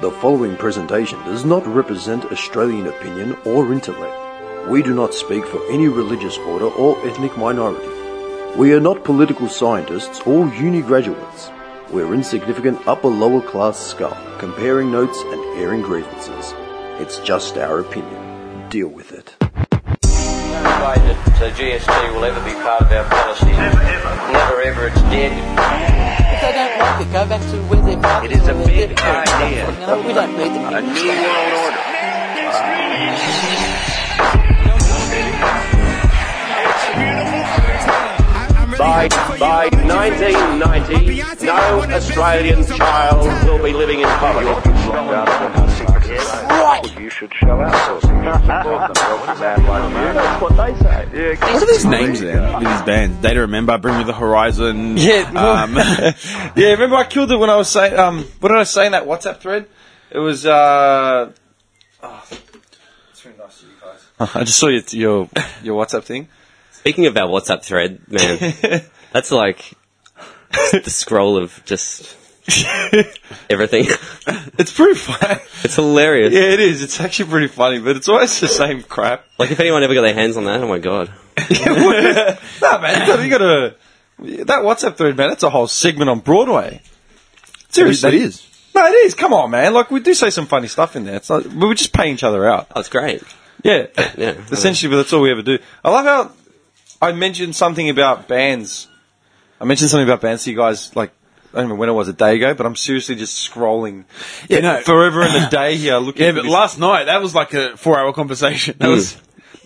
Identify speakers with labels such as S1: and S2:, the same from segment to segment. S1: The following presentation does not represent Australian opinion or intellect. We do not speak for any religious order or ethnic minority. We are not political scientists or uni graduates. We're insignificant upper lower class scum comparing notes and airing grievances. It's just our opinion. Deal with it.
S2: Notified that uh, GST will ever be part of our policy. Never ever. Never ever. It's dead.
S3: If they don't like it, go back to where their parties
S2: It is a
S3: where their
S2: big
S3: parents come
S2: idea.
S3: from. You know, we don't need them.
S2: A new world order. By, by 1990, no Australian child will be living in poverty.
S3: Right.
S4: You should shell out. That's what they say. Yeah.
S5: What are these names now with these bands? Data Remember, Bring Me the Horizon.
S6: Yeah, well-
S5: Um, yeah, remember I killed it when I was saying, um, what did I say in that WhatsApp thread? It was, uh, oh, it's really nice of you guys.
S6: I just saw your your
S5: Your WhatsApp thing?
S6: Speaking of our WhatsApp thread, man, that's like the scroll of just everything.
S5: It's pretty funny.
S6: It's hilarious.
S5: yeah, it is. It's actually pretty funny, but it's always the same crap.
S6: Like if anyone ever got their hands on that, oh my god.
S5: Nah, man, you gotta, that WhatsApp thread, man, that's a whole segment on Broadway. Seriously.
S7: that is.
S5: No, it is. Come on, man. Like, we do say some funny stuff in there. It's not, we just paying each other out.
S6: Oh, it's great.
S5: Yeah.
S6: Yeah.
S5: Essentially, but that's all we ever do. I love how I mentioned something about bands. I mentioned something about bands to you guys, like, I don't know when it was, a day ago, but I'm seriously just scrolling
S7: Yeah, no.
S5: forever and a day here looking
S7: Yeah,
S5: for
S7: but
S5: this- Mm.
S7: last night that was like a four-hour conversation. That was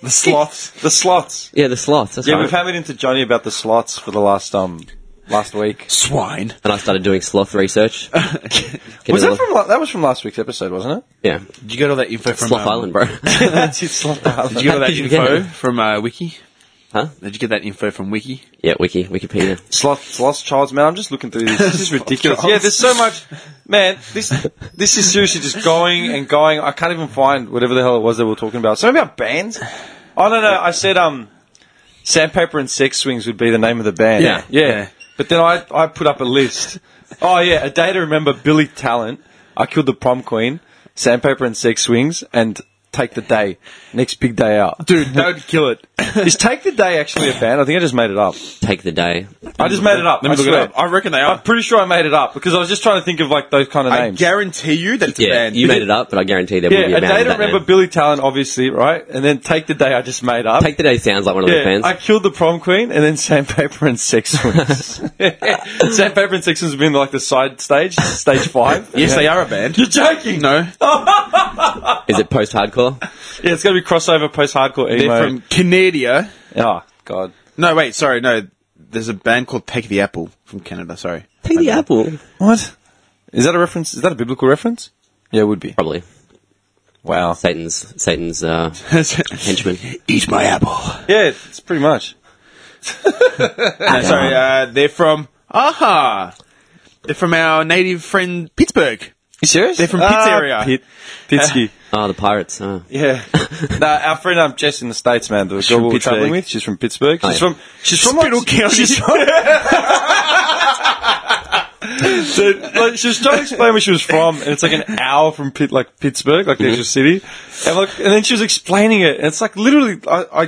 S7: the sloths.
S5: the slots.
S6: Yeah, the slots. That's
S5: Yeah,
S6: right.
S5: we've hammered into Johnny about the slots for the last, um, last week.
S7: Swine.
S6: and I started doing sloth research. Get
S5: Was that
S6: another-
S5: from, la- that was from last week's episode, wasn't it?
S6: Yeah,
S7: Did you get all that info from
S6: Sloth
S7: um,
S6: Island, bro.
S5: That's it, slot
S7: Did you get all that
S6: Did you get
S7: info
S6: it?
S7: from uh, Wiki?
S6: Huh?
S7: Did you get that info from Wiki?
S6: yeah, wiki, Wikipedia.
S5: Sloth, lost childs, man. I'm just looking through this. This is ridiculous.
S7: Childs.
S5: yeah, there's so much, man. This this is seriously just going and going. I can't even find whatever the hell it was that we were talking about. Something about bands. Oh no, no. I said um, sandpaper and sex swings would be the name of the band.
S7: Yeah.
S5: yeah.
S7: Yeah.
S5: But then I I put up a list. Oh yeah, a day to remember: Billy Talent, I killed the prom queen, sandpaper and sex swings, and take the day. Next big day out.
S7: Dude, that would kill it.
S5: Is take the day actually a band? I think I just made it up.
S6: Take the day.
S5: I just made it up.
S7: Let me
S5: I
S7: look
S5: swear.
S7: it up. I reckon they
S5: I'm
S7: are.
S5: pretty sure I made it up because I was just trying to think of like those kind of
S7: I
S5: names.
S7: guarantee you that it's a
S6: Yeah,
S7: band.
S6: you made it up, but I guarantee there will be
S5: yeah,
S6: a
S5: a
S6: band.
S5: day
S6: of
S5: to
S6: that
S5: remember
S6: name.
S5: Billy Talent, obviously, right? And then take the day I just made up.
S6: Take the day sounds like one of those
S5: yeah,
S6: bands.
S5: I killed the prom queen, and then sandpaper and sex wings. sandpaper and sex wings have been like the side stage, stage five.
S7: Yes,
S5: Yeah.
S7: they are a band. You're joking. No,
S6: Is it post-hardcore?
S5: Yeah, it's going to be crossover post hardcore
S7: they're
S5: emo.
S7: from Canada.
S5: oh god,
S7: No, wait, sorry, no. There's a band called Take the Apple from Canada. Sorry.
S6: Take the apple.
S5: what is that a reference? Is that a biblical reference? Yeah, it would be.
S6: Probably.
S5: Wow.
S6: Satan's Satan's uh, henchman.
S7: Eat my apple.
S5: Yeah, it's pretty much.
S7: No, sorry, uh, they're from Aha. They're from our native friend Pittsburgh.
S5: You serious?
S7: They're from Pizzeria.
S5: Pit, Pitsky.
S6: Oh, the pirates. Oh.
S5: Yeah. no, our friend um, Jess in the States, man, the
S7: from
S5: girl we we're traveling
S7: Pittsburgh. Oh,
S5: with, she's from Pittsburgh. She's
S6: yeah.
S5: from she's from
S7: Spittle
S5: like,
S7: County.
S5: She's from, Dude, like, she was trying to explain where she was from, and it's like an hour from Pit, like Pittsburgh, like the actual city. And like, and then she was explaining it, and it's like literally, I, I,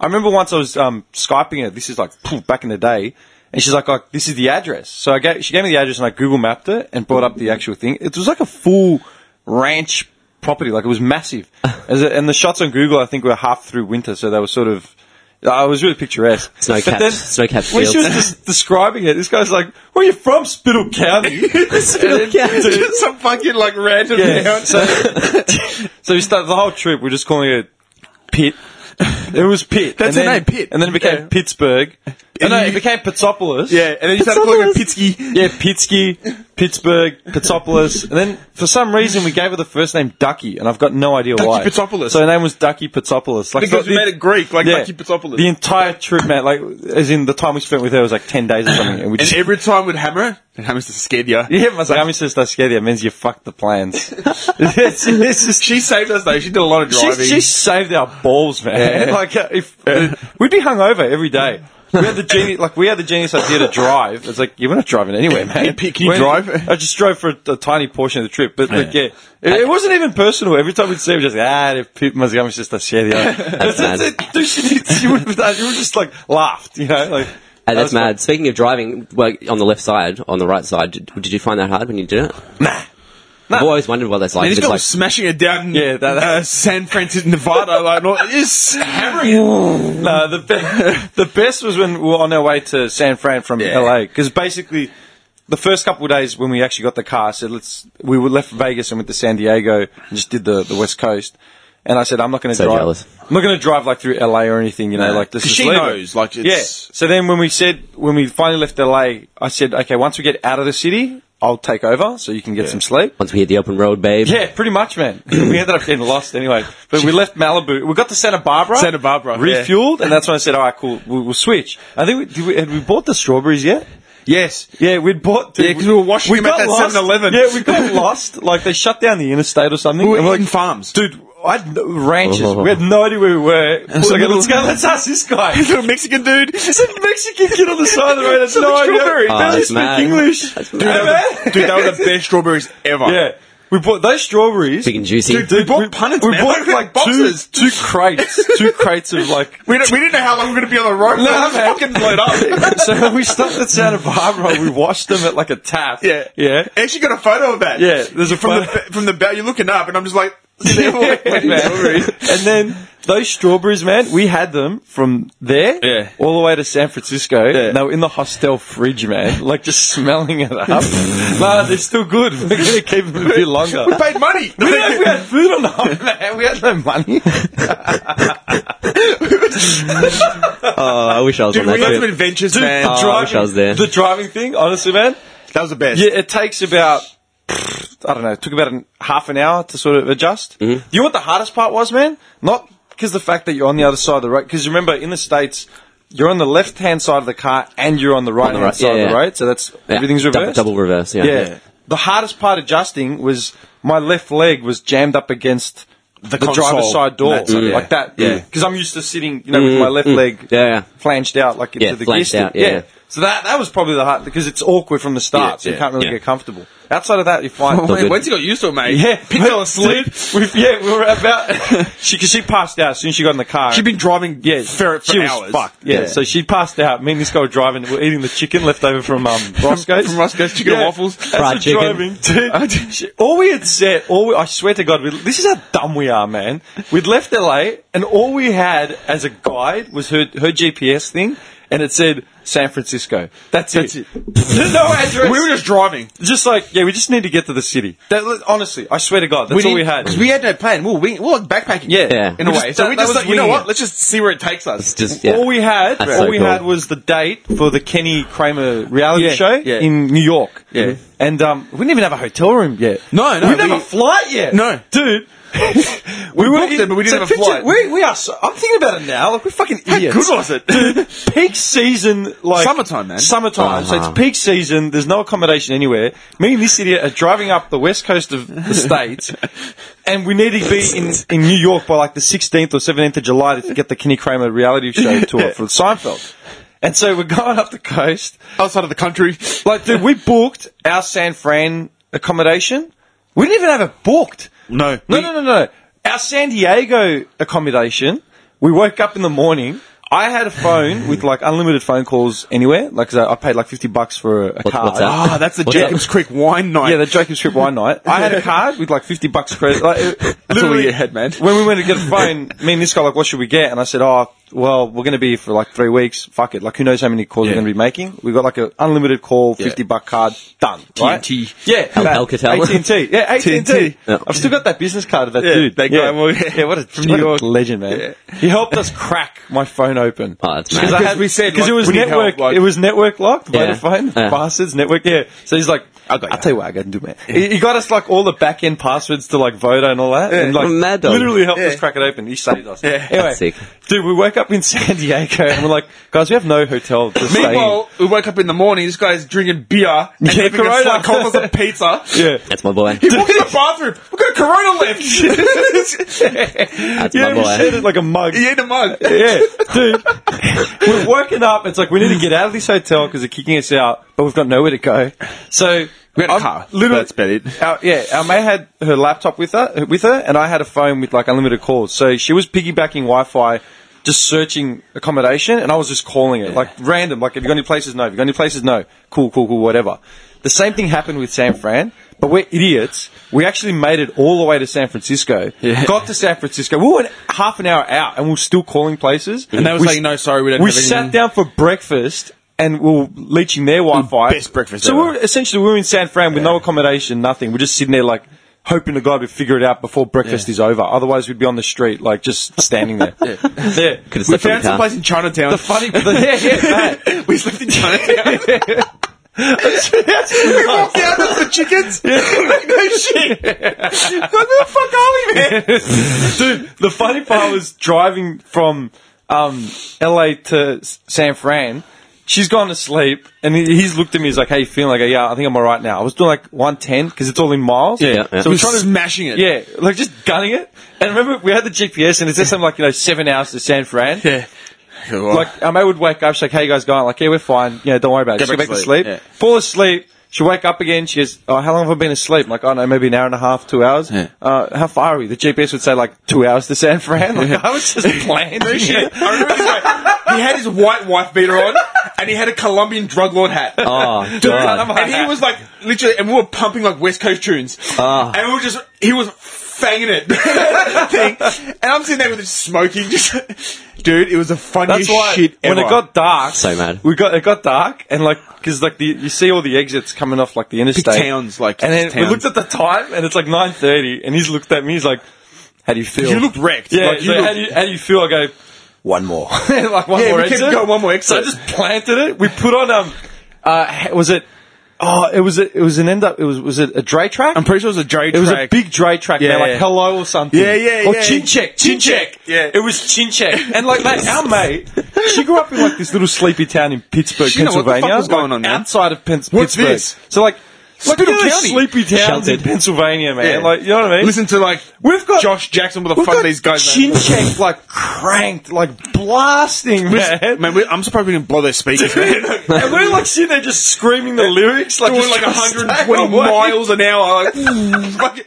S5: I remember once I was um, skyping it. This is like poof, back in the day, and she's like, like, this is the address. So I gave, she gave me the address, and I Google mapped it and brought up the actual thing. It was like a full ranch property, like it was massive. As a, and the shots on Google, I think, were half through winter, so they were sort of. I Oh, was really picturesque.
S6: Snow-capped-
S5: But then
S6: snow-capped
S5: When she was
S6: fields.
S5: just describing it, this guy's like, "Where are you from, Spittle County?" And then-
S6: County.
S5: Dude,
S7: Some fucking like random
S5: yeah. So, so we started the whole trip. We're just calling it Pitt. It was Pitt.
S7: That's
S5: and
S7: the
S5: then,
S7: name, Pitt.
S5: And then it became
S7: Yeah.
S5: Pittsburgh. Oh, no,
S7: you-
S5: it became Pitsopolis.
S7: Yeah, and then you started calling it Pitsky.
S5: Yeah, Pitsky, Pittsburgh, Pitsopolis. And then for some reason we gave her the first name Ducky, and I've got no idea
S7: Ducky
S5: why.
S7: Pitsopolis.
S5: So her name was Ducky Pitsopolis. Like,
S7: Because
S5: so
S7: we
S5: the-
S7: made it Greek, like
S5: yeah.
S7: Lucky Pitsopolis.
S5: The entire trip, man, like, as in the time we spent with her was like 10 days or something. And we
S7: and
S5: just
S7: every time we'd hammer, and hammer's just scared you.
S5: yeah, my Sami says that's scary. It means you fucked the plans. this, this is
S7: She saved us though. She did a lot of driving.
S5: She, she saved our balls, man.
S7: Yeah.
S5: uh, Like uh, if we'd be hungover every day. We had the genius, like we had the genius idea to drive. It's like you were not driving anywhere, man.
S7: Picky
S5: We're-
S7: drive.
S5: I just drove for a, a tiny portion of the trip, but like, yeah, it, it wasn't even personal. Every time we'd see, him, just like, ah, the pit must come, it's just a shitty. That's
S6: mad.
S5: You would you would just like laughed, you know, like.
S6: Hey, that's
S5: that was fun.
S6: mad. Speaking of driving, well, on the left side, on the right side, did, did you find that hard when you did it? Nah. I've always wondered what that's like.
S7: And he's
S6: Just
S7: got
S6: like-
S7: smashing it down in
S5: Yeah, that-
S7: uh, San Francisco, Nevada. like, no, just hammering it.
S5: No, the be- the best was when we were on our way to San Fran from
S7: Yeah.
S5: LA because basically the first couple of days when we actually got the car, so let's we were left Vegas and went to San Diego and just did the, the West Coast. And I said, I'm not going to
S6: So
S5: drive.
S6: jealous.
S5: I'm not going to drive like through LA or anything, you know,
S7: No,
S5: like this.
S7: 'cause
S5: is
S7: she
S5: legal.
S7: knows, like, it's-
S5: yeah. So then when we said when we finally left LA, I said, okay, once we get out of the city, I'll take over so you can get some sleep.
S6: Once we hit the open road, babe.
S5: Yeah, pretty much, man. we ended up getting lost anyway. But we left Malibu. We got to Santa Barbara.
S7: Santa Barbara, yeah.
S5: Refueled, and that's when I said, all right, cool, we'll, we'll switch. I think we, did we, had we bought the strawberries yet?
S7: Yes.
S5: Yeah, we'd bought.
S7: Yeah, 'cause we were washing them at
S5: got
S7: that
S5: lost.
S7: 7-Eleven.
S5: Yeah, we got lost. Like they shut down the interstate or something.
S7: We were
S5: and we're
S7: eating
S5: like,
S7: farms.
S5: dude, I had no, ranches. we had no idea where we were. We're
S7: so
S5: like,
S7: little-
S5: let's go. Let's ask this guy.
S7: He's a little Mexican dude.
S5: It's a Mexican kid on the side of the road. That's no idea.
S6: Oh,
S5: Barely
S6: that's
S5: speak
S6: mad.
S5: English.
S6: That's
S5: Dude,
S6: mad.
S5: man.
S7: Dude, they were the best strawberries ever.
S5: Yeah. We bought those strawberries.
S6: Big and juicy.
S5: Dude, dude,
S7: We bought punnets,
S5: We
S7: man.
S5: bought like
S7: Boxes.
S5: Two, two crates. Two crates of like.
S7: We, don't, we didn't know how long we were going to be on the road.
S5: No,
S7: No,
S5: man.
S7: fucking blown up.
S5: so when we stopped at Santa Barbara, we washed them at like a tap.
S7: Yeah.
S5: Yeah.
S7: I actually got a photo of that.
S5: Yeah, there's a
S7: from the
S5: photo.
S7: from the bow. You're looking up, and I'm just like,
S5: Yeah, man. and then those strawberries, man, we had them from there
S7: Yeah.
S5: all the way to San Francisco. And they were in the hostel fridge, man, like just smelling it up. nah, they're still good. We're going to keep them a bit longer.
S7: we paid money.
S5: We didn't know if we had food or not, man. We had no money.
S6: Oh, I wish I was
S7: Dude,
S6: on
S7: we had
S6: that
S7: some
S6: trip.
S7: adventures,
S5: Dude,
S7: man.
S5: the,
S6: Oh, I wish
S5: driving,
S6: I was there.
S5: the driving thing, honestly, man,
S7: that was the best.
S5: Yeah, it takes about pfft, I don't know. It took about an, half an hour to sort of adjust.
S6: Mm-hmm.
S5: Do you know what the hardest part was, man? Not because the fact that you're on the other side of the road. Because remember, in the states, you're on the left hand side of the car and you're on the right hand
S6: right-
S5: side
S6: yeah,
S5: of the
S6: yeah.
S5: road. So that's
S6: Yeah,
S5: everything's
S6: double-
S5: reversed.
S6: Double, reverse, yeah.
S5: yeah. The hardest part adjusting was my left leg was jammed up against. The,
S7: console.
S5: driver's side door,
S7: That's it,
S5: like that,
S6: yeah. Mm-hmm. Mm.
S5: Because I'm used to sitting, you know, with my left leg
S6: Yeah, yeah.
S5: flanged out, like into
S6: Yeah,
S5: the gear
S6: flanged
S5: stick.
S6: out, yeah.
S5: So that that was probably the hard because it's awkward from the start.
S7: Yeah,
S5: so you
S7: yeah,
S5: can't really
S6: yeah.
S5: get comfortable. Outside of that, you're fine.
S7: Oh, man, once you got used to it, mate.
S5: yeah,
S7: Pinto asleep.
S5: We've, yeah, we were about. she cause she passed out as soon as she got in the car.
S7: She'd been driving
S5: yeah,
S7: ferret for
S5: she
S7: hours.
S5: Was fucked. Yeah,
S7: Yeah.
S5: so she passed out. Me and this guy were driving. We're eating the chicken left over from um, Roscoe's.
S7: From Roscoe's chicken and waffles.
S5: as
S6: Fried
S5: we're
S6: chicken.
S5: driving, dude, she- all we had said, all we, I swear to God, we, this is how dumb we are, man. We'd left LA, and all we had as a guide was her her GPS thing, and it said San Francisco. That's, it. There's no address.
S7: We were just driving.
S5: Just like, yeah, we just need to get to the city. That, honestly, I swear to God, that's all
S7: need-
S5: we had.
S7: 'cause We had no plan. We were, wing, we were backpacking.
S5: Yeah.
S6: Yeah.
S7: In a
S5: We just-
S7: way. so
S5: that-
S7: we
S5: that
S7: just
S5: was
S7: thought, you know
S5: winging
S7: what?
S5: it.
S7: Let's just see where it takes us.
S6: It's just, yeah.
S5: All we had,
S6: That's
S5: all
S6: so
S5: we
S6: cool.
S5: had was the date for the Kenny Kramer reality
S7: Yeah,
S5: show
S7: yeah.
S5: in New York.
S7: Yeah.
S5: and um, we didn't even have a hotel room yet.
S7: No, no,
S5: we didn't
S7: we-
S5: have a flight yet.
S7: No.
S5: dude.
S7: We booked it, but we didn't have a
S5: picture-
S7: flight.
S5: We, we are. So, I'm thinking about it now. Like we're fucking
S7: How
S5: idiots.
S7: good was it?
S5: peak season, like
S7: Summertime, man.
S5: Summertime. So
S6: Uh-huh.
S5: it's peak season. There's no accommodation anywhere. Me and this idiot are driving up the west coast of the states, and we need to be in, in New York by like the 16th or 17th of July to get the Kenny Kramer reality show tour for Seinfeld. And so we're going up the coast.
S7: Outside of the country.
S5: Like, dude, we booked our San Fran accommodation. We didn't even have it booked.
S7: No.
S5: No, no, no, no. Our San Diego accommodation, we woke up in the morning. I had a phone with like unlimited phone calls anywhere. Like, 'cause I I paid like 50 bucks for a, a card.
S6: what's that?
S7: Ah, that's the
S6: What's
S7: Jacobs Creek wine night.
S5: Yeah, the Jacob's Trip wine night. I had a card with like 50 bucks credit. Like, it-
S7: all
S5: literally,
S7: you had, man.
S5: When we went to get a phone, me and this guy, like, what should we get? And I said, oh, well, we're going to be here for like three weeks. Fuck it. Like, who knows how many calls
S7: Yeah.
S5: we're going to be making? We got like an unlimited call, 50 buck card, done. Right?
S7: TNT.
S5: Yeah. that-
S6: Alcatel.
S5: AT&T. Yeah, AT&T.
S7: TNT.
S6: Yeah.
S5: I've still got that business card of that
S7: Yeah,
S5: dude.
S7: that guy,
S5: yeah.
S7: well, yeah.
S5: yeah, what a,
S7: From
S5: what
S7: New
S5: a
S7: York.
S5: legend, man. He helped us crack my phone open.
S6: Oh, that's mad.
S5: Because I
S7: Because
S5: had-
S7: we said,
S5: because
S7: like,
S5: it was
S7: we need help,
S5: network,
S7: like-
S5: it was network locked.
S6: Yeah. Uh.
S5: Vodafone,
S6: Yeah.
S5: bastards, network. Yeah. So he's like,
S7: I got you.
S5: I'll tell you what I can do, man. He, he got us like all the back end passwords to like Voda and all that, and like
S6: Mad dog.
S5: literally helped
S7: Yeah.
S5: us crack it open. He saved us.
S7: Yeah.
S5: Anyway,
S6: That's sick.
S5: dude, we woke up in San Diego and we're like, guys, we have no hotel. To stay in."
S7: Meanwhile, we woke up in the morning. This guy's drinking beer and
S5: Yeah,
S7: having
S5: Corona.
S7: a slight cold of pizza.
S5: yeah.
S6: That's my boy.
S7: He walked in the bathroom. We've got a Corona left.
S6: That's
S5: Yeah, we
S6: my boy.
S5: shared it like a mug.
S7: he ate a mug.
S5: Yeah, dude. we're woken up. It's like we need to get out of this hotel because they're kicking us out, but we've got nowhere to go. So
S7: We got a
S5: I'm
S7: car.
S5: Literally,
S7: That's about it.
S5: Our, Uh, yeah, our mate had her laptop with her, with her, and I had a phone with like unlimited calls. So she was piggybacking Wi-Fi, just searching accommodation, and I was just calling it like random. Like, have you got any places? No. Have you got any places? No. Cool, cool, cool. Whatever. The same thing happened with San Fran, but we're idiots. We actually made it all the way to San Francisco. Got to San Francisco. We were half an hour out, and we were still calling places.
S7: And they were
S5: we
S7: saying, "No, sorry, we don't
S5: We
S7: have anything."
S5: sat down for breakfast. And we were leeching their Wi-Fi.
S7: Best breakfast
S5: So
S7: ever.
S5: we were essentially we were in San Fran with no accommodation, nothing. We're just sitting there like hoping to God we figure it out before breakfast is over. Otherwise, we'd be on the street like just standing there. yeah.
S6: Could have
S7: We
S6: slept in the
S7: found some
S6: car.
S7: place in Chinatown.
S5: The funny, the, yeah, yeah, that.
S7: we slept in Chinatown. we walked out with the chickens. like, no shit. like, where the fuck are we, man?
S5: dude. The funny part was driving from um, LA to S- San Fran. She's gone to sleep, and he- he's looked at me. He's like, "How you feeling?" Like, "Yeah, I think I'm all right now." I was doing like 110 because it's all in miles.
S6: yeah, yeah.
S5: So
S7: We're
S5: we're
S7: trying
S5: trying
S7: to
S5: to
S7: smashing it.
S5: Yeah, like just gunning it. And remember, we had the GPS, and it said something like, you know, seven hours to San Fran.
S7: Yeah.
S5: Like, our mate would wake up, she's like, how you guys going? Like, yeah, we're fine. You know, don't worry about it.
S7: Go
S5: Just
S7: back
S5: go back
S7: to
S5: to
S7: sleep.
S5: sleep.
S7: Yeah.
S5: Fall asleep. She wake up again. She goes, oh, how long have I been asleep? I'm like, oh, no, maybe an hour and a half, two hours.
S7: Yeah.
S5: Uh, how far are we? The GPS would say, like, two hours to San Fran. Like, I was just playing. this shit.
S7: I remember this guy, he had his white wife beater on, and he had a Colombian drug lord hat.
S6: Oh,
S7: Dude,
S6: God.
S7: and he was like literally, and we were pumping like West Coast tunes,
S6: Ah.
S7: and we were just he was fanging it, thing. and I'm sitting there with it smoking, just dude. It was the funniest
S5: That's why
S7: shit
S5: when
S7: ever.
S5: it got dark,
S6: So mad.
S5: We got it got dark, and like because like the you see all the exits coming off like the interstate
S7: towns, like,
S5: and then
S7: just
S5: we looked
S7: towns.
S5: at the time, and it's like nine thirty, and he's looked at me, he's like, "How do you feel?"
S7: You looked wrecked.
S5: Yeah,
S7: Like,
S5: he's
S7: you
S5: like, how,
S7: looked-
S5: do you, how do you feel? I go one more, like one
S7: Yeah,
S5: more
S7: we kept
S5: exit.
S7: going, one more
S5: So I
S7: exit.
S5: just planted it. We put on um, uh, h- was it? Oh, it was a, it was an end up. It was was it a Dre track?
S7: I'm pretty sure it was a Dre
S5: It was a
S7: track.
S5: big Dre track.
S7: Yeah,
S5: man, like
S7: yeah.
S5: Hello or something.
S7: Yeah, yeah,
S5: or
S7: yeah.
S5: Chin check, chin check.
S7: Yeah.
S5: It was chin check. And like mate, our mate, she grew up in like this little sleepy town in Pittsburgh,
S7: You know, what the
S5: Pennsylvania.
S7: fuck was going
S5: like,
S7: on, man?
S5: outside of Pens-
S7: What's
S5: Pittsburgh.
S7: this?
S5: So like, like
S7: Spittle
S5: look at those
S7: County.
S5: sleepy towns
S6: Sheltered.
S5: in Pennsylvania, man.
S7: Yeah.
S5: Like you know what I mean?
S7: Listen to like
S5: We've got-
S7: Josh Jackson. What the
S5: We've
S7: fuck
S5: got
S7: are these guys?
S5: chin
S7: man?
S5: check like cranked, like blasting, man.
S7: Man, we- I'm surprised we didn't blow their speakers. man.
S5: and we're like sitting there just screaming the lyrics, like
S7: Doing
S5: just
S7: like
S5: trying to stay
S7: 120
S5: awake.
S7: miles an hour. Like, fuck it.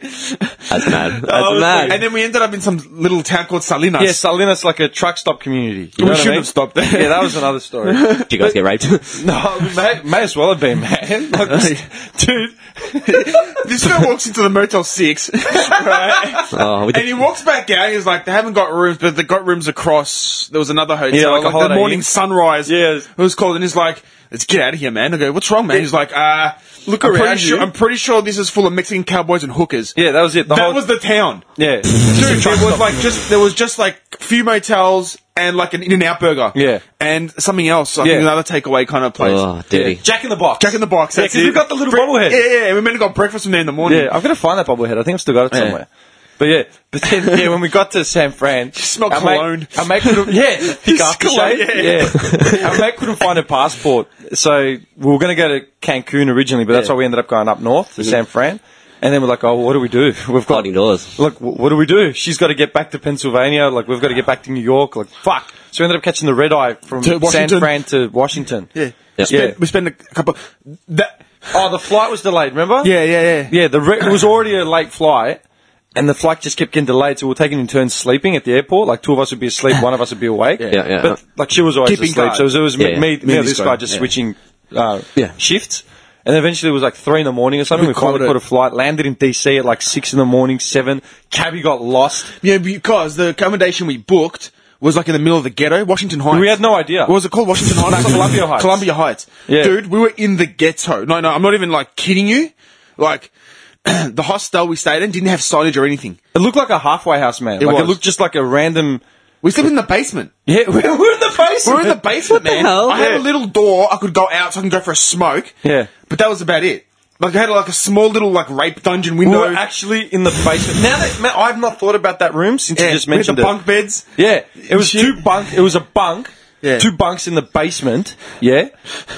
S6: That's mad. That's
S5: was
S6: mad.
S7: And then we ended up in some little town called Salinas.
S5: Yeah, Salinas like a truck stop community. You know
S7: we
S5: what I
S7: should
S5: mean?
S7: have stopped there.
S5: Yeah, that was another story.
S6: Did you guys get raped?
S5: No, we may, may as well have been, man. Like, dude,
S7: This guy walks into the Motel 6, right?
S6: oh, we
S7: And
S6: did.
S7: he walks back out, he's like, they haven't got rooms, but they got rooms across. There was another hotel,
S5: Yeah, like
S7: like,
S5: a
S7: the
S5: Holiday
S7: morning
S5: Inn.
S7: sunrise.
S5: Yes.
S7: It was called, and he's like, let's get out of here, man. I go, what's wrong, man? He's like, uh,
S5: Look
S7: I'm
S5: around
S7: pretty, sure,
S5: you."
S7: I'm pretty sure this is full of Mexican cowboys and hookers.
S5: yeah, that was it. The
S7: that
S5: whole,
S7: was the town.
S5: yeah.
S7: Dude, there was like just there was just like few motels and like an In and Out burger.
S5: Yeah.
S7: And something else, I
S5: Yeah.
S7: think another takeaway kind of place.
S6: Oh, dirty.
S5: Jack in the box.
S7: Jack in the Box.
S5: Yeah,
S7: that's
S5: 'cause
S7: it.
S5: we got the little
S7: Fre-
S5: bobblehead.
S7: Yeah, yeah, and we meant to got breakfast from there in the morning.
S5: Yeah, I'm gonna find that bobblehead. I think I've still got it somewhere. But yeah, but then yeah, when we got to San Fran,
S7: smelled
S5: our mate-
S7: cologne.
S5: Our mate couldn't, yeah, thick
S7: Just cologne,
S5: aftershave. Yeah, our mate couldn't find a passport, so we were gonna go to Cancun originally, but that's why we ended up going up north to San Fran. And then we're like, oh, what do we do? We've got
S6: Sliding doors.
S5: Look, wh- what do we do? She's got to get back to Pennsylvania. Like we've got to get back to New York. Like fuck. So we ended up catching the red eye from
S7: To
S5: San
S7: Washington.
S5: Fran to Washington.
S7: Yeah.
S6: Yeah.
S7: Spent- We spent a couple. That.
S5: Oh, the flight was delayed. Remember?
S7: Yeah, yeah, yeah.
S5: Yeah, the re- it was already a late flight, and the flight just kept getting delayed. So we were taking in turns sleeping at the airport. Like two of us would be asleep, one of us would be awake.
S6: Yeah, yeah.
S5: But like she was always
S7: Keeping
S5: asleep,
S7: guard.
S5: so it was, it was me,
S6: Yeah, yeah.
S5: me,
S6: Me
S5: me and this guy, just
S7: yeah.
S5: switching uh,
S6: Yeah.
S5: shifts. And eventually it was like three in the morning or something.
S7: We
S5: We,
S7: caught
S5: finally
S7: it.
S5: caught a flight, landed in DC at like six in the morning, seven. Cabby got lost.
S7: Yeah, because the accommodation we booked was like in the middle of the ghetto, Washington Heights.
S5: We had no idea.
S7: What was it called? Washington Heights?
S5: Columbia Heights.
S7: Columbia Heights.
S5: Yeah.
S7: Dude, we were in the ghetto. No, no, I'm not even like kidding you. Like, the hostel we stayed in didn't have signage or anything.
S5: It looked like a halfway house, man.
S7: It
S5: like
S7: was.
S5: it looked just like a random.
S7: We slept in the basement.
S5: Yeah, we're in the basement.
S7: We're in the basement,
S6: the
S7: man.
S6: hell?
S7: I had
S5: Yeah.
S7: a little door I could go out so I can go for a smoke.
S5: Yeah.
S7: But that was about it. Like I had like a small little like rape dungeon
S5: We
S7: window.
S5: were actually in the basement. Now that man, I've not thought about that room since
S7: yeah,
S5: you just
S7: we had
S5: mentioned
S7: the
S5: it.
S7: bunk beds.
S5: Yeah, it was two bunk. It was a bunk.
S7: Yeah.
S5: Two bunks in the basement, yeah,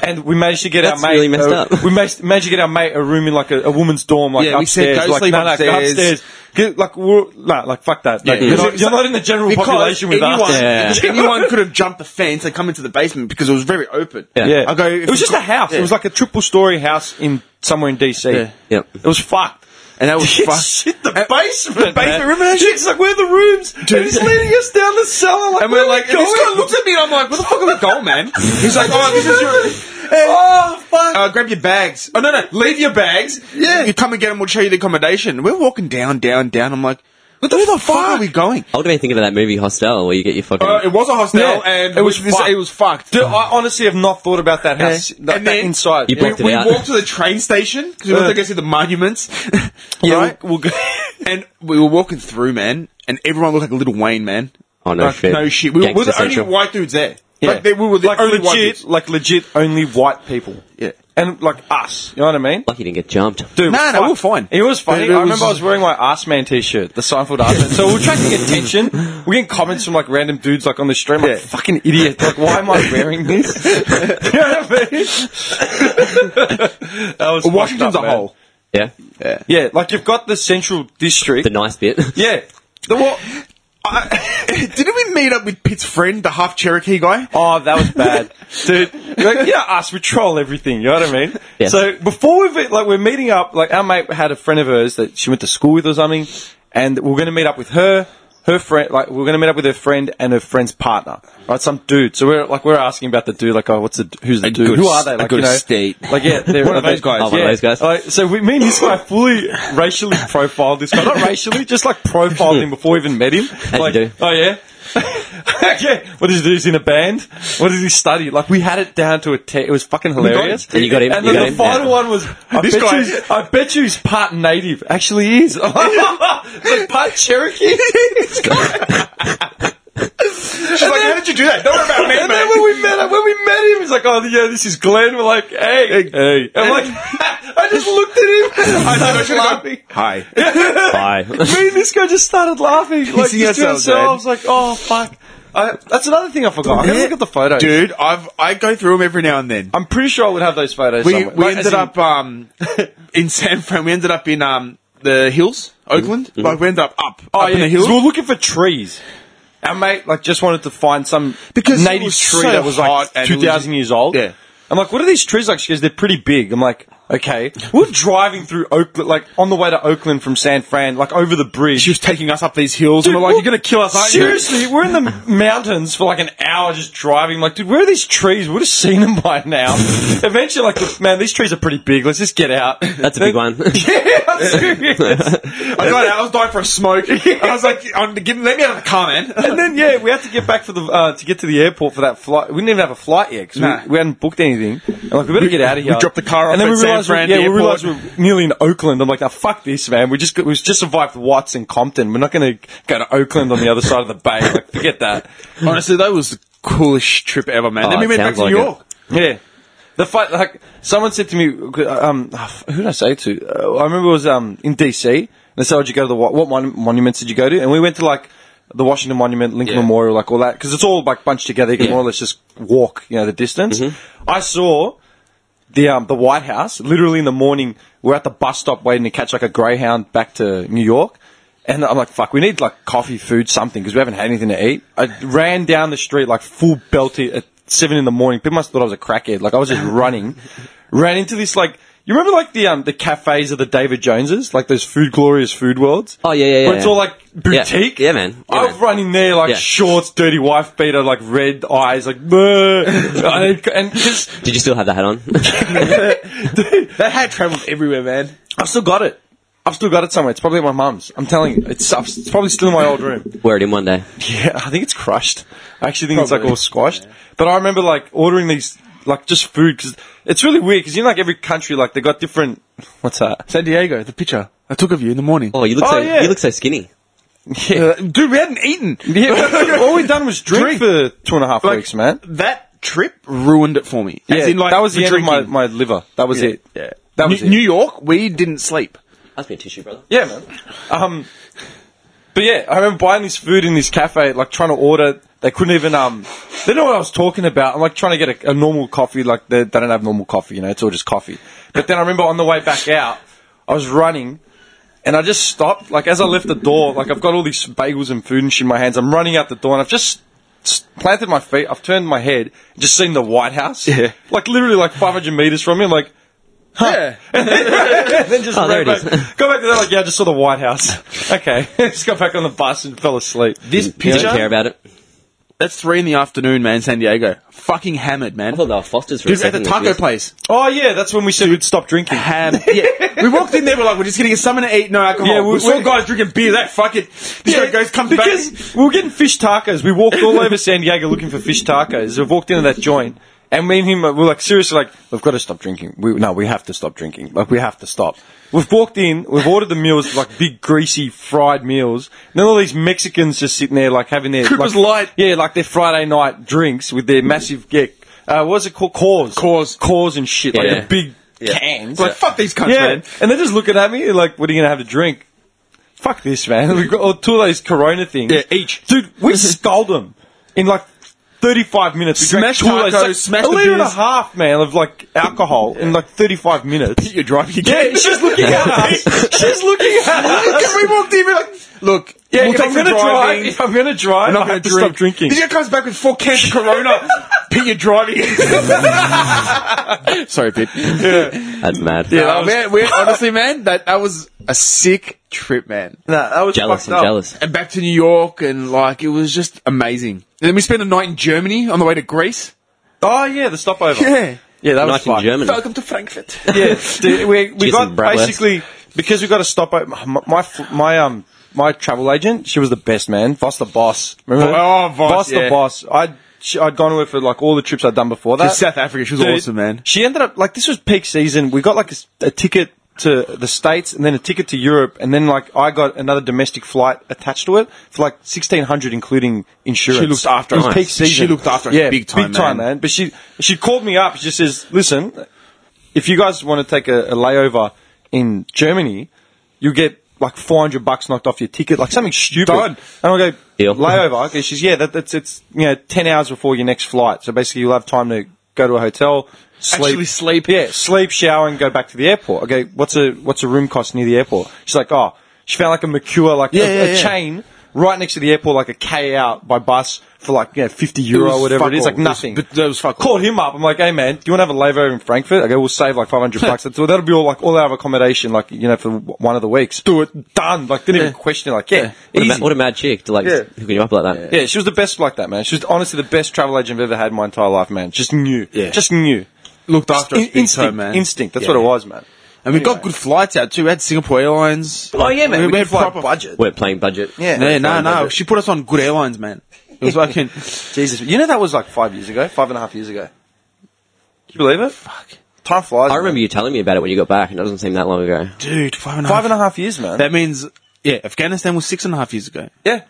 S5: and we managed to get
S6: That's
S5: our mate.
S6: really messed
S5: uh,
S6: up.
S5: We managed, managed to get our mate a room in like a, a woman's dorm, like
S7: Yeah, we said,
S5: upstairs.
S7: "Go
S5: like
S7: sleep
S5: no, no, go
S7: upstairs."
S5: upstairs. Get, like, we're, nah, like, fuck that. Like,
S7: Yeah.
S5: you're,
S7: Yeah.
S5: not, you're not in the general
S7: Because
S5: population with
S7: anyone,
S5: us.
S6: Yeah.
S7: anyone could have jumped the fence and come into the basement because it was very open.
S6: Yeah.
S5: Yeah.
S7: I go, if
S5: it was
S7: you
S5: just
S7: got-
S5: a house.
S7: yeah.
S5: It was like a triple story house in somewhere in DC.
S7: Yeah.
S6: Yep.
S5: It was fucked.
S7: And that was fun.
S5: Shit, the basement. The
S7: man.
S5: basement. Remember that shit? It's like, where are the rooms? And he's leading us down the cellar. Like,
S7: And
S5: where
S7: we're like,
S5: are
S7: and
S5: we
S7: this
S5: going?
S7: guy looks at me and I'm like, what the fuck are we going, man? He's like, oh, this is your... oh, fuck. Uh, grab your bags. Oh, no, no, leave your bags. Yeah. You come and get them, we'll show you the accommodation. We're walking down, down, down. I'm like, what the, fuck? are we going?
S6: Ultimately, thinking of that movie Hostel, where you get your fucking.
S7: Uh, it was a hostel
S5: Yeah.
S7: and
S5: It was
S7: this,
S5: fucked.
S7: it was fucked.
S5: Dude, I honestly have not thought about that house,
S7: Yeah.
S5: like,
S7: And
S5: that
S7: then-
S5: inside.
S6: You
S5: Yeah.
S6: blocked
S7: we
S6: it out.
S7: walked to the train station because we wanted to go see the monuments.
S5: Yeah,
S7: right?
S5: we'll, we'll go.
S7: and we were walking through, man, and everyone looked like a little Wayne, man.
S6: Oh, no
S7: Like,
S6: shit.
S7: No shit. We were, we're
S6: Gangster
S7: the only
S6: Central.
S7: white dudes there.
S5: Yeah.
S7: Like, they, we were the
S5: like
S7: only
S5: legit,
S7: white dudes.
S5: like legit, only white people.
S7: Yeah.
S5: and like us. You know what I mean?
S6: Lucky you didn't get jumped.
S5: Dude,
S7: No,
S5: it was
S7: no,
S5: fun.
S7: we were fine.
S5: It was funny.
S7: It- it
S5: I remember I
S7: was-
S5: was wearing my Ass Man t-shirt, the Seinfeld Ass Man. So we were attracting attention. We're getting comments from like random dudes like on the stream, like
S7: Yeah.
S5: fucking idiot. Like, why am I wearing this? you know what I mean? that was
S7: Washington's
S5: fucked up,
S7: a
S5: man.
S7: whole.
S6: Yeah.
S5: Yeah, like you've got the central district.
S6: The nice bit.
S5: yeah. The what?
S7: I, didn't we meet up with Pitt's friend, the half Cherokee guy?
S5: Oh, that was bad, dude. Like, you know, us we troll everything. You know what I mean?
S6: Yeah.
S5: So before we like we're meeting up, like our mate had a friend of hers that she went to school with or something, and we're going to meet up with her, her friend. Like we're going to meet up with her friend and her friend's partner, right? Some dude. So we're like we're asking about the dude, like oh, what's the who's the dude?
S7: good
S5: Who
S7: s-
S5: are they?
S7: a
S5: Like
S7: good
S5: you know,
S7: state.
S5: Like yeah, they're
S7: One of those guys.
S6: Oh, one of those guguys.
S5: Like, so we, me and this guy fully racially profiled this guy, not racially, just like profiled him before we even met him.
S6: you
S5: like,
S6: do.
S5: oh yeah, yeah. What does he do? He's in a band. What does he study? Like we had it down to a T. It was fucking hilarious.
S6: And you got him?
S5: And
S6: You
S5: then
S6: got
S5: the
S6: him?
S5: final
S6: Yeah.
S5: one was I
S7: This
S5: bet
S7: guy-
S5: you he's, I bet you he's part native. Actually, he is. like part Cherokee.
S7: She's like, how did you do that? Don't worry about me,
S5: and then when we met when we met him, he's like, "Oh yeah, this is Glenn." We're like, "Hey, hey." I'm like, I just looked at him. I
S7: I
S5: started
S7: should've gone-
S5: laughing.
S7: Hi.
S6: Bye.
S5: Me and this guy just started laughing, like
S7: see
S5: just to
S7: yourself, Dad.
S5: ourselves, like, "Oh fuck." I, that's another thing I forgot. I gotta look at the photos.
S7: Dude, I've, I go through them every now and then.
S5: I'm pretty sure I would have those photos.
S7: we
S5: somewhere.
S7: we
S5: Like, as
S7: ended
S5: in-
S7: up um, in San Fran. We ended up in um, the hills, Oakland. Like, we ended up up,
S5: oh,
S7: up in
S5: yeah,
S7: the
S5: 'cause
S7: hills.
S5: we were looking for trees. Our mate like just wanted to find some
S7: Because it
S5: native tree
S7: was so
S5: that was
S7: hot
S5: like
S7: and
S5: two thousand
S7: it was-
S5: years old.
S7: Yeah.
S5: I'm like, what are these trees like? She goes, they're pretty big. I'm like, okay. We We're driving through Oakland, like on the way to Oakland from San Fran, like over the bridge.
S7: She was taking us up these hills, and we're like,
S5: we're-
S7: "You're gonna kill us, aren't
S5: Seriously, we're in the mountains for like an hour just driving. Like, dude, where are these trees? We would have seen them by now. Eventually, like, man, these trees are pretty big. Let's just get out.
S6: That's a big one.
S5: yeah, I'm serious.
S7: you?" I got out. I was dying for a smoke. I was like, I'm, give, "Let me out of the car, man."
S5: and then yeah, we had to get back for the uh, to get to the airport for that flight. We didn't even have a flight yet because
S7: Nah.
S5: we, we hadn't booked anything. I'm like, we better get out of here.
S7: dropped the car off
S5: and then
S7: at
S5: we
S7: San
S5: realized,
S7: Fran
S5: we, yeah, we
S7: Airport.
S5: realized we were nearly in Oakland. I'm like, now fuck this, man. We just got, we just survived Watts and Compton. We're not going to go to Oakland on the other side of the bay. Like, forget that.
S7: Honestly, that was the coolest trip ever, man.
S6: Oh,
S7: then we
S6: it
S7: went
S6: sounds
S7: back to
S6: like
S7: New
S6: it.
S7: York.
S5: Yeah. The fight, like, someone said to me, um, who did I say it to? Uh, I remember it was, um, in DC. And they said, would you go to the, what, what mon- monuments did you go to? And we went to, like, the Washington Monument, Lincoln
S6: Yeah.
S5: Memorial, like all that. Cause it's all, like, bunched together. You can more or less just walk, you know, the distance. I saw the, um, the White House, literally in the morning, we're at the bus stop waiting to catch, like, a Greyhound back to New York. And I'm like, fuck, we need like coffee, food, something, because we haven't had anything to eat. I ran down the street like full belted at seven in the morning. People must have thought I was a crackhead. Like I was just running. ran into this like, you remember like the um the cafes of the David Joneses, like those food glorious food worlds.
S6: Oh, yeah, yeah, yeah,
S5: Where it's
S6: yeah.
S5: all like boutique.
S6: Yeah, man. Yeah,
S5: I've
S6: man.
S5: run in there like
S6: Yeah.
S5: shorts, dirty wife beater, like red eyes, like bleh. and just
S6: Did you still have the hat on?
S7: That had travelled everywhere, man.
S5: I've still got it. I've still got it somewhere. It's probably at my mum's. I'm telling you, it's it's probably still in my old room.
S6: Wear it in one day.
S5: Yeah, I think it's crushed. I actually think it's like
S7: Probably.
S5: all squashed. But I remember like ordering these, like just food because it's really weird because you know, like every country, like they got different. What's that?
S7: San Diego, the picture I took of you in the morning.
S6: Oh, you look
S5: Oh,
S6: so
S5: yeah.
S6: you look so skinny.
S7: Uh, dude, we hadn't eaten.
S5: Yeah, all we done was drink,
S7: Drink.
S5: for two and a half
S7: Like,
S5: weeks, man.
S7: That trip ruined it for me. As
S5: Yeah,
S7: in, like,
S5: that was the end
S7: drinking.
S5: of my, my liver. That was
S7: Yeah.
S5: it. that was
S7: New,
S5: it.
S7: New York, we didn't sleep.
S6: Ask me a tissue, brother.
S5: Yeah, man. Um, but yeah, I remember buying this food in this cafe, like trying to order. They couldn't even. Um, they didn't know what I was talking about. I'm like trying to get a, a normal coffee. Like they, they don't have normal coffee, you know. It's all just coffee. But then I remember on the way back out, I was running, And I just stopped, like as I left the door, like I've got all these bagels and food and shit in my hands. I'm running out the door, and I've just s- planted my feet. I've turned my head, just seen the White House.
S7: Yeah.
S5: like literally like 500 meters from me. I'm like. Huh. Yeah. and then just
S6: Oh, there
S5: ran
S6: it
S5: back. Go back to that, like, yeah, I just saw the White House. Okay. just got back on the bus and fell asleep.
S7: This
S6: You don't care
S7: picture,
S6: about it.
S7: that's three in the afternoon, man, San Diego. Fucking hammered,
S6: I
S7: man.
S6: thought they were Fosters for a
S7: Dude, at
S6: second.
S7: the taco
S6: confused.
S7: place.
S5: Oh, yeah, that's when we said we'd stop drinking.
S7: Ham. Yeah. We walked in there, we're like, we're just gonna get something to eat, no alcohol.
S5: Yeah,
S7: Yeah,
S5: we-
S7: we, saw
S5: we-
S7: guys drinking beer, that fucking. This guy goes, comes back.
S5: because we were getting fish tacos. We walked all over San Diego looking for fish tacos. We walked into that joint, and me and him were like, seriously, like, we've got to stop drinking. We, no, we have to stop drinking. Like, we have to stop. We've walked in, we've ordered the meals, like big, greasy, fried meals, and then all these Mexicans just sitting there, like, having their.
S7: Cooper's
S5: like,
S7: Light.
S5: Yeah, like their Friday night drinks with their massive, yeah, uh, what's it called? Cores.
S7: Cores.
S5: Cores and shit.
S6: Yeah.
S5: Like, the big
S6: Yeah.
S5: cans.
S7: Like, fuck these cunts,
S5: Yeah,
S7: man.
S5: and they're just looking at me like, "What are you gonna have to drink?" Fuck this, man. We got all two of those Corona things.
S7: Yeah, each.
S5: dude. We sculled them in like thirty-five minutes. We drank
S7: Smash
S5: two of those,
S7: tacos,
S5: like,
S7: smash
S5: a
S7: the
S5: liter and a
S7: beers.
S5: half, man, of like alcohol in like thirty-five minutes.
S7: You're driving
S5: Yeah, she's looking at us. She's looking at us.
S7: we walked in, we're like, look,
S5: Yeah,
S7: we'll
S5: if,
S7: take
S5: I'm
S7: some
S5: gonna drive,
S7: driving.
S5: if I'm gonna drive,
S7: I'm
S5: I
S7: not going
S5: have
S7: to
S5: to stop drinking.
S7: This guy comes back with four cans of Corona. Pete, you're driving. Sorry, Pete.
S6: That's mad.
S7: Yeah,
S5: that was-
S7: man, we're- honestly, man, that, that was a sick trip, man.
S5: Nah, that was
S6: Jealous.
S5: fucked
S6: I'm
S5: up.
S6: jealous.
S7: And back to New York, and like, it was just amazing. And then we spent a night in Germany on the way to Greece.
S5: Oh yeah, the stopover. yeah, that was
S6: Night in
S5: fun.
S6: Germany.
S7: Welcome to Frankfurt.
S5: yeah, dude, we, we
S6: Cheers
S5: got
S6: and bratwurst.
S5: basically because we got to stop at my my, fl- my um my travel agent. She was the best man, Voss the boss. Remember?
S7: Oh, Voss,
S5: the
S7: yeah.
S5: boss. I. I'd gone to her for like all the trips I'd done before that.
S7: To South Africa, she was awesome, man.
S5: She ended up like this was peak season. We got like a, s- a ticket to the states and then a ticket to Europe, and then like I got another domestic flight attached to it for like sixteen hundred, including insurance.
S7: She looked after
S5: it was
S7: us.
S5: peak
S7: She
S5: season.
S7: looked after us
S5: yeah,
S7: big time,
S5: big time,
S7: man.
S5: man. But she she called me up. She says, "Listen, if you guys want to take a, a layover in Germany, you get like 400 bucks knocked off your ticket, like something stupid.
S7: Done.
S5: And I go,
S6: Deal.
S5: layover. Okay, she's, yeah, that, that's, it's, you know, 10 hours before your next flight. So basically you'll have time to go to a hotel, sleep.
S7: Actually sleep.
S5: Yeah, sleep, shower, and go back to the airport. Okay, what's a, what's a room cost near the airport? She's like, oh, she found like a McCure, like
S7: Yeah,
S5: a,
S7: yeah,
S5: a
S7: yeah.
S5: chain right next to the airport, like a K out by bus for like, you know, 50 euro or
S7: was
S5: whatever
S7: fuck
S5: it is,
S7: all.
S5: like
S7: It was-
S5: nothing.
S7: but that was fuck all.
S5: Called him up. I'm like, hey man, do you want to have a layover in Frankfurt? I go, we'll save like 500 bucks. That's, that'll be all like all our accommodation, like you know, for w- one of the weeks. Do it. Done. Like didn't even question. it, Like yeah,
S6: What a,
S5: easy.
S6: ma- what a mad chick to like
S5: Yeah.
S6: hooking you up like that.
S5: yeah, she was the best like that, man. She was honestly the best travel agent I've ever had in my entire life, man. Just knew.
S7: Yeah.
S5: Just knew.
S7: Looked after us
S5: In-
S7: big
S5: instinct,
S7: time, man.
S5: instinct. That's
S7: Yeah.
S5: what it was, man.
S7: And we got good flights out too. We had Singapore Airlines.
S5: Oh yeah, man. We,
S7: had
S5: had fly
S7: proper-
S5: budget.
S6: Weren't playing budget.
S5: Yeah.
S7: Yeah, no,
S5: fine
S7: no.
S5: budget.
S7: She put us on good airlines, man. It was fucking.
S5: Jesus, you know that was like five years ago, five and a half years ago. Can you believe it? Fuck. Time flies.
S6: I remember you telling me about it when you got back, and it doesn't seem that long ago.
S7: Dude, five and a half.
S5: Five and a half years, man.
S7: That means, yeah, Afghanistan was six and a half years ago.
S5: yeah.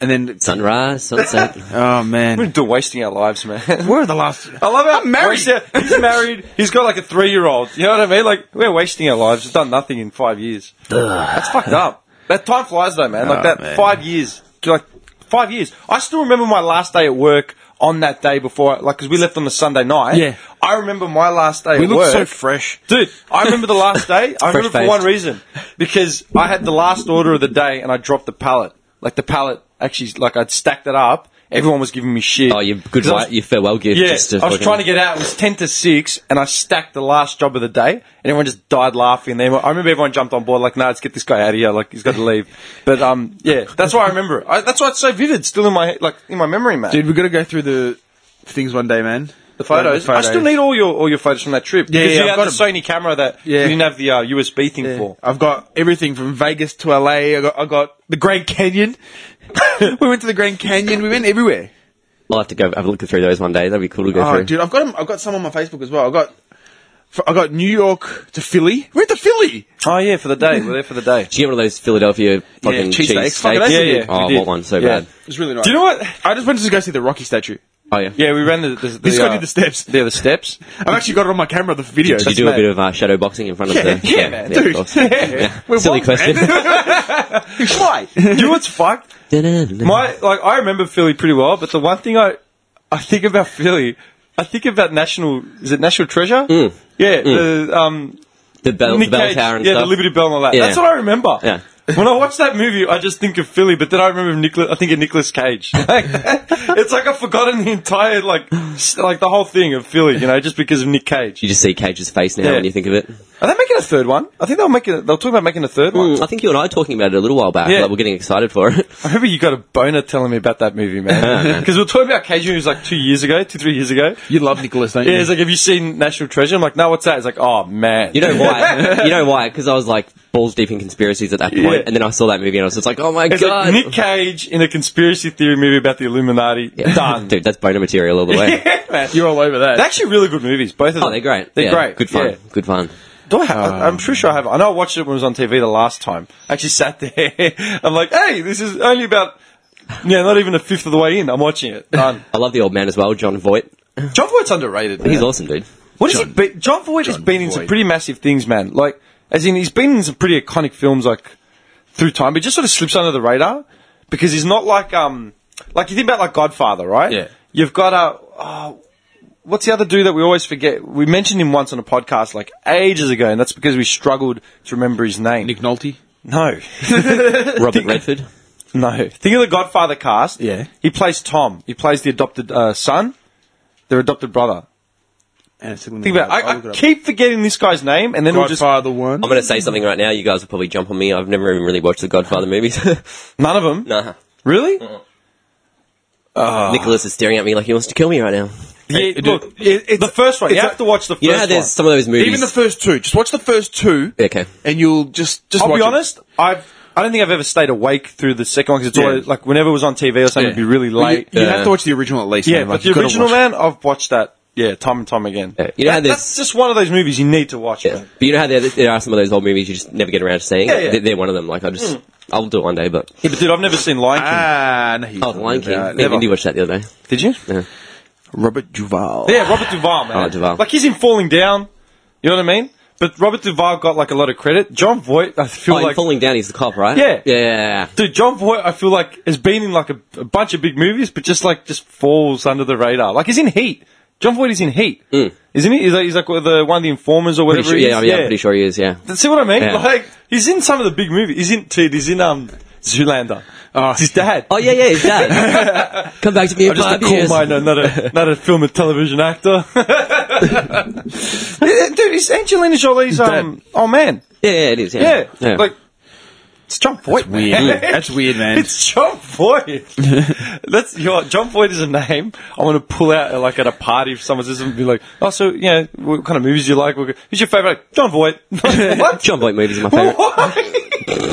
S7: And then,
S6: Sunrise, sunset.
S7: oh man. Oh,
S5: We're just wasting our lives, man.
S7: Where are the last?
S5: I love how
S7: I'm married.
S5: He's married. He's got like a three-year-old. You know what I mean? Like we're wasting our lives. We've done nothing in five years. That's fucked up. That time flies though, man. Like
S7: Oh,
S5: that
S7: man.
S5: five years. Like five years. I still remember my last day at work on that day before, like because we left on the Sunday night.
S7: Yeah.
S5: I remember my last day.
S7: We
S5: at
S7: looked
S5: work.
S7: so fresh.
S5: Dude, I remember the last day. I remember for
S6: Fresh-faced.
S5: one reason. Because I had the last order of the day and I dropped the pallet. Like the pallet actually like I'd stacked it up. Everyone was giving me shit.
S6: Oh, your good
S5: 'Cause I was-
S6: white, your farewell gift.
S5: yeah,
S6: just
S5: I
S6: to
S5: was
S6: fucking-
S5: trying to get out. It was ten to six, and I stacked the last job of the day, and everyone just died laughing. They, I remember everyone jumped on board, like, "No, nah, let's get this guy out of here. Like, he's got to leave." But um, yeah, that's why I remember. it. I, that's why it's so vivid, still in my like in my memory, man.
S7: Dude, we gotta go through the things one day, man.
S5: the photos. I still need all your all your photos from that trip.
S7: Yeah,
S5: because
S7: yeah,
S5: you
S7: I've
S5: had
S7: got
S5: the Sony camera that
S7: Yeah.
S5: you didn't have the uh, USB thing for.
S7: I've got everything from Vegas to LA. I got, I got the Grand Canyon. we went to the Grand Canyon. We went everywhere.
S6: I'll have to go have a look through those one day. That'd be cool to go
S7: Oh,
S6: through.
S7: dude, I've got 'em- I've got some on my Facebook as well. I got, I got New York to Philly. We went to Philly.
S5: Oh yeah, for the day. We're there for the day.
S6: Did you get one of those Philadelphia fucking cheese
S7: cheese steaks.
S6: steaks?
S7: Fuck, that's
S5: Yeah, yeah,
S6: Oh,
S5: we
S6: I
S5: did.
S6: want one so
S5: Yeah.
S6: bad.
S7: It was really nice.
S5: Do you know what?
S7: I just wanted to go see the Rocky statue.
S6: Oh yeah.
S5: Yeah, we ran the the,
S7: This guy
S5: uh,
S7: did the steps.
S5: Yeah, the steps.
S7: I've actually got it on my camera, the video.
S6: Did you do a bit of uh, shadow boxing in front of
S7: Yeah,
S6: the?
S7: yeah, man,
S6: of
S7: dude.
S6: course.
S7: Yeah. We're
S6: Silly
S7: wild,
S6: question.
S7: Why?
S5: Do you know what's fucked? My like I remember Philly pretty well, but the one thing I I think
S7: Mm.
S5: about Philly, I think about National is it National Treasure? Yeah, the um
S6: The bell, the
S5: Nick
S6: bell
S5: Cage,
S6: tower and
S5: yeah,
S6: stuff.
S5: the Liberty Bell and all that.
S6: Yeah.
S5: That's what I remember.
S6: Yeah.
S5: When I watch that movie, I just think of Philly, but then I remember Nicholas. I think of Nicholas Cage. Like, it's like I've forgotten the entire like, s- like the whole thing of Philly, you know, just because of Nick Cage.
S6: you just see Cage's face now
S5: Yeah.
S6: when you think of it.
S5: Are they making a third one? I think they'll make it. They'll talk about making a third one.
S6: I think you and I were talking about it a little while back.
S5: Yeah.
S6: Like we're getting excited for it.
S5: I remember you got a boner telling me about that movie, man. Because we were talking about Cage movies like two years ago, two three years ago.
S7: You love Nicholas, don't
S5: Yeah,
S7: you?
S5: he's like, "Have you seen National Treasure?" I'm like, "No, what's that?" He's like, "Oh man,
S6: You know why? you know why? Because I was like balls deep in conspiracies at that point,
S5: Yeah.
S6: and then I saw that movie and I was just like, oh my
S5: It's like
S6: god.
S5: Nick Cage in a conspiracy theory movie about the Illuminati.
S6: Yeah.
S5: Done.
S6: Dude, that's boner material all the way.
S7: You're all over that.
S5: They're actually really good movies, both of them.
S6: Oh, they're great.
S5: They're
S6: Yeah,
S5: great.
S6: Good fun.
S5: Yeah.
S6: Good fun.
S5: Do I have, I- I'm pretty sure I have. I know I watched it when it was on TV the last time. I actually sat there. I'm like, hey, this is only about, yeah, not even a fifth of the way in. I'm watching it. Done.
S6: I love the old man as well, John Voight.
S5: John Voight's underrated.
S6: He's
S5: man.
S6: awesome, dude.
S5: What is he? Be- John Voight has
S7: John
S5: been in some
S7: Voight.
S5: pretty massive things, man. Like, as in, he's been in some pretty iconic films, like, through time, but he just sort of slips under the radar because he's not like, um, like you think about like Godfather, right?
S7: Yeah.
S5: You've got a, oh, what's the other dude that we always forget? We mentioned him once on a podcast like ages ago, and that's because we struggled to remember his name.
S7: Nick Nolte.
S5: no.
S6: Robert Redford.
S5: No. Think of the Godfather cast.
S7: Yeah.
S5: He plays Tom. He plays the adopted uh, son, their adopted brother.
S7: And
S5: Think about it. I, I keep forgetting this guy's name, and then we'll just.
S7: Godfather one.
S6: I'm going to say something right now. You guys will probably jump on me. I've never even really watched the Godfather movies.
S5: None of them?
S6: nah.
S5: Really? Ah.
S6: Nicholas is staring at me like he wants to kill me right now.
S5: Yeah,
S7: Hey, dude,
S5: look, it, it's, the first one. You have to watch the first
S6: You know how there's some of those movies.
S7: Even the first two. Just watch the first two,
S6: Okay.
S7: and you'll just just.
S5: one. I'll
S7: watch
S5: be
S7: it.
S5: honest, I've. I don't think I've ever stayed awake through the second one because it's
S7: Yeah.
S5: always like whenever it was on TV or something, it'd be really
S7: Well, you-
S5: late.
S7: You,
S5: yeah,
S7: have to watch uh, the original at least. man. Like,
S5: but
S7: you
S5: the
S7: gotta
S5: original
S7: watch it.
S5: man, I've watched that. Yeah, time and time again.
S6: You know how
S5: That-
S6: there's-
S5: that's just one of those movies you need to watch.
S6: Yeah.
S5: man.
S6: But you know how there, there are some of those old movies you just never get around to seeing?
S5: Yeah, yeah.
S6: They're, they're one of them. Like, I just, I'll do it one day, but.
S5: Yeah, but dude, I've never seen Lion King.
S7: Ah, no, he's
S6: Oh, The Lion King.
S7: Uh,
S6: yeah,
S7: never.
S6: Indy watched that the other day.
S5: Did you?
S7: Robert Duvall.
S5: Yeah, Robert Duvall, man.
S6: Oh, Duvall.
S5: Like he's in Falling Down. You know what I mean? But Robert Duvall got like a lot of credit. John Voight, I feel
S6: Oh, and
S5: like.
S6: Falling Down, he's the cop, right?
S5: Yeah.
S6: Yeah, yeah, yeah.
S5: Dude, John Voight, I feel like has been in like a, a bunch of big movies, but just like just falls under the radar. Like he's in Heat. John Voight is in Heat, isn't he? He's like, he's like the one of the informers or
S6: Pretty
S5: whatever.
S6: sure,
S5: he is.
S6: yeah, yeah, I'm pretty sure he is, yeah.
S5: See what I mean?
S6: Yeah.
S5: Like he's in some of the big movies. He's in dude. He's in um Zoolander.
S7: Oh.
S5: It's his dad.
S6: Oh, yeah, yeah, his dad. Come back to me in
S5: I just
S6: five
S5: a coal
S6: years.
S5: miner, not a not a film and television actor. Dude, it's Angelina Jolie's um. Oh man,
S6: Yeah, yeah, it is, yeah.
S5: yeah, like it's John Voight.
S7: Weird.
S5: man.
S7: That's weird, man.
S5: It's John Voight. That's your John Voight is a name. I want to pull out like at a party if someone says and be like, "Oh, so yeah, what kind of movies do you like? Who's your favorite?" John Voight. what?
S6: John Voight movies are my favourite.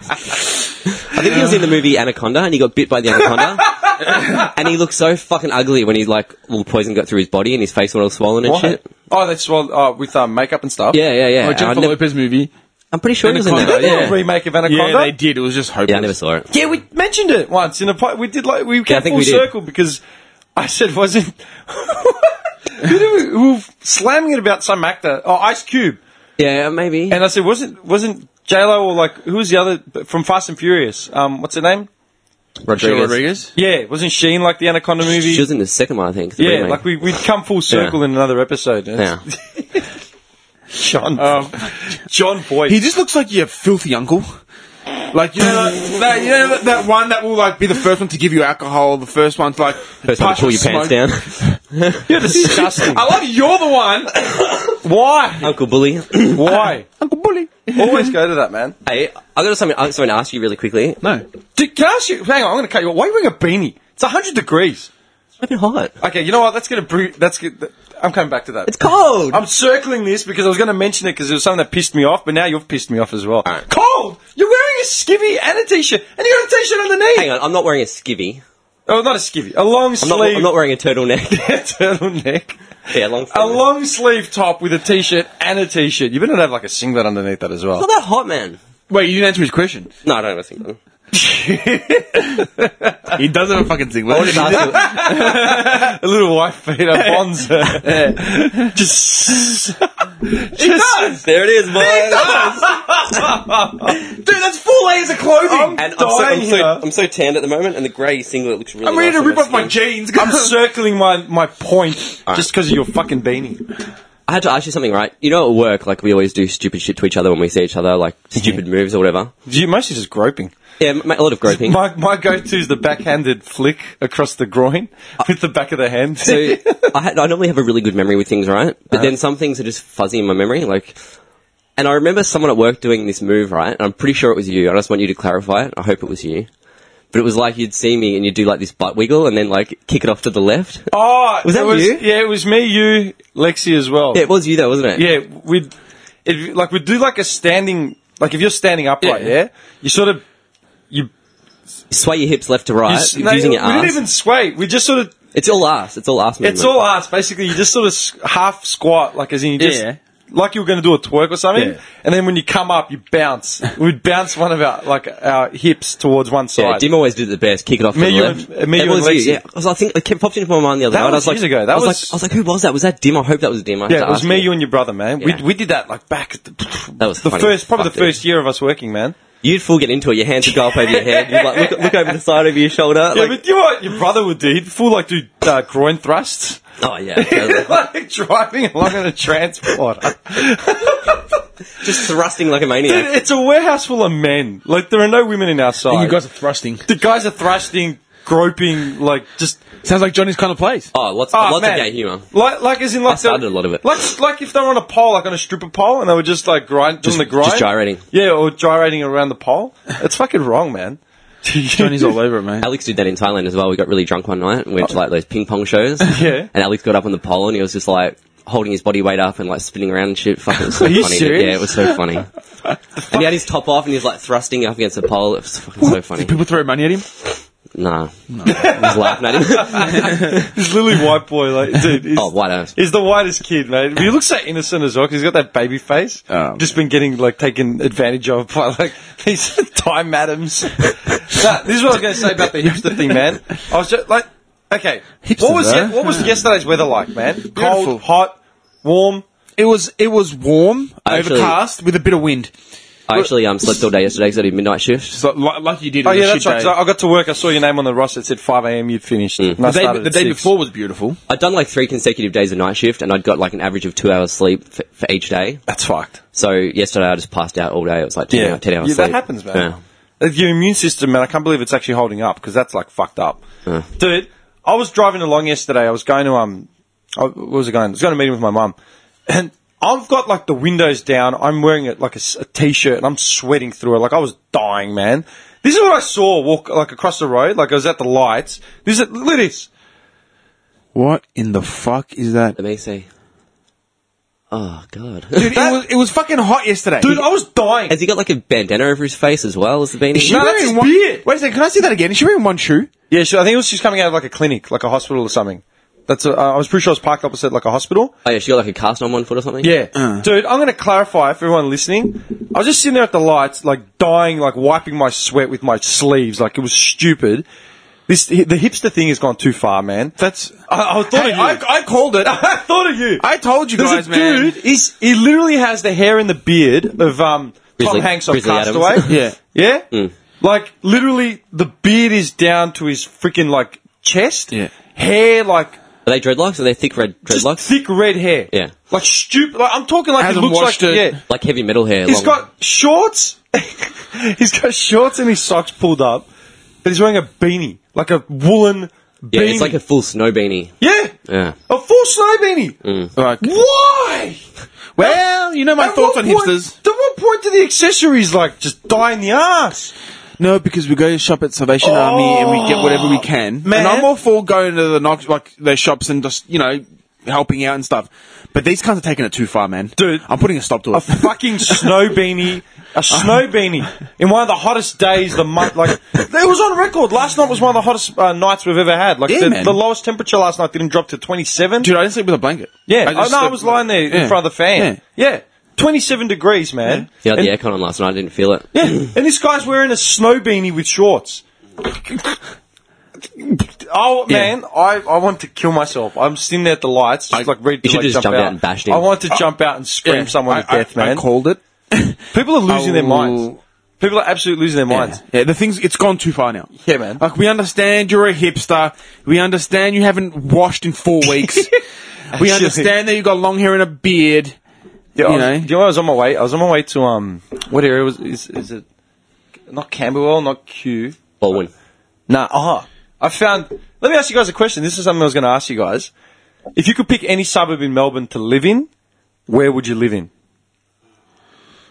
S6: I think he was in the movie Anaconda and he got bit by the anaconda. and he looked so fucking ugly when he, like, all the poison got through his body and his face was all swollen and
S5: What?
S6: shit.
S5: Oh, that's well uh, with um, makeup and stuff.
S6: Yeah, yeah, yeah.
S7: Oh,
S6: I
S7: Jennifer
S6: never-
S7: Lopez movie.
S6: I'm pretty sure he was in that.
S7: Anaconda,
S5: Did they do a
S6: Yeah.
S5: remake of Anaconda.
S7: Yeah, they did. It was just hopeless.
S6: yeah, I never saw it.
S5: Yeah, we mentioned it once in a po- we did like we came
S6: I think
S5: full
S6: we did.
S5: circle because I said wasn't Who did we, we were slamming it about some actor oh Ice Cube
S6: Yeah, maybe.
S5: and I said wasn't wasn't J Lo or like who was the other from Fast and Furious um what's her name
S7: Michelle Rodriguez.
S5: yeah wasn't she in like the Anaconda movie
S6: She was in the second one, I think. the
S5: yeah
S6: remake.
S5: like we we'd come full circle in another episode
S6: Yeah.
S5: John John Boyd
S7: Uh, He just looks like your filthy uncle. Like you know, like, that, you know that- that one that will like be the first one to give you alcohol, the first one to like
S6: First one to
S7: pass
S6: pull
S7: you
S6: your pants
S7: smoke.
S6: down.
S5: you're disgusting
S7: I love you're the one,
S5: why
S6: Uncle Bully.
S5: why
S7: Uncle Bully.
S5: always go to that man
S6: hey, I got something, I got something to ask you really quickly.
S7: No,
S5: Dude, can I ask you hang on I'm gonna cut you off. why are you wearing a beanie it's hundred degrees.
S6: It's fucking hot.
S5: Okay, you know what? That's gonna bru- that's good. I'm coming back to that.
S6: It's cold.
S5: I'm circling this because I was gonna mention it because it was something that pissed me off, but now you've pissed me off as well. Cold. You're wearing a skivvy and a t-shirt, and you got a t-shirt underneath.
S6: Hang on, I'm not wearing a skivvy.
S5: Oh, not a skivvy, a long
S6: I'm
S5: sleeve
S6: not, I'm not wearing a turtleneck.
S5: turtleneck,
S6: yeah, long
S5: a
S6: sleeve.
S5: long sleeve top with a t-shirt and a t-shirt. You better not have like a singlet underneath that as well.
S6: It's not that hot, man.
S7: wait, you didn't answer his question.
S6: No, I don't have a single.
S7: He doesn't have a fucking thing.
S6: I just asked
S5: A
S6: you-
S5: little white feet, a bonzer. Just, just
S6: There it is, man.
S5: dude, that's four layers of clothing.
S7: Oh
S5: I'm
S6: And I'm so,
S5: dying
S6: I'm, so,
S5: here.
S6: I'm so tanned at the moment, and the grey singlet looks really
S7: I'm ready
S6: nice on
S7: to rip
S6: my
S7: off my
S6: skin.
S7: jeans.
S5: I'm circling my, my point just because of your fucking beanie.
S6: I had to ask you something, right? You know, at work, like we always do stupid shit to each other when we see each other, like stupid moves or whatever.
S5: You mostly just groping.
S6: Yeah, m- a lot of groping.
S5: My my go to is the backhanded flick across the groin with the back of the hand.
S6: Uh, so I, had, I normally have a really good memory with things, right? But then some things are just fuzzy in my memory, like. And I remember someone at work doing this move, right? And I'm pretty sure it was you. I just want you to clarify it. I hope it was you. But it was like you'd see me and you'd do like this butt wiggle and then like kick it off to the left.
S5: oh,
S6: Was that
S5: it was,
S6: you?
S5: Yeah, it was me, you, Lexi as well.
S6: Yeah, it was you though, wasn't it?
S5: Yeah, we'd if, like we'd do like a standing like if you're standing upright, yeah, you sort of you,
S6: Sway your hips left to right,
S5: you s- no,
S6: Uh, using
S5: we
S6: your arms.
S5: didn't even sway. We just sort of
S6: It's all ass. It's all ass movement.
S5: it's all ass basically. You just sort of s- half squat like as in you just.
S7: Yeah.
S5: Like you were going to do a twerk or something,
S7: Yeah.
S5: and then when you come up, you bounce. We'd bounce one of our like our hips towards one
S6: Yeah,
S5: side.
S6: Dim always did the best. Kick it off
S5: Me,
S6: to the
S5: you
S6: left.
S5: and- me,
S6: It
S5: you and
S6: was
S5: Lexi.
S6: Yeah, I, was, I think it kept popped into my mind the other
S5: That
S6: night.
S5: was
S6: I
S5: years
S6: was like,
S5: ago. That
S6: I was,
S5: was-
S6: like, I was like, who was that? Was that Dim? I hope that was Dim. I
S5: Yeah, it was me, you, and your brother, man.
S6: Yeah.
S5: We, we did that like back at the,
S6: That was
S5: the
S6: funny
S5: first,
S6: as
S5: probably
S6: fuck,
S5: the first year of us working, man.
S6: You'd full get into it. Your hands would go up over your head. You'd like look, look over the side of your shoulder.
S5: Yeah,
S6: like,
S5: but you know what your brother would do? He'd full like do uh, groin thrusts,
S6: oh yeah, totally.
S5: like driving along in a transporter.
S6: just thrusting like a maniac.
S5: it's a warehouse full of men. Like there are no women in our side.
S7: You guys are thrusting.
S5: the guys are thrusting, groping, like just
S7: Sounds like Johnny's kind of place.
S6: Oh, lots,
S5: oh,
S6: lots
S5: man.
S6: of gay humor.
S5: Like, like as in like
S6: I started a lot of it.
S5: Like, like if they were on a pole, like on a stripper pole, and they were just like grind doing
S6: Just-
S5: the grind,
S6: just gyrating.
S5: Yeah, or gyrating around the pole. It's fucking wrong, man.
S7: Johnny's all over it, man.
S6: Alex did that in Thailand as well. We got really drunk one night and went to like those ping pong shows.
S5: Oh. Yeah.
S6: And Alex got up on the pole and he was just like holding his body weight up and like spinning around and shit. Fuck, it was so
S5: Are you
S6: funny.
S5: serious?
S6: Yeah, it was so funny. and he had his top off and he was like thrusting up against the pole. It was fucking so funny.
S7: People throw money at him.
S6: Nah. I was laughing at him.
S5: This Lily White boy, like, dude, he's,
S6: oh, white ass.
S5: he's the whitest kid, mate. He looks so innocent as well 'cause he's got that baby face.
S7: Oh,
S5: Just been getting, like, taken advantage of by, like, these time madams. nah, this is what I was going to say about the hipster thing, man. I was just, like, okay. what was,
S7: though.
S5: ye- what was yesterday's weather like, man? Cold,
S7: Beautiful.
S5: hot, warm.
S7: It was it was warm,
S6: Actually-
S7: overcast, with a bit of wind.
S6: I actually um, slept all day yesterday because I did midnight shift.
S7: It's like, like, like you did.
S5: Oh,
S7: on a
S5: yeah,
S7: shit
S5: that's right.
S7: day.
S5: 'cause I I got to work. I saw your name on the roster. It said 5 a.m. You'd finished.
S6: Mm.
S5: And I
S7: The day,
S5: started
S7: the
S5: at
S7: day
S5: six.
S7: before was beautiful.
S6: I'd done like three consecutive days of night shift and I'd got like an average of two hours sleep for, for each day.
S5: That's fucked.
S6: So yesterday I just passed out all day. It was like 10, hour, 10 hours
S5: yeah,
S6: sleep.
S5: that happens, man.
S6: Yeah.
S5: Uh, Your immune system, man, I can't believe it's actually holding up because that's like fucked up. Dude, I was driving along yesterday. I was going to, um, I, what was I going? I was going to meet with my mum. And I've got like the windows down. I'm wearing it like a, s- a t-shirt and I'm sweating through it. Like I was dying, man. This is what I saw walk like across the road. Like I was at the lights. This is, look at this.
S7: What in the fuck is that?
S6: Let me see. Oh, God.
S7: Dude, it was it was fucking hot yesterday.
S5: Dude, I was dying.
S6: Has he got like a bandana over his face as well as the beanie?
S7: Is she
S5: No, that's
S7: wearing
S5: his
S7: one?
S5: beard.
S7: Wait a second, can I see that again? Is she wearing one shoe?
S5: Yeah, sure. I think it was she's coming out of like a clinic, like a hospital or something. That's a, uh, I was pretty sure I was parked opposite like a hospital.
S6: Oh, yeah, she got like a cast on one foot or something?
S5: Yeah,
S6: Uh.
S5: dude. I'm gonna clarify for everyone listening. I was just sitting there at the lights, like dying, like wiping my sweat with my sleeves. Like it was stupid. This the hipster thing has gone too far, man.
S7: That's.
S5: I, I thought
S7: Hey,
S5: of you.
S7: I, I called it.
S5: I thought of you.
S7: I told you
S5: There's
S7: guys,
S5: a
S7: man.
S5: dude. He's, he literally has the hair and the beard of um Tom
S6: Grizzly-
S5: Hanks on
S6: Grizzly Adams.
S5: Castaway.
S7: Yeah.
S5: yeah.
S7: Mm.
S5: Like literally, the beard is down to his freaking like chest.
S7: Yeah.
S5: Hair like
S6: Are they dreadlocks? Are they thick red
S5: just
S6: dreadlocks?
S5: thick red hair.
S6: Yeah.
S5: Like stupid. Like I'm talking like
S7: Hasn't
S5: he looks
S7: washed
S5: like
S7: it.
S5: yeah.
S6: Like heavy metal hair.
S5: He's
S6: long-
S5: got shorts. he's got shorts and his socks pulled up, but he's wearing a beanie, like a woolen beanie.
S6: Yeah, it's like a full snow beanie.
S5: yeah,
S6: Yeah.
S5: a full snow beanie.
S7: Like,
S5: Why?
S7: well, you know my
S5: At
S7: thoughts
S5: what
S7: on
S5: point-
S7: hipsters.
S5: At what point do the accessories like just die in the ass?
S7: No, because we go shop at Salvation Army and we get whatever we can.
S5: man.
S7: And I'm all for going to the knock, like their shops and just you know helping out and stuff. But these cunts are taking it too far, man.
S5: Dude.
S7: I'm putting a stop to
S5: A
S7: it.
S5: fucking snow beanie. A snow beanie in one of the hottest days, the month, like it was on record. Last night was one of the hottest uh, nights we've ever had. Like
S7: Yeah,
S5: the,
S7: man.
S5: the lowest temperature last night didn't drop to twenty seven.
S7: Dude, I didn't sleep with a blanket.
S5: Yeah, I,
S7: just
S5: no, I
S7: slept-
S5: was lying there in
S7: Yeah.
S5: front of the fan. Yeah. 27 degrees, man.
S6: Yeah,
S5: and,
S6: the aircon on last night. I didn't feel it.
S5: yeah, and this guy's wearing a snow beanie with shorts. Oh man, I, I want to kill myself. I'm sitting there at the lights, just
S7: I-
S5: like ready to
S6: you should
S5: like,
S6: just
S5: jump,
S6: jump
S5: out.
S6: out and bash him.
S5: I want to jump out and scream
S7: Yeah.
S5: someone
S7: I-
S5: to death,
S7: I,
S5: man. Oh,
S7: I called it.
S5: People are losing their
S7: I'll-
S5: minds. People are absolutely losing their minds.
S7: Yeah, the things it's gone too far now.
S5: Yeah, man.
S7: Like we understand you're a hipster. We understand you haven't washed in four weeks. we
S5: Actually.
S7: understand that you got long hair and a beard.
S5: Yeah,
S7: You
S5: I was,
S7: know?
S5: do you know, I was on my way. I was on my way to um, what area was is is it? Not Camberwell, not Q.
S6: Baldwin.
S5: Nah, uh-huh. I found. Let me ask you guys a question. This is something I was going to ask you guys. If you could pick any suburb in Melbourne to live in, where would you live in?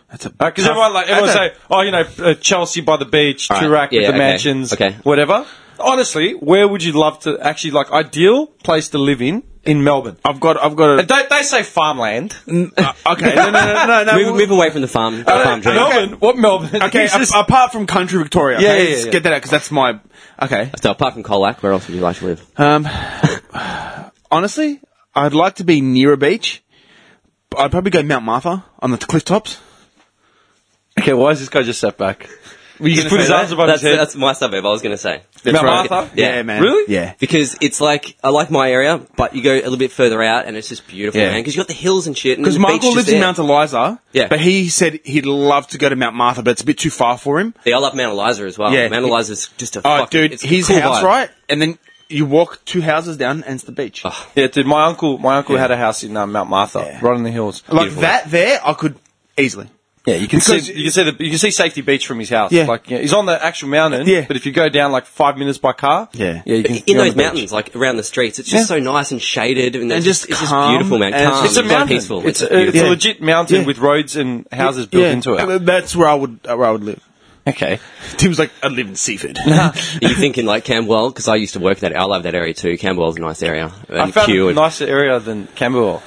S7: That's a
S5: Because
S7: tough-
S5: Uh, everyone like everyone
S7: that's a-
S5: say, oh, you know, uh, Chelsea by the beach,
S6: All right.
S5: Turak
S6: Yeah,
S5: with the
S6: okay.
S5: mansions,
S6: Okay.
S5: whatever. Honestly, where would you love to actually like ideal place to live in in Melbourne?
S7: I've got. I've got
S5: And
S7: a.
S5: don't Uh, they say farmland?
S7: Uh, okay. No, no, no, no, no.
S6: Move, move away from the farm. the farm dream.
S5: Melbourne? What Melbourne?
S7: Okay.
S5: It's just-
S7: a- apart from country Victoria.
S5: Yeah,
S7: okay,
S5: yeah,
S7: let's
S5: yeah.
S7: Get that out because that's my. Okay.
S6: So apart from Colac, where else would you like to live?
S7: Um. honestly, I'd like to be near a beach. but I'd probably go Mount Martha on the cliff tops.
S5: okay, why is this guy just sat back? He's
S7: gonna
S5: put
S7: say
S5: his
S7: that?
S5: arms above
S6: that's,
S5: his head.
S6: that's my suburb. I was going to say
S5: Mount
S7: right.
S5: Martha?
S7: Yeah,
S6: Yeah.
S7: man.
S5: Really?
S7: Yeah.
S6: because it's like I like my area, but you go a little bit further out, and it's just beautiful,
S7: Yeah.
S6: man. Because you got the hills and shit.
S7: Because
S6: Because
S7: Michael lives in Mount Eliza.
S6: Yeah.
S7: But he said he'd love to go to Mount Martha, but it's a bit too far for him.
S6: Yeah, I love Mount Eliza as well.
S7: Yeah.
S6: Mount Eliza's just a
S7: Oh,
S6: fucking,
S7: dude,
S6: it's a
S7: his
S6: cool
S7: house,
S6: vibe.
S7: right? And then you walk two houses down and it's the beach.
S5: Yeah, dude. My uncle, my uncle had a house in um, Mount Martha, right in the hills.
S7: like
S6: beautiful.
S7: that there, I could easily.
S5: Yeah, you can
S7: Because-
S5: see you can see the you can see Safety Beach from his house.
S7: Yeah.
S5: like yeah, he's on the actual mountain.
S7: Yeah.
S5: but if you go down like five minutes by car,
S7: Yeah.
S5: yeah, you can
S6: in
S5: you're on
S6: those
S5: the beach.
S6: mountains, like around the streets, it's just
S7: Yeah.
S6: so nice and shaded, and,
S7: And
S6: it's
S7: just
S6: just, it's just
S7: calm,
S6: beautiful, man.
S7: and it's
S6: Calm,
S5: It's a
S6: so
S5: mountain.
S6: peaceful.
S5: It's,
S6: just
S5: a, it's a
S6: beautiful.
S5: legit mountain
S7: Yeah.
S5: with roads and houses built
S7: Yeah.
S5: into
S7: Uh,
S5: it.
S7: That's where I would uh, where I would live.
S5: Okay,
S7: Tim's like, I'd live in Seaford.
S6: Are you thinking like Camberwell? Because I used to work that. I love that area too. Camberwell's a nice area. And
S5: I found
S6: Kew
S5: a
S6: and-
S5: nicer area than Camberwell.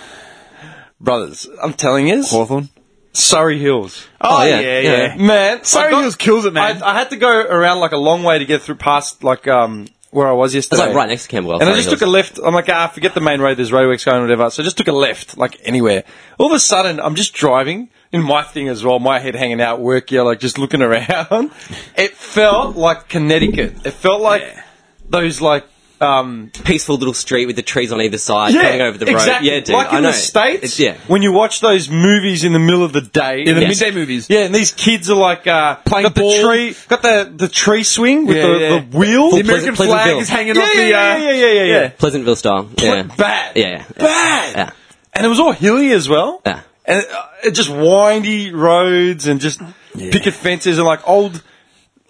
S5: Brothers, I'm telling you,
S7: Hawthorne.
S5: Surrey Hills.
S7: Oh,
S6: yeah,
S7: yeah,
S6: yeah.
S7: yeah.
S5: Man,
S7: Surrey
S5: I got-
S7: Hills kills it, man.
S5: I, I had to go around like a long way to get through past like um where I was yesterday.
S6: It's like right next to Camberwell.
S5: And I
S6: Surrey
S5: just took a
S6: Hills.
S5: left. I'm like, ah, forget the main road. There's roadworks going, whatever. So I just took a left, like anywhere. All of a sudden, I'm just driving in my thing as well, my head hanging out, work yeah, like just looking around. It felt like Connecticut. It felt like those like. Um,
S6: peaceful little street with the trees on either side,
S5: yeah,
S6: coming over the road.
S5: exactly.
S6: Yeah, dude,
S5: like
S6: I
S5: in
S6: know.
S5: the states,
S6: It's, yeah,
S5: When you watch those movies in the middle of the day, in
S7: the
S6: Yes.
S7: midday movies.
S5: yeah, and these kids are like uh,
S7: Playing
S5: got
S7: ball.
S5: the tree, got the, the tree swing with
S7: Yeah,
S5: the,
S7: yeah.
S5: the wheel.
S7: The American
S6: Pleasant-
S7: flag
S6: Pleasantville.
S7: is hanging
S5: yeah,
S7: off
S5: yeah,
S7: the.
S5: yeah,
S7: uh,
S5: yeah, yeah, yeah, yeah.
S6: Pleasantville style. Yeah,
S5: Bad.
S6: Yeah.
S5: Bad.
S6: Yeah.
S5: And it was all hilly as well.
S6: Yeah.
S5: And uh, it just windy roads and just picket fences and like old,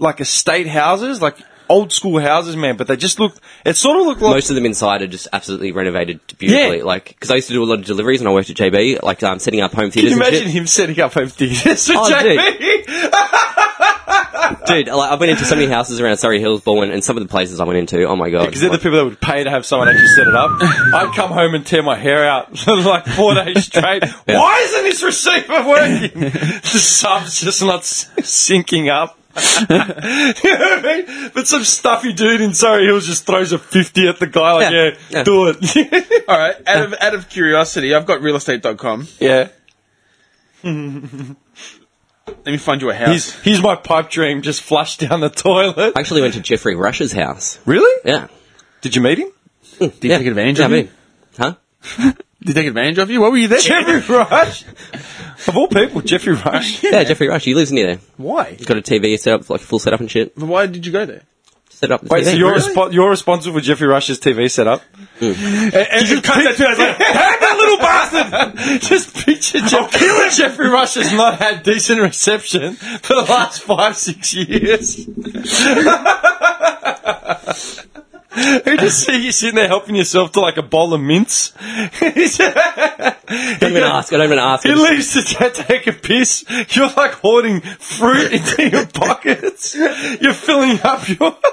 S5: like estate houses, like old school houses, man. But they just looked, it sort of looked like.
S6: Most of them inside are just absolutely renovated beautifully.
S5: Yeah.
S6: Like, because I used to do a lot of deliveries and I worked at JB, like um, setting up home
S5: can
S6: theaters.
S5: you
S6: and shit.
S5: imagine him setting up home theatres for
S6: Oh,
S5: JB?
S6: Dude, like, I went into so many houses around Surrey Hills, Baldwin, and some of the places I went into. Oh my god!
S5: Because they're the people that would pay to have someone actually set it up. I'd come home and tear my hair out like four days straight. Why isn't this receiver working? the sub's just not s- syncing up. you know what I mean? But some stuffy dude in Surrey Hills just throws a 50 at the guy, like,
S6: Yeah.
S5: yeah,
S6: Yeah.
S5: do it.
S7: All right, out of out of curiosity, I've got realestate.com.
S5: yeah.
S7: Let me find you a house.
S5: Here's, here's my pipe dream just flushed down the toilet.
S6: I actually went to Jeffrey Rush's house.
S5: Really?
S6: Yeah.
S5: Did you meet him?
S7: Did you
S6: yeah.
S7: take advantage
S6: yeah,
S7: of
S6: I
S7: you?
S6: mean, Huh?
S7: Did he take advantage of you? What were you there?
S5: Jeffrey Rush? of all people, Jeffrey Rush.
S6: Yeah, Jeffrey Rush. He lives near there.
S7: Why?
S6: He's got a TV set up, like full setup and shit.
S7: Why did you go there?
S6: Set up. the
S5: Wait, so
S6: TV.
S5: you're, respo- you're responsible for Jeffrey Rush's TV setup? And, and just cut that to us like, "Have that little bastard! Just picture Jeff- Jeffrey Rush has not had decent reception for the last five, six years. I just see you sitting there helping yourself to like a bowl of mints.
S6: I don't even ask. I don't even ask. I
S5: He
S6: just-
S5: leaves to ta- take a piss. You're like hoarding fruit into your pockets. You're filling up your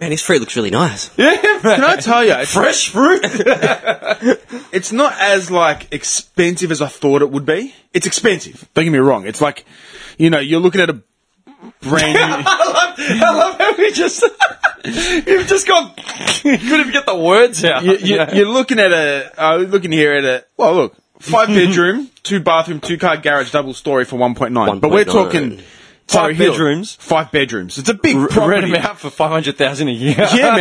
S6: Man, his fruit looks really nice.
S5: yeah,
S7: Can
S5: man.
S7: I tell you? It's,
S5: fresh fruit.
S7: it's not as like expensive as I thought it would be. It's expensive. Don't get me wrong. It's like, you know, you're looking at a brand new.
S5: I love, I love how we just you've just gone. You couldn't even get the words out.
S7: you, you, you're looking at a. I was looking here at a. Well, look, five bedroom, two bathroom, two car garage, double story for one point nine. But we're
S6: 1.9.
S7: talking Surrey Hills.
S5: bedrooms.
S7: Five bedrooms. It's a big
S5: Rent
S7: property.
S5: them out for five hundred thousand a year.
S7: Yeah,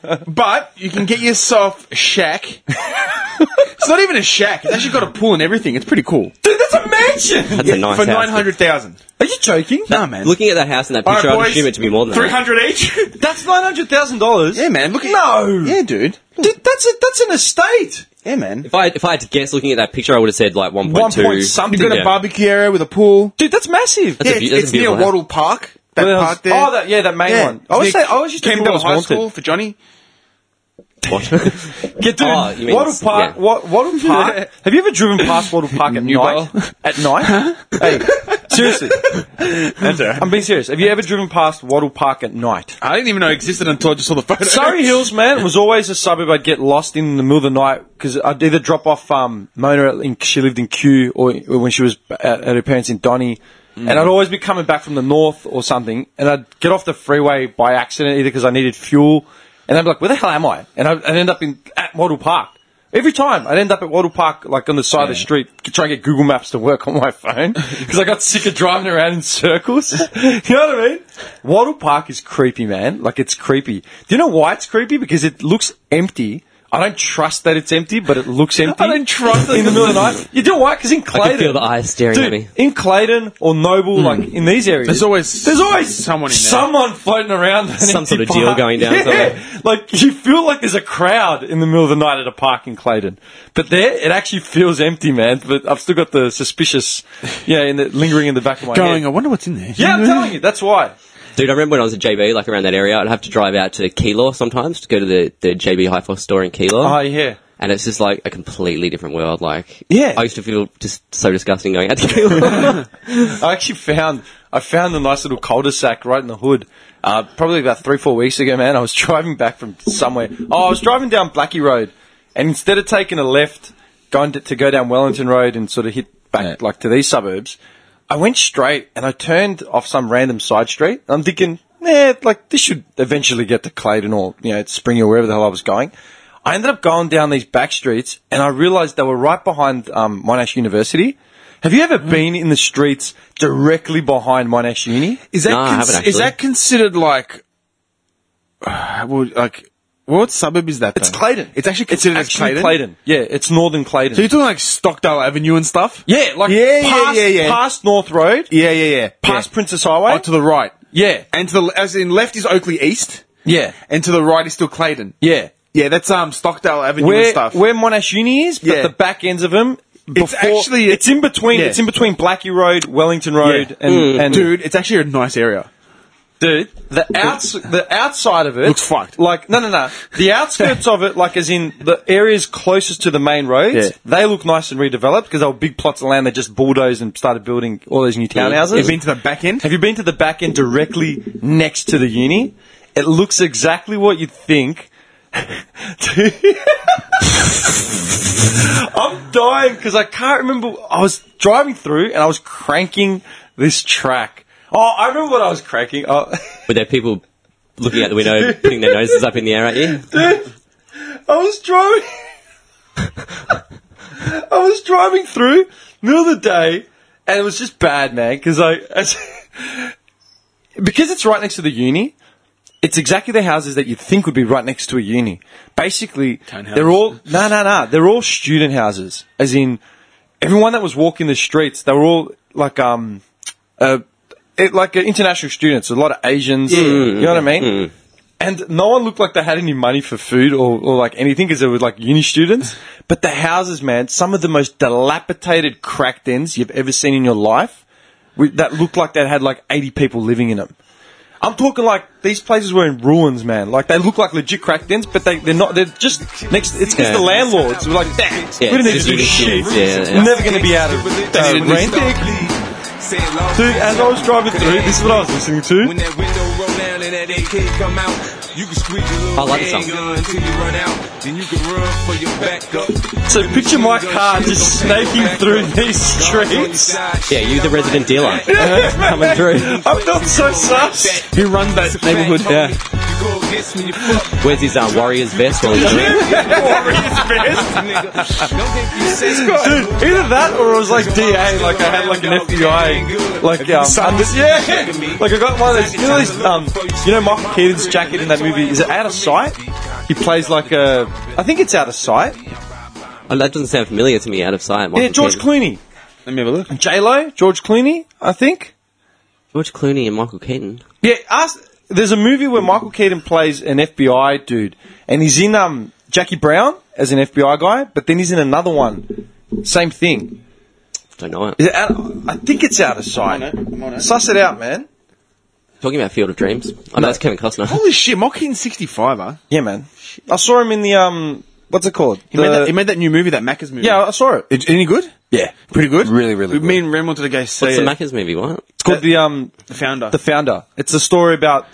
S7: man. But you can get yourself a shack. it's not even a shack. It's actually got a pool and everything. It's pretty cool.
S5: dude, that's a man
S7: Mansion.
S6: That's a nice
S7: for
S6: house.
S7: nine hundred thousand.
S5: Are you joking?
S7: No, man.
S6: Looking at that house and that
S7: All right,
S6: picture, I'd
S7: boys.
S6: assume it to be more than
S7: three
S6: that.
S7: hundred each.
S5: That's nine hundred thousand dollars.
S7: yeah, man. Look at
S5: No.
S7: Yeah, dude.
S5: Dude, that's a, that's an estate.
S7: Yeah, man.
S6: If I if I had to guess, looking at that picture, I would have said like one
S5: One
S6: point two.
S5: point something.
S7: You've got
S6: yeah.
S7: a barbecue area with a pool.
S5: Dude, that's massive.
S6: That's a
S7: yeah,
S6: beau-
S7: it's,
S6: that's a
S7: it's near
S6: beautiful house.
S7: Wattle Park. That
S5: What else?
S7: park there.
S5: Oh, that, yeah, that main
S7: Yeah.
S5: one. I always
S7: Nick
S5: say, I always used to think
S7: Campbell
S5: that was
S7: High
S5: haunted.
S7: School for Johnny.
S5: Yeah, dude.
S6: Oh, you mean
S5: Wattle
S6: it's-
S5: Park.
S6: yeah.
S5: Wa- Wattle Park. Have you ever driven past Wattle Park at night? At night? hey, seriously. I'm being serious. Have you ever driven past Wattle Park at night?
S7: I didn't even know it existed until I just saw the photo.
S5: Surrey Hills, man, was always a suburb I'd get lost in in the middle of the night because I'd either drop off um, Mona, in, she lived in Kew, or, or when she was at, at her parents in Donny, and I'd always be coming back from the north or something, and I'd get off the freeway by accident either because I needed fuel, and I'd be like, where the hell am I? And I'd, I'd end up in at Wattle Park. Every time I'd end up at Wattle Park, like on the side of the street, trying to get Google Maps to work on my phone because I got sick of driving around in circles. you know what I mean? Wattle Park is creepy, man. Like it's creepy. Do you know why it's creepy? Because it looks empty. I don't trust that it's empty, but it looks empty.
S7: I don't trust
S5: in the middle of the night. You do why? Because in
S6: I
S5: Clayton,
S6: could feel the eyes staring at me. Hmm.
S5: Dude, in Clayton or Noble, like in these areas,
S7: There's always
S5: there's always
S7: someone in there.
S5: someone floating around, an
S6: Some
S5: empty
S6: sort of deal
S5: park.
S6: going down
S5: Yeah.
S6: somewhere.
S5: Like you feel like there's a crowd in the middle of the night at a park in Clayton, but there it actually feels empty, man. But I've still got the suspicious, yeah, in the, lingering in the back of my
S7: going. I
S5: head.
S7: wonder what's in there.
S5: Yeah, I'm telling you, that's why.
S6: Dude, I remember when I was at JB, like around that area, I'd have to drive out to Keilor sometimes to go to the, the JB Hi Fi store in Keilor.
S5: Oh yeah.
S6: And it's just like a completely different world. Like,
S5: Yeah.
S6: I used to feel just so disgusting going out to Keilor.
S5: I actually found I found a nice little cul-de-sac right in the hood. Uh, probably about three, four weeks ago, man. I was driving back from somewhere. Oh, I was driving down Blackie Road, and instead of taking a left, going to, to go down Wellington Road and sort of hit back
S7: Yeah.
S5: like to these suburbs, I went straight and I turned off some random side street. I'm thinking, eh, like this should eventually get to Clayton or you know Spring or wherever the hell I was going. I ended up going down these back streets, and I realised they were right behind um, Monash University. Have you ever been in the streets directly behind Monash Uni?
S7: Is that
S6: No, I haven't
S7: cons-
S6: actually.
S7: is that considered like? Uh, well, like what suburb is that?
S5: It's
S7: though?
S5: Clayton.
S7: It's actually considered as
S5: Actually
S7: Clayton.
S5: Yeah, it's northern Clayton.
S7: So you're talking like Stockdale Avenue and stuff?
S5: yeah, like
S7: yeah, yeah,
S5: past,
S7: yeah, yeah.
S5: past North Road,
S7: yeah, yeah, yeah.
S5: past Princess
S7: yeah.
S5: Highway.
S7: Oh, to the right,
S5: yeah,
S7: and to the as in left is Oakley East,
S5: yeah,
S7: and to the right is still Clayton.
S5: yeah.
S7: yeah. That's um Stockdale Avenue and
S5: Where
S7: stuff.
S5: where Monash Uni is, but
S7: Yeah.
S5: the back ends of them.
S7: It's actually-
S5: it's in between.
S7: Yeah.
S5: It's in between Blackie Road, Wellington Road,
S7: Yeah. Mm.
S5: and, and
S7: dude, it's actually a nice area.
S5: dude, the outs, the outside of it
S7: Looks fucked.
S5: Like no, no, no. The outskirts of it, like as in the areas closest to the main roads,
S7: Yeah.
S5: they look nice and redeveloped because they were big plots of land. They just bulldozed and started building all those new townhouses.
S7: You've been to the back end.
S5: Have you been to the back end directly next to the uni? It looks exactly what you'd think. Dude. I'm dying because I can't remember. I was driving through and I was cranking this track. Oh, I remember what I was cranking. Oh,
S6: Were there people looking out the window, putting their noses up in the air at you?
S5: I was driving. I was driving through middle of the day, and it was just bad, man. Because I, as, because it's right next to the uni, it's exactly the houses that you'd think would be right next to a uni. Basically,
S7: Townhouses.
S5: they're all no, no, no. They're all student houses. As in, everyone that was walking the streets, they were all like um, uh, it, like uh, international students. A lot of Asians. You know what I mean? And no one looked like they had any money for food or, or like anything because they were like uni students. But the houses, man, some of the most dilapidated, cracked ends you've ever seen in your life with, that looked like they had like 80 people living in them. I'm talking like these places were in ruins, man. Like they look like legit cracked ends, but they, they're not. They're just next. It's because
S6: Yeah.
S5: the landlords were like,
S6: Yeah,
S5: we don't need
S6: it's
S5: to do
S6: just
S5: shit.
S6: ridiculous. Yeah, yeah.
S5: We're never going to be out of uh, rent. Dude, as I was driving through, this is what I was listening to.
S6: I like the song.
S5: So picture my car just snaking through these streets.
S7: Uh,
S6: Yeah, you the resident dealer. Coming through.
S5: I felt so sus.
S7: Who runs that neighborhood?
S6: Yeah. Where's his uh, warrior's vest? While he's doing it?
S5: Dude, either that or it was like DA, like I had like an FBI, like um, under, yeah, like I got one of those, you know, these, um, you know Michael Keaton's jacket in that movie, is it Out of Sight? He plays like a, I think it's Out of Sight.
S6: Oh, that doesn't sound familiar to me. Out of sight. Michael
S5: Yeah, George
S6: Keaton.
S5: Clooney.
S7: Let me have a look.
S5: J Lo, George Clooney, I think.
S6: George Clooney and Michael Keaton.
S5: Yeah, ask, there's a movie where Michael Keaton plays an FBI dude, and he's in um, Jackie Brown as an FBI guy, but then he's in another one. Same thing.
S6: Don't know it.
S5: Is it out, I think it's out of sight. Suss it out, man.
S6: Talking about Field of Dreams. I know it's Kevin Costner.
S7: Holy shit, Mark Keaton's 65, huh?
S5: Yeah, man. I saw him in the um, what's it called?
S7: He, made
S5: The-
S7: that, he made that new movie, that Macca's movie.
S5: yeah, I saw it.
S7: It- any good?
S5: Yeah,
S7: Pretty good?
S5: Really, really
S7: Me and Ram wanted to go see
S6: What's the
S7: it.
S6: Macca's movie? What?
S5: It's called the um,
S7: the founder.
S5: the founder. It's a story about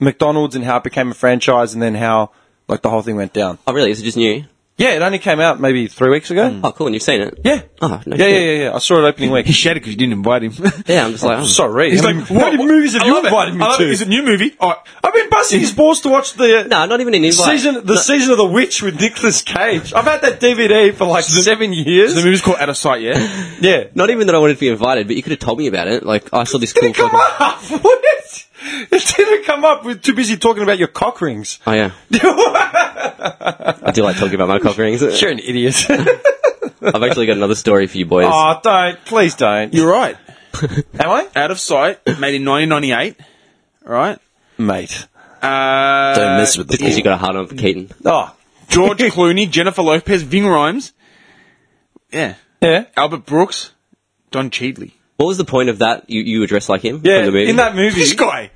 S5: McDonald's and how it became a franchise, and then how like the whole thing went down.
S6: Oh, really? Is it just new?
S5: Yeah, it only came out maybe three weeks ago.
S6: Oh, cool. And you've seen it?
S5: Yeah.
S6: Oh, no
S5: yeah, yeah,
S6: shit.
S5: yeah, yeah. I saw it opening week.
S7: he shared it because you didn't invite him.
S6: Yeah, I'm just like, oh.
S5: Sorry.
S7: He's
S5: How
S7: like,
S5: many-
S7: what-
S5: how many movies have
S7: I
S5: you
S7: love it.
S5: invited me
S7: I love
S5: to?
S7: it. Is it new movie? Oh,
S5: I've been busting his balls to watch the
S6: No, not even an invite.
S5: season, the season of the witch with Nicolas Cage. I've had that DVD for like seven years.
S7: the movie's called Out of Sight, yeah?
S5: yeah.
S6: Not even that I wanted to be invited, but you could have told me about it. Like, I saw this
S5: Did
S6: cool
S5: it come
S6: fucking-
S5: up? What? It didn't come up. We're too busy talking about your cock rings.
S6: Oh, yeah. I do like talking about my cock rings.
S5: You're an idiot.
S6: I've actually got another story for you boys.
S5: oh, don't. Please don't.
S7: You're right.
S5: Am I?
S7: Out of Sight, made in 1998, right?
S5: Mate.
S7: Uh,
S6: Don't mess with the Because you got a hard on for Keaton.
S5: Oh.
S7: George Clooney, Jennifer Lopez, Ving Rhymes. Yeah.
S5: Yeah.
S7: Albert Brooks, Don Cheadley.
S6: What was the point of that? You, you were dressed like him?
S5: Yeah,
S6: From the movie?
S5: in that movie.
S7: This guy.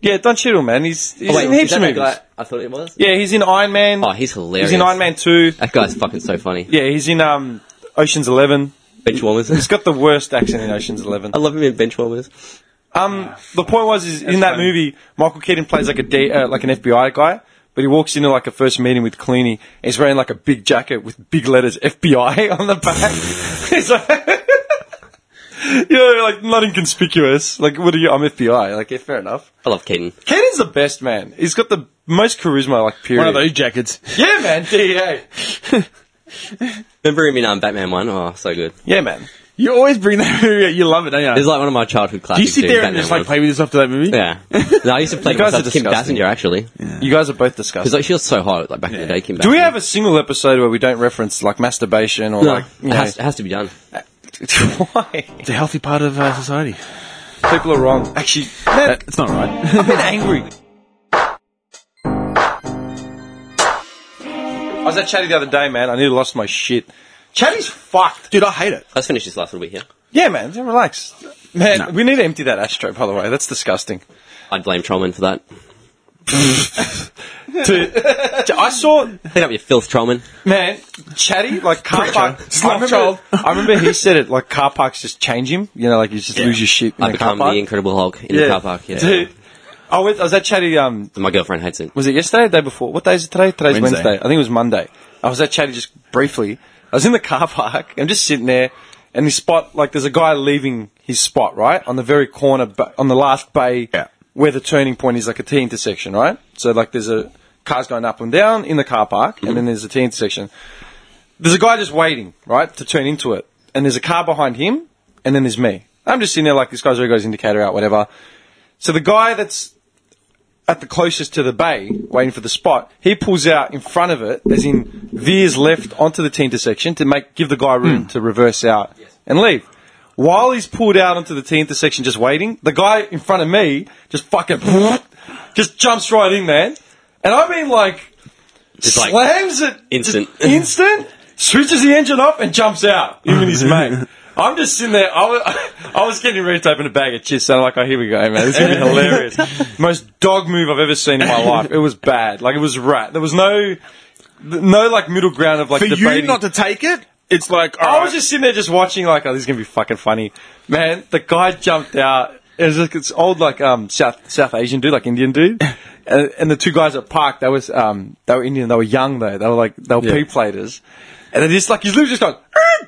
S5: Yeah, Don Cheadle, man. He's, he's
S6: Oh, wait,
S5: in
S6: is
S5: heaps
S6: that
S5: of
S6: that
S5: movies.
S6: guy I thought it was?
S5: Yeah, he's in Iron Man.
S6: Oh, he's hilarious.
S5: he's in Iron Man 2.
S6: That guy's fucking so funny.
S5: Yeah, he's in um, Ocean's Eleven. He's
S6: Benchwarmers.
S5: got the worst accent in Ocean's Eleven.
S6: I love him in Benchwarmers.
S5: Um, the point was, is in that
S7: funny.
S5: movie, Michael Keaton plays like a D, uh, like an FBI guy, but he walks into like a first meeting with Clooney. And he's wearing like a big jacket with big letters FBI on the back. he's like, you know, like not inconspicuous. Like, what are you? I'm FBI. Like, yeah, fair enough.
S6: I love Keaton.
S5: Keaton's the best man. He's got the most charisma. Like, period.
S7: One of those jackets.
S5: Yeah, man. DEA.
S6: Remember him in um, Batman 1? Oh, so good.
S5: Yeah, man.
S7: You always bring that movie out. You love it, don't
S6: It's
S7: you?
S6: like one of my childhood
S7: Do
S6: classics.
S7: you sit
S6: dude,
S7: there and
S6: Batman
S7: just like
S6: 1.
S7: play with this after that movie?
S6: Yeah. No, I used to play
S5: You guys
S6: with myself,
S5: are
S6: Kim
S5: disgusting.
S6: Basinger, actually.
S5: You guys are both
S6: Because
S5: disgusting.
S6: like, she was so hot like back in the day, Kim Basinger.
S5: Do we have a single episode where we don't reference like masturbation or
S6: No,
S5: like you
S6: it, has, it
S5: know-
S6: has to be done.
S5: why?
S7: It's a healthy part of uh, society.
S5: People are wrong. Actually, man,
S7: It's not right.
S5: I've been angry. I was at Chatty the other day, man. I nearly lost my shit. Chatty's fucked.
S7: Dude, I hate it.
S6: Let's finish this last little bit here.
S5: Yeah, man. just Relax. Man, we need to empty that ashtray, by the way. That's disgusting.
S6: I'd blame Trollman for that.
S5: Dude, I saw
S6: Clean up your filth, Trollman.
S5: Man, chatty like car park.
S7: Slap
S5: I remember,
S7: child.
S5: I remember he said it like car parks just change him. You know, like you just lose your shit in
S6: I
S5: the car
S6: become the
S5: park.
S6: Incredible Hulk in the car park. Yeah.
S5: Dude, I went. I was at chatty. Um,
S6: And my girlfriend hates it.
S5: was it yesterday? or The day before? What day is it today? Today's Wednesday.
S7: Wednesday.
S5: I think it was Monday. I was at chatty just briefly. I was in the car park. I'm just sitting there, and this spot like there's a guy leaving his spot right on the very corner ba- on the last bay
S7: Yeah.
S5: where the turning point is like a T intersection, right? So like there's a cars going up and down in the car park, and then there's a T intersection there's a guy just waiting, right, to turn into it. And there's a car behind him, and then there's me. I'm just sitting there like this guy's already got his indicator out, whatever. So the guy that's at the closest to the bay, waiting for the spot, he pulls out in front of it, as in veers left onto the T intersection to make give the guy room to reverse out and leave. While he's pulled out onto the T intersection just waiting, the guy in front of me just fucking just jumps right in, man. And I mean like
S6: Just like
S5: slams it
S6: instant.
S5: just instant, switches the engine off and jumps out. Him and his mate. I'm just sitting there. I was, I was getting ready to open a bag of chips, and I'm like, "Oh, here we go, man! This is gonna be hilarious. Most dog move I've ever seen in my life. It was bad. Like it was rat. There was no, no like middle ground of like
S7: For
S5: debating.
S7: you not to take it, it's like, all
S5: I
S7: right.
S5: was just sitting there just watching, like, oh, this is gonna be fucking funny, man. The guy jumped out. It was like it's old, like um South South Asian dude, like Indian dude, and, and the two guys at park. They was um they were Indian. They were young though. They were like they were pea platers, and they just like he's literally just going,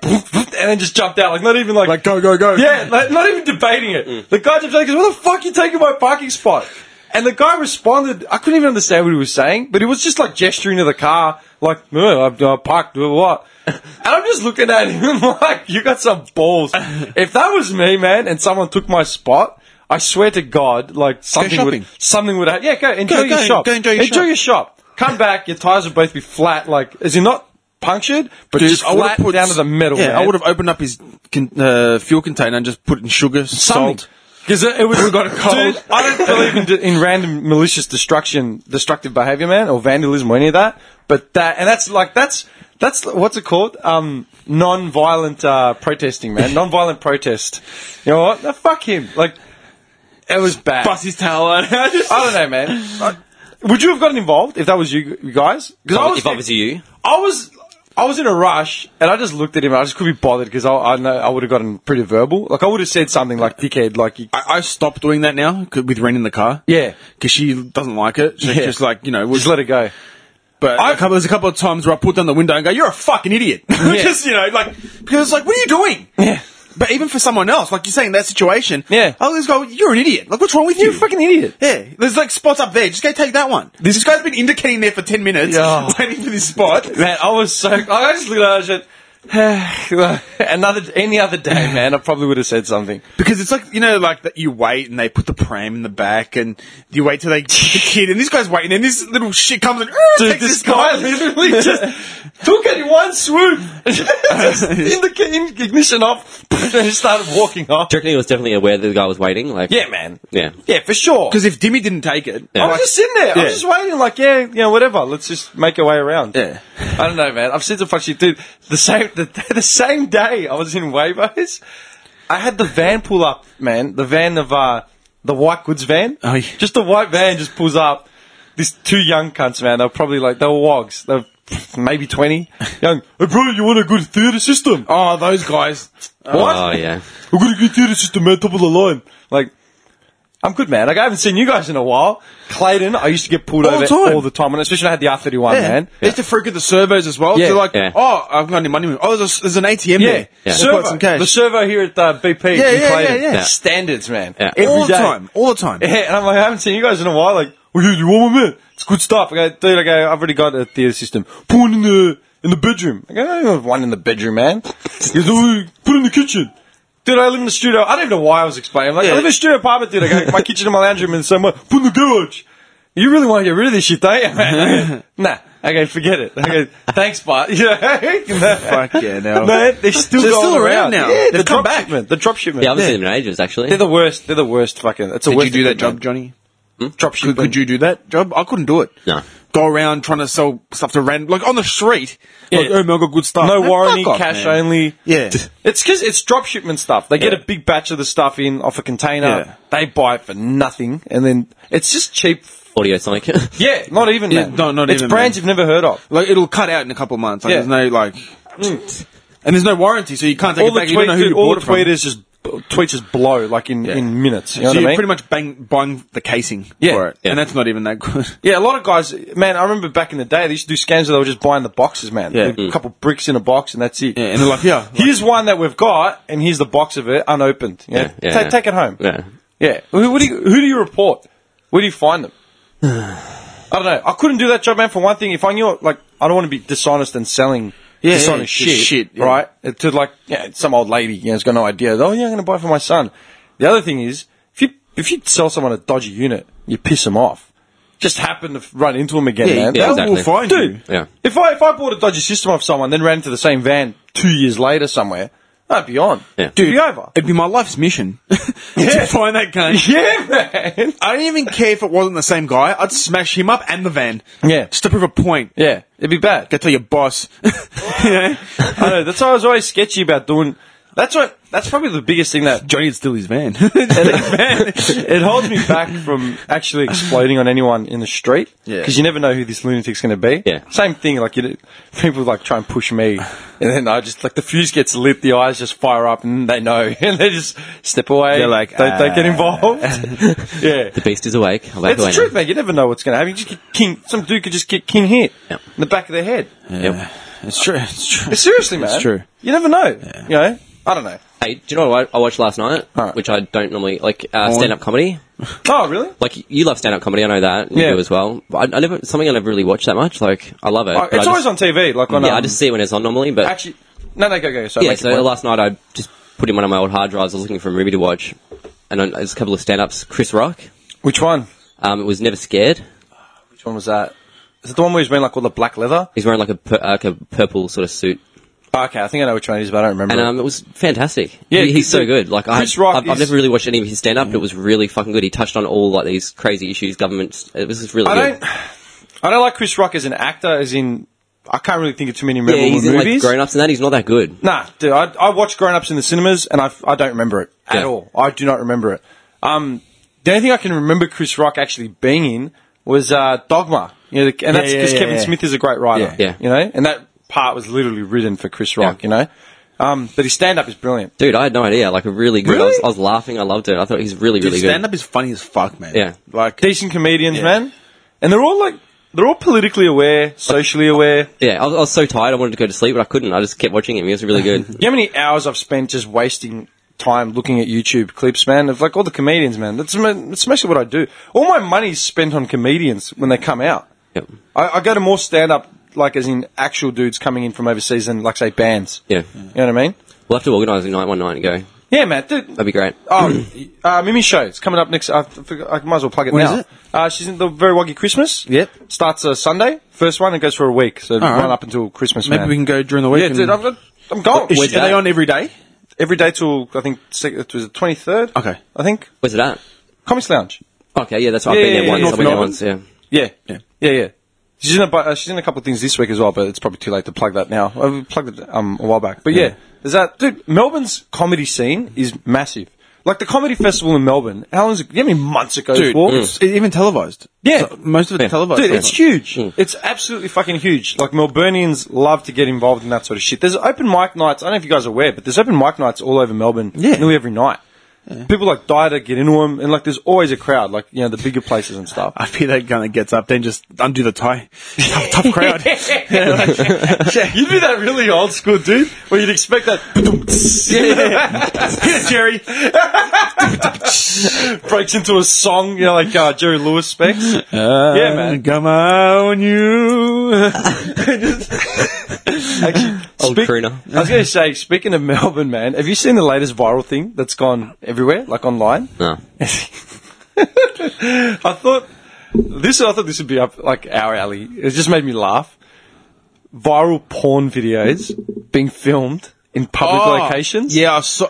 S5: and then just jumped out, like not even like
S7: like, go, go, go.
S5: yeah, like, not even debating it. The guy jumped out and goes, "What the fuck you taking my parking spot?" And the guy responded, I couldn't even understand what he was saying, but he was just like gesturing to the car, like, "No, I've uh, parked, blah, blah, blah." And I'm just looking at him like, you got some balls. if that was me, man, and someone took my spot, I swear to God, like something would,
S7: shopping.
S5: something would happen. Yeah, go enjoy
S7: go,
S5: your shop.
S7: go enjoy your shop.
S5: Come back, your tires would both be flat, like, is it not punctured, but
S7: Dude,
S5: just
S7: I would've
S5: flat down to the metal.
S7: Yeah,
S5: man.
S7: I would have opened up his con- uh, fuel container and just put in sugar, salt.
S5: Because it, it was got a
S7: cold.
S5: Dude, I don't believe in, in random malicious destruction, destructive behavior, man, or vandalism or any of that. But that, and that's like that's that's what's it called? Um, non-violent uh, protesting, man. Non-violent protest. You know what? No, fuck him. Like it was bad.
S7: Bust his tail out. I just-
S5: I don't know, man. I- would you have gotten involved if that was you, you guys? Because I was,
S6: if I was you,
S5: I was I was in a rush and I just looked at him. and I just couldn't be bothered because I, I know I would have gotten pretty verbal. Like I would have said something like "dickhead," like you-
S7: I, I stopped doing that now 'cause- with Ren in the car.
S5: yeah.
S7: Because she doesn't like it. She's
S5: Yeah.
S7: just like, you know,
S5: Just let it go.
S7: But
S5: I-
S7: I, couple, there's a couple of times where I pulled down the window and go, "You're a fucking idiot," just you know, like because like, what are you doing?
S5: Yeah.
S7: But even for someone else, like you're saying that situation,
S5: Yeah.
S7: I'll just go, "You're an idiot." Like, what's wrong with you?
S5: You're a fucking idiot.
S7: Yeah, there's like spots up there. Just go take that one. This, guy's been indicating there for ten minutes,
S5: Yeah.
S7: waiting for this spot.
S5: Man, I was so. I just looked at it and said, another, any other day, man, I probably would have said something.
S7: Because it's like you know, like that you wait and they put the pram in the back, and you wait till they get the kid, and this guy's waiting, and this little shit comes and
S5: Dude,
S7: takes
S5: this
S7: his spot.
S5: guy literally just took it in one swoop, just in the ki- in ignition off, and just started walking off.
S6: do you reckon he was definitely aware that the guy was waiting? Like,
S5: Yeah, man.
S6: yeah.
S5: Yeah, for sure.
S7: Because if Dimmy didn't take it,
S5: I
S6: Yeah.
S5: was
S7: like-
S5: just sitting there. I
S7: Yeah.
S5: was just waiting, like, yeah, you know, whatever. Let's just make our way around.
S7: Yeah.
S5: I don't know, man. I've seen some fuck shit, dude. The same, the, the same day I was in Wavos, I had the van pull up, man. The van of uh, the white goods van.
S7: Oh, yeah.
S5: Just the white van just pulls up. These two young cunts, man. They're probably like they were wogs. They're maybe twenty. Young, hey bro, you want a good theatre system?
S7: oh, those guys,
S5: What?
S6: Oh yeah.
S5: I got a good theatre system, man, top of the line. Like, I'm good, man. Like, I haven't seen you guys in a while. Clayton, I used to get pulled
S7: All
S5: over
S7: the time.
S5: all the time, and especially when I had the R31,
S7: Yeah.
S5: man.
S7: They used to freak at the servos as well.
S5: Yeah.
S7: They're like,
S6: Yeah.
S7: oh, I've got any money. with me. Oh, there's, a, there's an ATM
S5: Yeah,
S7: there.
S5: yeah.
S7: I've
S5: Servo,
S7: got some cash.
S5: the servo here at uh, BP.
S7: Yeah,
S5: in
S7: yeah,
S5: Clayton.
S7: yeah, yeah.
S5: Standards, man.
S6: Yeah.
S5: Every
S7: all the
S5: day.
S7: time. All the time.
S5: Yeah, and I'm like, I haven't seen you guys in a while. Like, well, you, you want my man? It's good stuff. I go, dude, I go, I've already got a theatre system. Put one in the in the bedroom. I go, I don't have one in the bedroom, man. He goes, "Oh, put it in the kitchen. Dude, I live in the studio. I don't even know why I was explaining. Like, I live in a studio apartment, dude. I go, my kitchen and my lounge room in the same way. Put in the garage. You really want to get rid of this shit, don't you, man? I go, nah. I go, forget it. I go, thanks, bud. Yeah. Fuck
S7: yeah, no.
S5: Man, they're still,
S7: They're
S5: going
S7: still around now.
S5: Yeah,
S7: They've
S5: the
S7: come
S5: drop
S7: back.
S5: shipment. The drop shipment.
S6: Yeah, I haven't seen him in ages actually.
S5: They're the worst. They're the worst. Fucking. It's a
S7: Did
S5: worst
S7: you do that
S5: equipment.
S7: job, Johnny?
S5: Hmm? Drop
S7: Could,
S5: shipment.
S7: could you do that job? I couldn't do it.
S6: No.
S7: Go around trying to sell stuff to random, like on the street. Like,
S5: Yeah.
S7: oh, man, I got good stuff.
S5: No
S7: Man,
S5: warranty,
S7: fuck off,
S5: cash
S7: man.
S5: only.
S7: Yeah.
S5: It's because it's drop shipment stuff. They get
S7: Yeah.
S5: a big batch of the stuff in off a container. They buy it for nothing, and then it's just cheap.
S6: Audio Sonic.
S5: Yeah, not even.
S7: Yeah,
S5: man.
S7: no, not
S5: it's
S7: even,
S5: brands
S7: man.
S5: you've never heard of.
S7: Like it'll cut out in a couple of months. Like
S5: Yeah.
S7: there's no like, and there's no warranty, so you can't take
S5: All
S7: it
S5: the
S7: back. you don't know
S5: tweets,
S7: who you
S5: dude, all
S7: bought
S5: the
S7: it from.
S5: tweeters just tweets just blow like in, in minutes. You know
S7: so
S5: what I
S7: you're
S5: mean?
S7: pretty much bang, buying the casing
S5: Yeah.
S7: for it,
S6: Yeah.
S7: and that's not even that good.
S5: Yeah, a lot of guys, man, I remember back in the day, they used to do scams where they were just buying the boxes, man.
S7: Yeah.
S5: A couple bricks in a box and that's it.
S7: Mm. Yeah, and they're like, yeah, like-
S5: here's one that we've got and here's the box of it unopened. Yeah.
S6: Yeah, yeah,
S5: Ta-
S6: yeah.
S5: Take it home.
S6: yeah.
S5: Yeah. Who, who do you, who do you report? Where do you find them? I don't know. I couldn't do that job, man, for one thing. If I knew, like, I don't want to be dishonest and selling
S7: Yeah,
S5: dishonest
S7: yeah,
S5: shit.
S7: just shit, yeah.
S5: Right? It- To, like, yeah, some old lady, you know, has got no idea. Oh, yeah, I'm going to buy for my son. The other thing is, if you, if you sell someone a dodgy unit, you piss them off. Just happen to run into them again, man.
S6: yeah,
S5: That-
S6: exactly.
S7: will find you.
S5: Dude,
S6: Yeah.
S5: if I if I bought a dodgy system off someone, then ran into the same van two years later somewhere, I'd be on.
S6: Yeah.
S5: Dude, be over.
S7: It'd be my life's mission to find that guy.
S5: Yeah, man.
S7: I don't even care if it wasn't the same guy. I'd smash him up and the van.
S5: Yeah.
S7: Just to prove a point.
S5: Yeah, it'd be bad.
S7: Go tell your boss. you know?
S5: I know. That's why I was always sketchy about doing. That's what. That's probably the biggest thing that
S7: Johnny'd steal his van.
S5: it holds me back from actually exploding on anyone in the street.
S7: Yeah.
S5: Because you never know who this lunatic's going to be.
S6: Yeah.
S5: Same thing. Like you, know, people like try and push me, and then I just like the fuse gets lit, the eyes just fire up, and they know, and they just step away.
S7: They're like,
S5: don't, don't get
S7: "Ah."
S5: involved. yeah.
S6: The beast is awake. I like
S5: It's
S6: the
S5: the
S6: way
S5: truth, man. You never know what's going to happen. You just get king. Some dude could just get king hit
S6: Yep.
S5: in the back of their head.
S6: now. Yep.
S7: it's true. It's true.
S5: Seriously, man.
S7: It's true.
S5: You never know. You know. I don't know.
S6: Hey, do you know what I I watched last night?
S5: Alright.
S6: Which I don't normally like uh, stand up comedy.
S5: Oh, really?
S6: Like you love stand up comedy, I know that. and You
S5: Yeah.
S6: do as well. But I, I never something I never really watched that much. Like I love it.
S5: Oh,
S6: but
S5: it's
S6: I
S5: always
S6: just,
S5: on TV. Like on
S6: Yeah,
S5: um,
S6: I just see it when it's on normally. But
S5: actually. No, no, go, go. So
S6: yeah,
S5: make
S6: so
S5: your point.
S6: last night I just put in one of my old hard drives. I was looking for a movie to watch, and I, there's a couple of stand ups. Chris Rock.
S5: which one?
S6: Um, it was Never Scared.
S5: Which one was that? Is it the one where he's wearing like all the black leather?
S6: He's wearing like a pur- like a purple sort of suit,
S5: Oh, okay, I think I know which one it is, but I don't remember.
S6: and um, it was fantastic.
S5: Yeah,
S6: He- he's
S5: so
S6: so good. Like I,
S5: Chris Rock
S6: I've,
S5: is-
S6: I've never really watched any of his stand up, but it was really fucking good. He touched on all like these crazy issues, governments. It was just really.
S5: I
S6: good.
S5: don't. I don't like Chris Rock as an actor, as in I can't really think of too many
S6: Yeah,
S5: memorable
S6: he's in like
S5: movies.
S6: grown ups and that. He's not that good.
S5: nah, dude, I, I watched Grown Ups in the cinemas, and I, I don't remember it at
S6: Yeah.
S5: all. I do not remember it. Um, the only thing I can remember Chris Rock actually being in was uh, Dogma. You know, the- and that's
S8: yeah,
S5: because
S8: yeah,
S5: Kevin
S8: yeah.
S5: Smith is a great writer.
S6: Yeah. Yeah.
S5: you know, and that part was literally written for Chris Rock. You know, um, but his stand up is brilliant.
S6: Dude, I had no idea. Like, really good. I, was,
S5: Really?
S6: I was laughing. I loved it. I thought he's really, really
S7: Dude,
S6: good.
S7: stand up is funny as fuck, man.
S6: Yeah.
S7: Like,
S5: Decent comedians,
S7: Yeah.
S5: man, and they're all like they're all politically aware, socially aware.
S6: Yeah, I was, I was so tired. I wanted to go to sleep, but I couldn't. I just kept watching him. He was really good.
S5: You know how many hours I've spent just wasting time looking at YouTube clips, man, of like all the comedians, man. That's, ma- that's mostly what I do. All my money's spent on comedians when they come out.
S6: Yep.
S5: I, I go to more stand up, like as in actual dudes coming in from overseas than, like, say, bands.
S6: Yeah.
S5: You know what I mean?
S6: We'll have to organise a night one night and go.
S5: Yeah, man. Dude,
S6: That'd be great.
S5: oh, uh, Mimi's show. It's coming up next. uh, I, forgot- I might as well plug it
S7: When
S5: now.
S7: is it?
S5: Uh, she's in the Very Woggy Christmas.
S7: Yep.
S5: Starts uh, Sunday. First one and goes for a week. So
S7: right.
S5: run up until Christmas.
S7: maybe
S5: man.
S7: we can go during the week.
S5: Yeah,
S7: and-
S5: dude, Oh, I'm, I'm going.
S7: Is- are they on every day?
S5: every day till I think sec- it was the twenty third.
S7: Okay.
S5: I think
S6: Where's it at?
S5: Comics Lounge.
S6: Okay, yeah, that's right.
S5: Yeah,
S6: I've been
S5: yeah,
S6: there
S5: yeah,
S6: once. I've been there
S5: North
S6: once, yeah.
S5: Yeah, yeah, yeah, yeah. She's in a bu- uh, she's in a couple of things this week as well, but it's probably too late to plug that now. I plugged it um, a while back, but yeah. there's that dude. Melbourne's comedy scene is massive. Like the comedy festival in Melbourne, how long's it? You know how many months it goes
S7: Dude, mm.
S5: for?
S7: it's it's e, even televised.
S5: Yeah.
S7: So most of it's televised. Hmm.
S5: Dude, it's huge. It's absolutely fucking huge. Like Melburnians love to get involved in that sort of shit. There's open mic nights. I don't know if you guys are aware, but there's open mic nights all over Melbourne.
S7: Yeah.
S5: nearly every night. People like die to get into them, and like there's always a crowd. Like you know the bigger places and stuff.
S7: I feel that gun that gets up, then just undo the tie. tough, tough crowd.
S5: You'd be that really old school dude where you'd expect that. Here, Jerry. Breaks into a song, you know, like uh, Jerry Lewis specs. yeah, man.
S7: Uh, Come on, you.
S5: Actually,
S6: Old crooner.
S5: I was going to say, speaking of Melbourne, man, have you seen the latest viral thing that's gone everywhere, like online?
S6: No.
S5: I thought this. I thought this would be up like our alley. It just made me laugh. Viral porn videos being filmed in public locations.
S7: Oh, Yeah, I saw.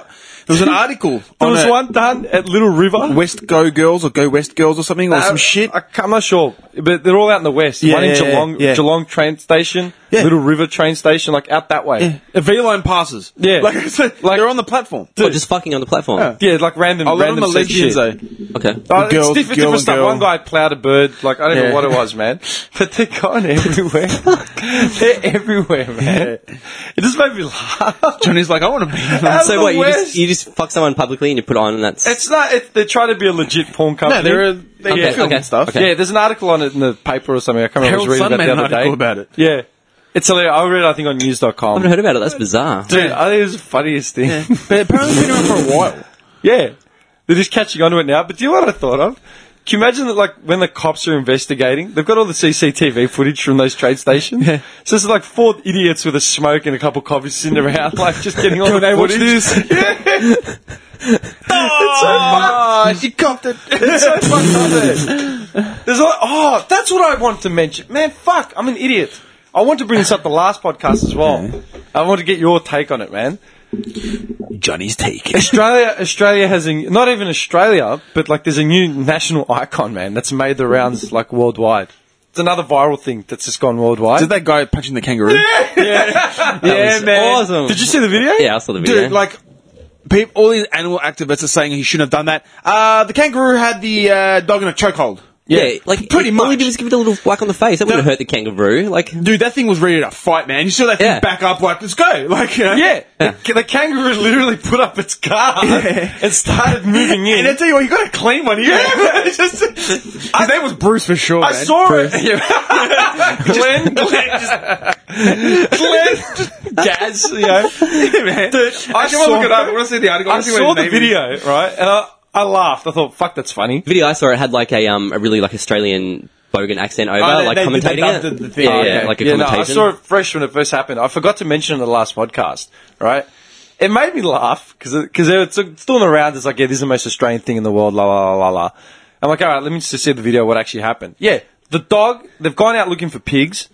S7: There was an article.
S5: There
S7: on
S5: was
S7: a-
S5: one done at Little River.
S7: West Go Girls or Go West Girls or something or
S5: Uh,
S7: some shit.
S5: I, am not sure, but they're all out in the west.
S7: Yeah,
S5: One in
S7: yeah, yeah,
S5: Geelong,
S7: yeah.
S5: Geelong train station,
S7: Yeah.
S5: Little River train station, like out that way. Yeah,
S7: A V line passes.
S5: Yeah.
S7: like, I said,
S5: Like-
S7: they're on the platform.
S6: Oh, just fucking on the platform.
S5: like random.
S7: I love
S5: random
S7: them the
S5: sex shit.
S7: legends though.
S6: Okay.
S5: Oh,
S7: Girl-
S5: it's different,
S7: eh? girl
S5: different
S7: and
S5: stuff.
S7: girl.
S5: One guy plowed a bird, like I don't know
S7: Yeah.
S5: what it was, man. But they're gone everywhere. they're everywhere, man. It just made me laugh.
S7: Johnny's like, I want to be.
S5: Out of
S6: So
S5: the
S6: what, you
S5: West.
S6: just, you just fuck someone publicly and you put on and that's...
S5: It's not. It's, they're trying to be a legit porn company.
S7: No, they're a, they
S6: Okay,
S7: film
S6: okay,
S7: stuff.
S6: okay.
S5: Yeah, there's an article on it in the paper or something. I can't remember.
S7: Herald
S5: what I was reading
S7: Sun made
S5: about
S7: an
S5: the other day
S7: article about it.
S5: Yeah, it's hilarious. I read. it, I think on
S6: I
S5: news.com.
S6: haven't heard about it. That's bizarre.
S5: Dude, I think it was the funniest thing. Yeah.
S7: But apparently, they've been around for a while.
S5: they're just catching on to it now. But do you know what I thought of? Can you imagine that, like, when the cops are investigating, they've got all the CCTV footage from those trade stations.
S7: Yeah.
S5: So it's like four idiots with a smoke and a couple of coffees sitting around, like, just getting all the footage.
S7: Oh, she copped it.
S5: It's so fucked up there. There's a lot, oh, that's what I want to mention. Man, fuck, I'm an idiot. I want to bring this up the last podcast as well. I want to get your take on it, man.
S7: Johnny's take.
S5: Australia, Australia has a, not even Australia, but like there's a new national icon, man, that's made the rounds like worldwide. It's another viral thing that's just gone worldwide.
S7: Did that guy punching the kangaroo?
S5: yeah,
S6: was awesome.
S5: Did you see the video?
S6: Yeah, I saw the video.
S7: Dude, like, peop all these animal activists are saying he shouldn't have done that. Uh, the kangaroo had the uh, dog in a chokehold.
S6: yeah, like,
S7: pretty
S6: all he
S7: much.
S6: did was give it a little whack on the face. That wouldn't hurt the kangaroo. Like,
S7: Dude, that thing was ready to fight, man. You saw that thing
S6: Yeah.
S7: back up, like, let's go. Like, you know?
S5: Yeah. The, the kangaroo literally put up its guard and started moving in.
S7: And I tell you what, you got a clean one. Yeah, man. It's just, his name was Bruce for sure.
S5: I
S7: man.
S5: saw it. Yeah. Glenn, Glenn, just, Glenn, Gaz, you know.
S7: man.
S5: Dude, I,
S7: I
S5: saw,
S7: saw it. I wanna see the article.
S5: I
S7: I wanna see what
S5: saw
S7: his
S5: the
S7: name is.
S5: video, right? And I, Uh, I laughed. I thought, fuck, that's funny.
S6: the video I saw, it had like a, um, a really like Australian bogan accent over,
S5: Oh, they-
S6: like
S5: they- they
S6: commentating
S5: dubbed
S6: it.
S5: the- the thing.
S6: Yeah,
S5: Oh,
S6: yeah,
S5: okay.
S6: like a
S5: Yeah, no, I
S6: commentation.
S5: saw it fresh when it first happened. I forgot to mention it in the last podcast, right? It made me laugh because because it's it's doing around. It's like, yeah, this is the most Australian thing in the world. La la la la la. I'm like, all right, let me just see the video. What actually happened? Yeah, the dog. They've gone out looking for pigs,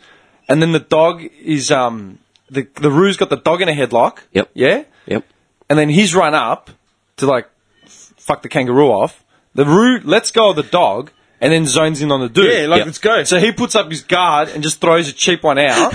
S5: and then the dog is um the the roo's got the dog in a headlock.
S6: Yep.
S5: Yeah.
S6: Yep.
S5: And then he's run up to like f- fuck the kangaroo off. The roo lets go of the dog. And then zones in on the dude.
S7: Yeah, like, Yep. let's go.
S5: So he puts up his guard and just throws a cheap one out,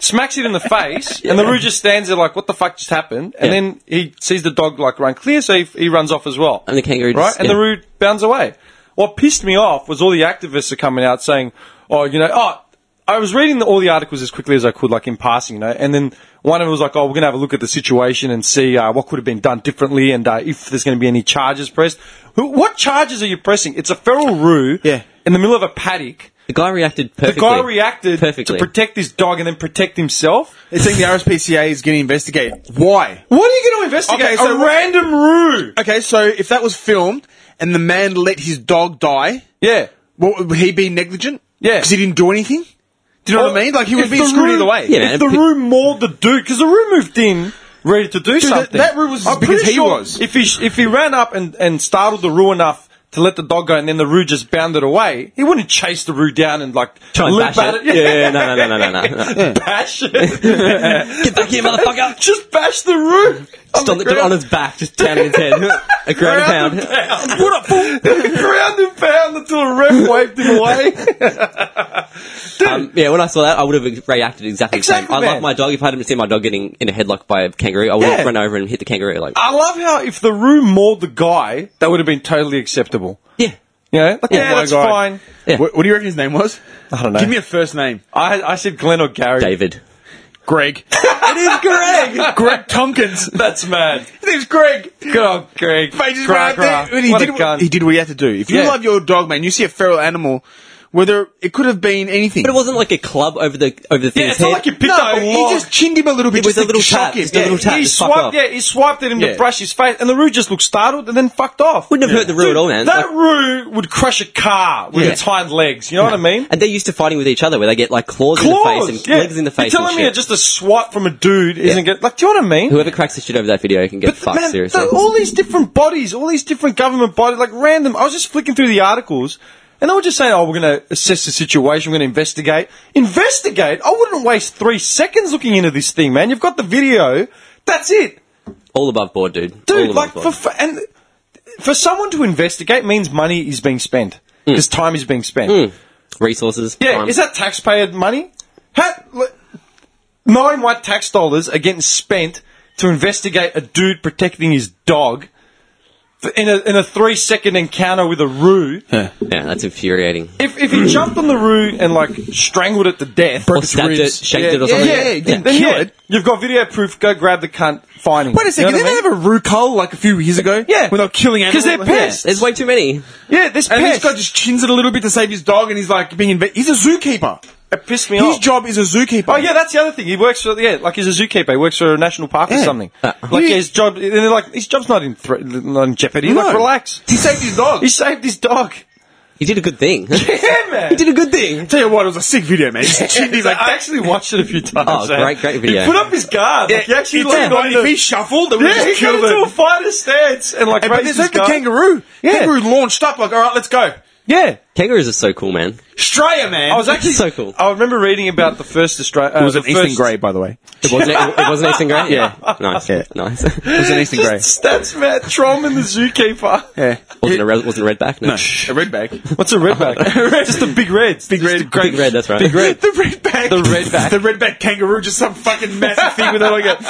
S5: smacks it in the face, and the roo just stands there like, "What the fuck just happened?" And
S6: Yeah.
S5: then he sees the dog like run clear, so he, he runs off as well.
S6: And the kangaroo
S5: right?
S6: just-
S5: and
S6: yeah.
S5: the roo bounds away. What pissed me off was all the activists are coming out saying, "Oh, you know, oh." I was reading the, all the articles as quickly as I could, like in passing, you know, and then one of them was like, "Oh, we're going to have a look at the situation and see uh, what could have been done differently, and uh, if there's going to be any charges pressed." Who, what charges are you pressing? It's a feral roo
S7: Yeah.
S5: in the middle of a paddock.
S6: The guy reacted
S5: The
S6: perfectly.
S5: guy reacted
S6: perfectly.
S5: to protect his dog and then protect himself.
S7: They're saying the RSPCA is going to investigate. Why?
S5: What are you going to investigate?
S7: Okay, so
S5: a random roo.
S7: Okay, so if that was filmed and the man let his dog die,
S5: Yeah.
S7: well, would he be negligent?
S5: Yeah.
S7: Because he didn't do anything? Do you know what I mean? Like, he would
S5: If
S7: be
S5: the
S7: screwed
S5: Roo-
S7: either way.
S6: Yeah, man.
S5: If the room mauled the dude, because the room moved in ready to do
S7: that-
S5: something.
S7: that Roo was as
S5: I'm
S7: big
S5: pretty
S7: as he
S5: sure
S7: was.
S5: If he sh- if he ran up and, and startled the roo enough to let the dog go, and then the roo just bounded away, he wouldn't chase the roo down and like
S6: Try and
S5: lip
S6: bash
S5: at
S6: it. Yeah, no, no, no, no, no, no.
S5: bash it.
S6: Get back here, motherfucker!
S5: just bash the roo.
S6: Just on, the, on his back, just pounding his head. A grand a
S5: Ground
S6: pound.
S5: and pound. What a fool. Ground and pound until a ref waved him away.
S6: Um, yeah, when I saw that, I would have reacted
S5: Exactly,
S6: exactly, the same. I
S5: man.
S6: love my dog. If I hadn't seen my dog getting in a headlock by a kangaroo, I would
S5: Yeah. Ah,
S6: have run over and hit the kangaroo. Like,
S5: I love how if the room mauled the guy, that would have been totally acceptable.
S6: yeah.
S5: You know? Like, yeah, Oh
S7: my
S5: that's
S7: God.
S5: fine.
S6: Yeah.
S7: What, what do you reckon his name was?
S5: I don't know.
S7: Give me a first name.
S5: I, I said Glenn or Gary.
S6: David.
S7: Greg. it is Greg! Greg Tompkins.
S5: That's mad.
S7: His name's Greg.
S5: Good old Greg.
S7: Mate, just
S5: Cry,
S7: ran out
S5: cry.
S7: there, and he,
S5: what
S7: did
S5: a
S7: what-
S5: gun.
S7: he did what he had to do. If you
S5: Yeah.
S7: love your dog, man, you see a feral animal, whether it could have been anything.
S6: But it wasn't like a club over the over the thing's
S5: it's not
S6: head.
S5: like you picked
S7: No,
S5: up a
S7: he
S5: log.
S7: just chinned him a little bit.
S6: It was
S7: just
S6: a little
S7: to shock
S6: tap,
S7: him.
S6: just a little tap.
S5: he
S6: just fuck off.
S5: swiped, yeah, he swiped at him
S7: Yeah.
S5: to brush his face, and the Roo just looked startled and then fucked off.
S6: Wouldn't have hurt the Roo at all, man.
S5: That
S6: Like-
S5: Roo would crush a car with
S6: Yeah.
S5: its hind legs. You know what I mean?
S6: and they're used to fighting with each other, where they get like claws,
S5: Claws,
S6: in the face and
S5: yeah.
S6: legs in the face.
S5: You're telling
S6: and
S5: me
S6: shit.
S5: just a swipe from a dude isn't get like? Do you know what I mean?
S6: Whoever cracks the shit over that video can get
S5: But
S6: fucked
S5: man,
S6: seriously.
S5: the- all these different bodies, all these different government bodies, like random. I was just flicking through the articles, and they were just saying, "Oh, we're going to assess the situation. We're going to investigate." Investigate? I wouldn't waste three seconds looking into this thing, man. You've got the video. That's it,
S6: All above board, dude.
S5: dude.
S6: All
S5: like
S6: above
S5: for
S6: board.
S5: for and for someone to investigate means money is being spent because time is being spent.
S6: resources.
S5: Yeah,
S6: time.
S5: is that taxpayer money? How, li- nine white tax dollars are getting spent to investigate a dude protecting his dog f- in a, in a three second encounter with a roo.
S6: yeah, that's infuriating.
S5: If, if he jumped on the roo and like strangled it to death,
S6: Or stabbed it, shanked it, or
S7: Yeah,
S6: something.
S7: yeah, yeah. Didn't
S5: then
S7: kill
S5: yeah,
S7: it.
S5: you've got video proof. Go grab the cunt. Find him.
S7: Wait a second,
S5: You know
S7: didn't
S5: what
S7: they
S5: I mean?
S7: have a Rucol like a few years ago?
S5: Yeah.
S7: When they were killing animals.
S5: 'Cause they're pissed.
S6: There's way too many.
S5: yeah, this
S7: And
S5: pest.
S7: this guy just chins it a little bit to save his dog and he's like being inve- He's a zookeeper.
S5: it pissed me
S7: His
S5: off.
S7: job is a zookeeper.
S5: Oh yeah, that's the other thing. He works for yeah, like he's a zookeeper. He works for a national park or
S7: Yeah.
S5: something.
S6: Uh,
S5: like
S7: he-
S5: yeah, his job, and they're like his job's not in thre- not in jeopardy.
S7: No.
S5: Like relax.
S7: He saved his dog.
S5: He saved his dog.
S6: He did a good thing.
S5: Yeah, man.
S6: he did a good thing.
S7: Tell you what, it was a sick video, man. He's chinned him
S5: So
S7: like
S5: I actually watched it a few times.
S6: Oh,
S5: eh?
S6: great, great video.
S5: He put up his guard. Like, he actually like, got
S7: if he
S5: into,
S7: shuffled, it would
S5: yeah,
S7: just
S5: he got
S7: kill
S5: into a
S7: him.
S5: fighter stance and like
S7: Hey, but
S5: raised
S7: there's
S5: his
S7: like the
S5: guard.
S7: kangaroo.
S5: Yeah.
S7: Kangaroo launched up like, all right, let's go.
S5: Yeah,
S6: Kangaroos are so cool, man.
S7: Australia, man.
S5: I
S7: Uh,
S5: was actually
S6: So cool.
S5: I remember reading about the first Australia. Uh,
S7: it was
S5: the
S7: an Eastern
S5: first-
S7: Grey, by the way.
S6: It wasn't. It, it wasn't Eastern Grey.
S7: Yeah.
S6: nice.
S7: Yeah.
S6: Nice.
S7: It was an Eastern Grey.
S5: Just Stats Matt Trom and the zookeeper.
S7: Yeah.
S6: wasn't a red, wasn't a redback. No.
S7: A redback.
S5: What's a redback? Just a big red. Big red. Great
S6: Big red. That's right.
S5: Big red.
S7: The redback.
S5: The redback.
S7: The redback kangaroo, just some fucking massive thing with it. Like a,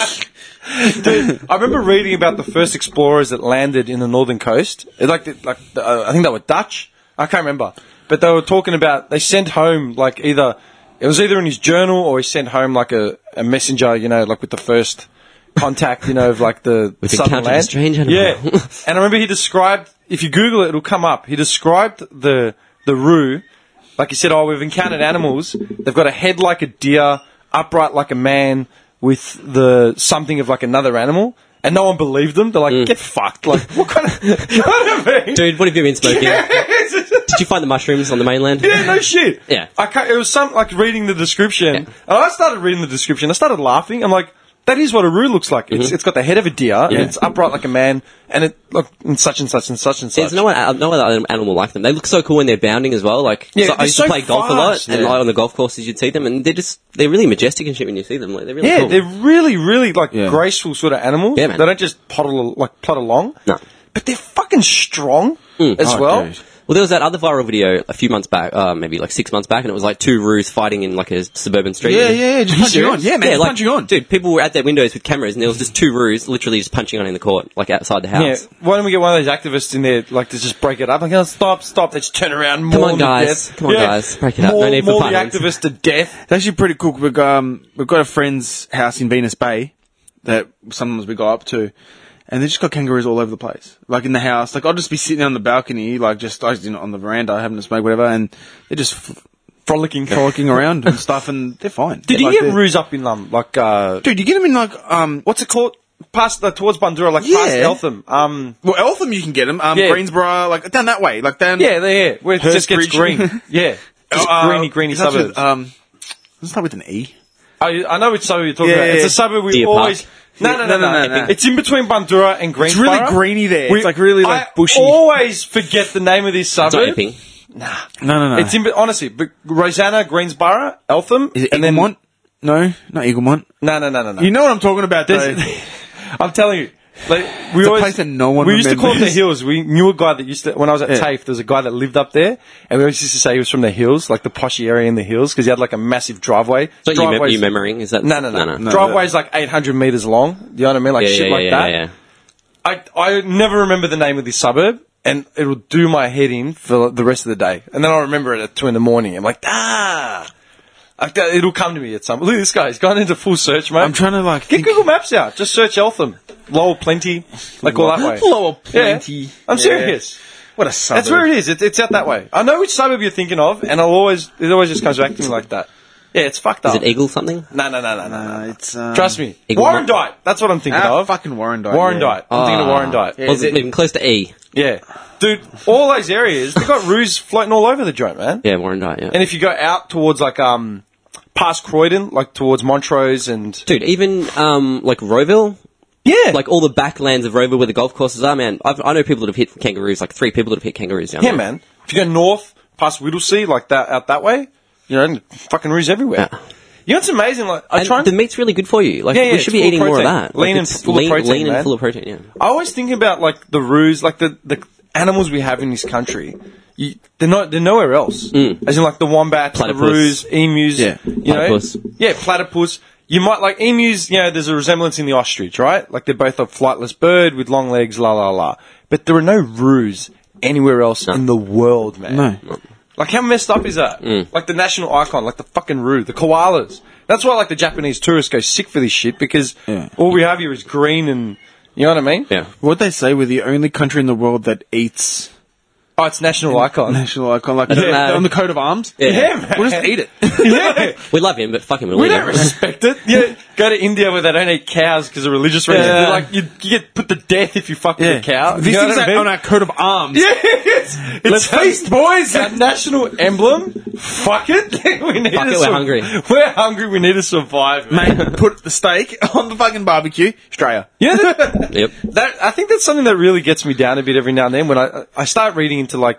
S5: Dude, I remember reading about the first explorers that landed in the northern coast. It, Like, the- like the, uh, I think they were Dutch. I can't remember, but they were talking about they sent home like either it was either in his journal or he sent home like a, a messenger, you know, like with the first contact, you know, of like the
S6: With
S5: southern
S6: encounter with
S5: land.
S6: strange animal.
S5: yeah, and I remember he described. If you Google it, it'll come up. He described the the roo, like he said. Oh, we've encountered animals. They've got a head like a deer, upright like a man, with the something of like another animal. And no one believed them. They're like, get fucked. Like, what kind of? you know what I mean?
S6: Mm. Dude, what have you been smoking?
S5: Yes.
S6: Did you find the mushrooms on the mainland?
S5: Yeah, no shit.
S6: Yeah.
S5: I can't, it was some like reading the description.
S6: Yeah.
S5: And I started reading the description. I started laughing. I'm like, That is what a roux looks like.
S6: Mm-hmm.
S5: It's, it's got the head of a deer, and it's upright like a man, and it look and such and such and such and such.
S6: There's no, one, uh, no other animal like them. They look so cool when they're bounding as well. Like,
S5: Yeah,
S6: so
S5: they're
S6: I used
S5: so
S6: to play golf a
S5: fast,
S6: lot, and
S5: yeah.
S6: like, on the golf courses you'd see them, and they're just they're really majestic and shit when you see them. Like, they're really
S5: yeah,
S6: cool.
S5: they're really, really like
S7: Yeah.
S5: graceful sort of animals.
S6: Yeah, man.
S5: They don't just poddle like plod along.
S6: No. Mm.
S5: but they're fucking strong as
S7: Oh,
S5: well.
S7: dude.
S6: Well, there was that other viral video a few months back, uh, maybe like six months back, and it was like two roos fighting in like a suburban street.
S7: Yeah, yeah, yeah, just
S6: Are you
S7: punching
S6: serious?
S7: on. Yeah, man, just
S6: like,
S7: punching on.
S6: Dude, people were at their windows with cameras, and there was just two roos literally just punching on in the court, like outside the
S5: Yeah,
S6: house.
S5: why don't we get one of those activists in there, like to just break it up? Like, oh, stop, stop! They just turn around.
S6: Come
S5: maul them
S6: on,
S5: to
S6: guys.
S5: death.
S6: Come on, guys. Break it up. No
S5: Maul-
S6: need for
S5: maul the
S6: violence.
S5: activists to death.
S7: It's actually pretty cool. We've, um, we've got a friend's house in Venus Bay that sometimes we go up to, and they just got kangaroos all over the place. Like in the house, like I'll just be sitting on the balcony, like just I was you know, on the veranda having a smoke, whatever, and they're just fl-
S5: Frolicking.
S7: frolicking around and stuff, and they're fine.
S5: Did you
S7: Like,
S5: get
S7: they're-
S5: ruse up in um like uh
S7: Dude, you get them in like um
S5: what's it called? Past uh, towards Bandura, like
S7: Yeah.
S5: past Eltham. Um,
S7: well Eltham you can get them um
S5: Yeah.
S7: Greensboro like down that way like down
S5: yeah, there, yeah, where it just
S7: Hurst
S5: gets
S7: Bridge.
S5: green. Yeah, just
S7: uh,
S5: greeny, greeny
S7: it starts
S5: suburbs.
S7: with, um doesn't start with an E
S5: I, I know which suburb you're talking
S7: Yeah,
S5: about.
S7: yeah,
S5: It's
S7: yeah.
S5: a suburb we
S6: Deer Park.
S5: always. No, no, no, no, no,
S7: no.
S5: It's in between Bandura and Greensboro.
S7: really greeny there. It's like really, like,
S5: I
S7: bushy.
S5: always forget the name of this suburb.
S6: It's not your thing.
S7: no no no
S5: It's in be- honestly, but Rosanna, Greensboro, Eltham,
S7: is it
S5: and then
S7: Eaglemont no not Eaglemont
S5: no, no, no, no, no.
S7: you know what I'm talking about
S5: There's-
S7: though
S5: I'm telling you. Like, we
S7: It's a
S5: always,
S7: place that no one
S5: We used to call it the
S7: remembers.
S5: hills. We knew a guy that used to, when I was at
S7: Yeah.
S5: TAFE, there was a guy that lived up there, and we always used to say he was from the hills, like the posh area in the hills, because he had like a massive driveway.
S6: It's not you, mem-
S5: Driveways-
S6: you memorying, is that?
S5: No, no, no.
S7: No,
S5: Driveway's like 800 meters long. You know what I mean? Like
S6: Yeah,
S5: shit
S6: yeah,
S5: like
S6: yeah,
S5: that.
S6: yeah, yeah.
S5: I, I never remember the name of this suburb, and it'll do my head in for the rest of the day. And then I'll remember it at two in the morning. I'm like, ah. Like that, it'll come to me at some. Look at this guy. He's gone into full search, mate.
S7: I'm trying to, like,
S5: get
S7: think-
S5: Google Maps out. Just search Eltham, Lowell Plenty, like all that way.
S7: Lower
S5: Yeah.
S7: Plenty
S5: I'm
S7: Yeah.
S5: serious.
S7: what a suburb
S5: That's where it is. It, it's out that way. I know which suburb you're thinking of, and I'll always it always just comes back to me like that. Yeah, it's fucked up.
S6: Is it E- Eagle something?
S5: No, no, no, no, no.
S7: Uh,
S5: no.
S7: it's um,
S5: Trust me.
S6: Eagle-
S5: Warren Dyke. That's what I'm thinking
S7: ah,
S5: of.
S7: fucking Warren Dyke
S5: Warren
S7: yeah.
S5: Dyke. I'm thinking of Warren Dyke.
S6: Wasn't even close to E.
S5: Yeah. Dude, all those areas, they've got roos floating all over the joint, man.
S6: Yeah, Warren Dyke, yeah.
S5: And if you go out towards, like, um, past Croydon, like towards Montrose and.
S6: Dude, even, um, like Roeville,
S5: Yeah.
S6: like all the backlands of Rover where the golf courses are, man. I've, I know people that have hit kangaroos, like three people that have hit kangaroos down
S5: yeah,
S6: there.
S5: man. If you go north, past Whittlesea, like that, out that way, you know, fucking roos everywhere.
S6: Yeah.
S5: You know, it's amazing. Like, I
S6: And
S5: try and.
S6: the meat's really good for you. Like
S5: Yeah, yeah,
S6: we
S5: it's
S6: should be
S5: full of
S6: eating more of
S5: protein.
S6: that.
S5: Lean
S6: Like,
S5: and
S6: it's
S5: full of
S6: lean,
S5: protein,
S6: lean
S5: man.
S6: and full of protein. Yeah.
S5: I always think about, like, the roos, like, the, the animals we have in this country. You, they're not. They're nowhere else. As in, like the wombats,
S6: Mm. Platypus.
S5: the roos, emus.
S7: Yeah.
S5: you
S6: Platypus.
S5: know, yeah, platypus. You might like emus. You know, there's a resemblance in the ostrich, right? Like they're both a flightless bird with long legs, la la la. But there are no roos anywhere else in the world, man.
S7: No.
S5: Like how messed up is that?
S6: Mm.
S5: Like the national icon, like the fucking roo, the koalas. That's why like the Japanese tourists go sick for this shit because
S7: Yeah.
S5: all we have here is green and you know what I mean?
S6: Yeah.
S7: What they say, we're the only country in the world that eats
S5: Oh, it's national icon.
S7: national icon, like
S6: doesn't matter.
S7: on the coat of arms.
S6: Yeah.
S5: man.
S7: We'll just eat it.
S5: yeah.
S6: We love him, but fuck him.
S5: We don't respect it. Yeah, go to India where they don't eat cows because of religious reasons.
S7: Yeah.
S5: They're Like you, you get put to death if you fuck with a cow.
S7: This
S5: you know
S7: is
S5: what I mean?
S7: on our coat of arms.
S5: yeah, it's, it's
S7: Let's feast, boys.
S5: Our national emblem. Fuck it. we need
S6: Fuck
S5: to
S6: it, we're hungry.
S5: We're hungry. We need to survive, man.
S7: Mate, put the steak on the fucking barbecue. Australia.
S5: Yeah, that,
S6: Yep.
S5: that- I think that's something that really gets me down a bit every now and then when I I start reading into like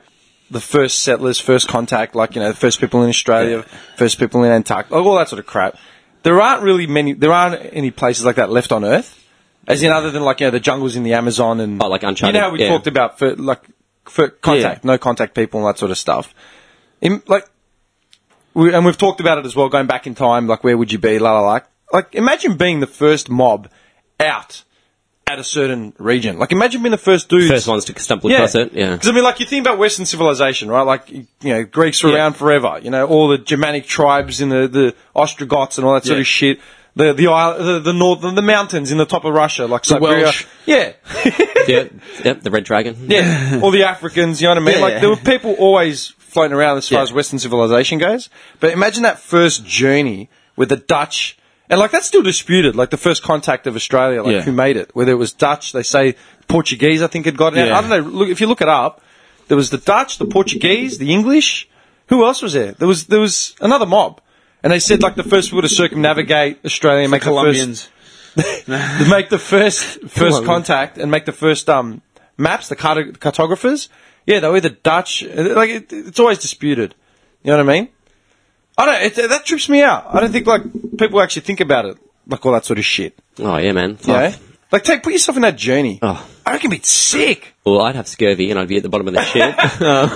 S5: the first settlers, first contact, like you know, the first people in Australia, first people in Antarctica, like all that sort of crap. There aren't really many. There aren't any places like that left on Earth, as in other than like you know the jungles in the Amazon and
S6: Oh, like Uncharted,
S5: You know how we
S6: yeah.
S5: talked about for like for contact, no contact people and that sort of stuff. In, like we, and we've talked about it as well, going back in time, like where would you be, la la la. Like, imagine being the first mob out at a certain region. Like, imagine being the first dude.
S6: First ones to stumble across it. Yeah.
S5: Because I mean, like you think about Western civilization, right? Like you know, Greeks were
S6: Yeah.
S5: around forever. You know, all the Germanic tribes and the the Ostrogoths and all that sort
S7: Yeah.
S5: of shit. The the isle, the, the northern the mountains in the top of Russia, like Siberia.
S7: Welsh.
S5: Yeah,
S6: yep. Yep. The red dragon.
S5: yeah. all the Africans. You know what I mean?
S7: Yeah,
S5: like
S7: yeah.
S5: there were people always floating around as far
S7: Yeah.
S5: as Western civilization goes. But imagine that first journey with the Dutch. And like that's still disputed, like the first contact of Australia, like
S7: Yeah.
S5: who made it, whether it was Dutch, they say Portuguese, I think had got it. out.
S7: Yeah.
S5: I don't know. Look, if you look it up, there was the Dutch, the Portuguese, the English. Who else was there? There was there was another mob, and they said like the first people to circumnavigate Australia, make the first-
S7: Colombians.
S5: They make the first first
S6: on.
S5: contact and make the first um, maps. The carto- cartographers, yeah, they were either Dutch. Like it, it's always disputed. You know what I mean? I don't. It, that trips me out. I don't think like people actually think about it, like all that sort of shit.
S6: Oh yeah, man.
S5: You know?
S6: Fuck.
S5: Like take put yourself in that journey.
S6: Oh.
S5: I reckon it'd be sick.
S6: Well, I'd have scurvy and I'd be at the bottom of the shit.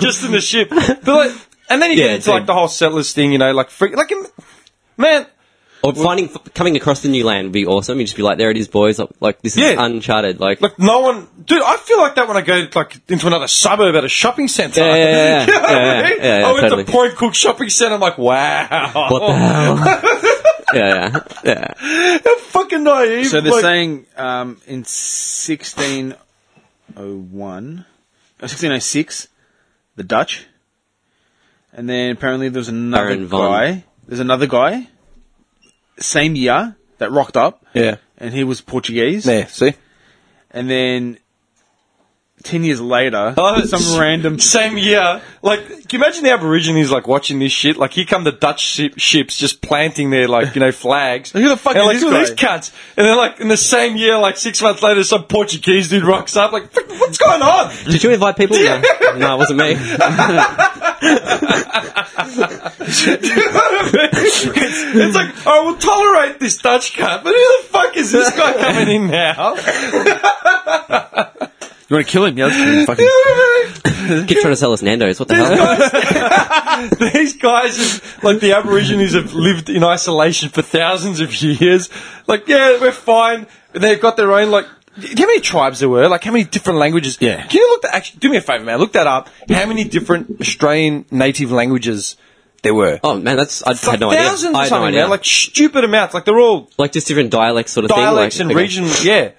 S5: just in the ship. But like, and then you
S6: Yeah,
S5: get into like
S6: dude.
S5: the whole settlers thing, you know, like freak, like im- man,
S6: Or finding f- coming across the new land would be awesome. You'd just be like, "There it is, boys! Like, like, this is
S5: Yeah.
S6: uncharted." Like,
S5: like no one, dude. I feel like that when I go like into another suburb at a shopping centre.
S6: Yeah, yeah, yeah, yeah.
S5: You know what I
S6: Yeah,
S5: mean?
S6: yeah, yeah, yeah,
S5: I went
S6: totally.
S5: to Point Cook Shopping Centre. I'm like, wow,
S6: what the hell?
S5: Oh.
S6: yeah, yeah, yeah.
S5: How fucking naive.
S7: So they're
S5: like,
S7: saying um, in 1601, uh, 1606, the Dutch, and then apparently there was another
S6: Baron von.
S7: guy. There's another guy, same year that rocked up,
S5: yeah,
S7: and he was Portuguese.
S5: there. See,
S7: And then ten years later,
S5: Oh, s-
S7: some random.
S5: same year. Like, can you imagine the Aborigines like watching this shit? Like, here come the Dutch ship, ships just planting their like you know flags.
S7: Who the fuck
S5: and,
S7: is
S5: like,
S7: this
S5: who are
S7: guy?
S5: these cunts? And then like in the same year, like six months later, some Portuguese dude rocks up. Like, "Fuck, what's going on?
S6: Did you invite people? No, no, it wasn't me.
S5: it's, it's like, I will tolerate this Dutch cunt, but who the fuck is this guy coming in now?
S7: You want to kill him? Yeah, let's fucking.
S6: Keep trying to sell us Nando's. What the hell?
S5: These guys, have, like the Aborigines, have lived in isolation for thousands of years. Like, yeah, we're fine. And they've got their own, like, do you know how many tribes there were? Like, how many different languages?
S7: Yeah.
S5: Can you look that, actually, do me a favor, man, look that up. How many different Australian native languages there were?
S6: Oh man, that's I
S5: Like
S6: had no idea.
S5: thousands
S6: I
S5: or
S6: had no
S5: something,
S6: idea.
S5: man. Like, stupid amounts. Like, they're all
S6: Like, just different dialects, sort of
S5: dialects
S6: thing.
S5: and
S6: okay.
S5: region. Yeah,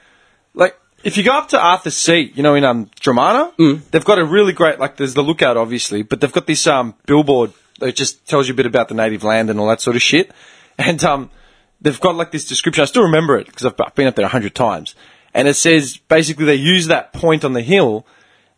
S5: like if you go up to Arthur Seat, you know, in um Dramana,
S6: Mm.
S5: they've got a really great like. There's the lookout, obviously, but they've got this um billboard that just tells you a bit about the native land and all that sort of shit. And um, they've got like this description. I still remember it because I've I've been up there a hundred times. And it says basically they use that point on the hill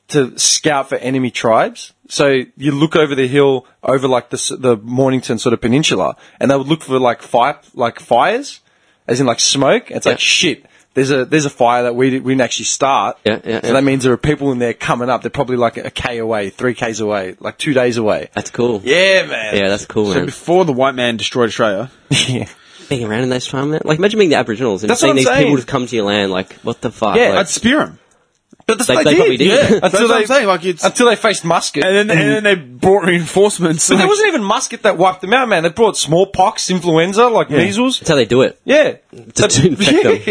S5: to scout for enemy tribes. So you look over the hill, over like the s- the Mornington sort of peninsula, and they would look for like fire, like fires, as in like smoke. It's like shit. There's a there's a fire that we did, we didn't actually start.
S6: Yeah, yeah,
S5: so
S6: yeah.
S5: that means there are people in there coming up. They're probably like a k away, three k's away, like two days away.
S6: That's cool.
S5: Yeah, man.
S6: Yeah, that's cool,
S7: So
S6: man.
S7: before the white man destroyed Australia,
S5: yeah.
S6: Being around in those time, man. Like, imagine being the Aboriginals and
S5: That's
S6: seeing
S5: what I'm
S6: these
S5: saying.
S6: people just come to your land. Like, what the fuck?
S5: Yeah,
S6: like,
S7: I'd spear him.
S5: But that's
S6: They-
S5: what
S6: they
S5: they,
S6: probably did.
S5: Yeah.
S6: That's
S5: until
S7: what I'm
S5: they
S7: saying, like, it's-
S5: until they faced musket,
S7: And then, and then they brought reinforcements.
S5: but there
S7: like-
S5: wasn't even musket that wiped them out, man. They brought smallpox, influenza, like measles.
S6: that's how they do it.
S5: Yeah.
S6: to infect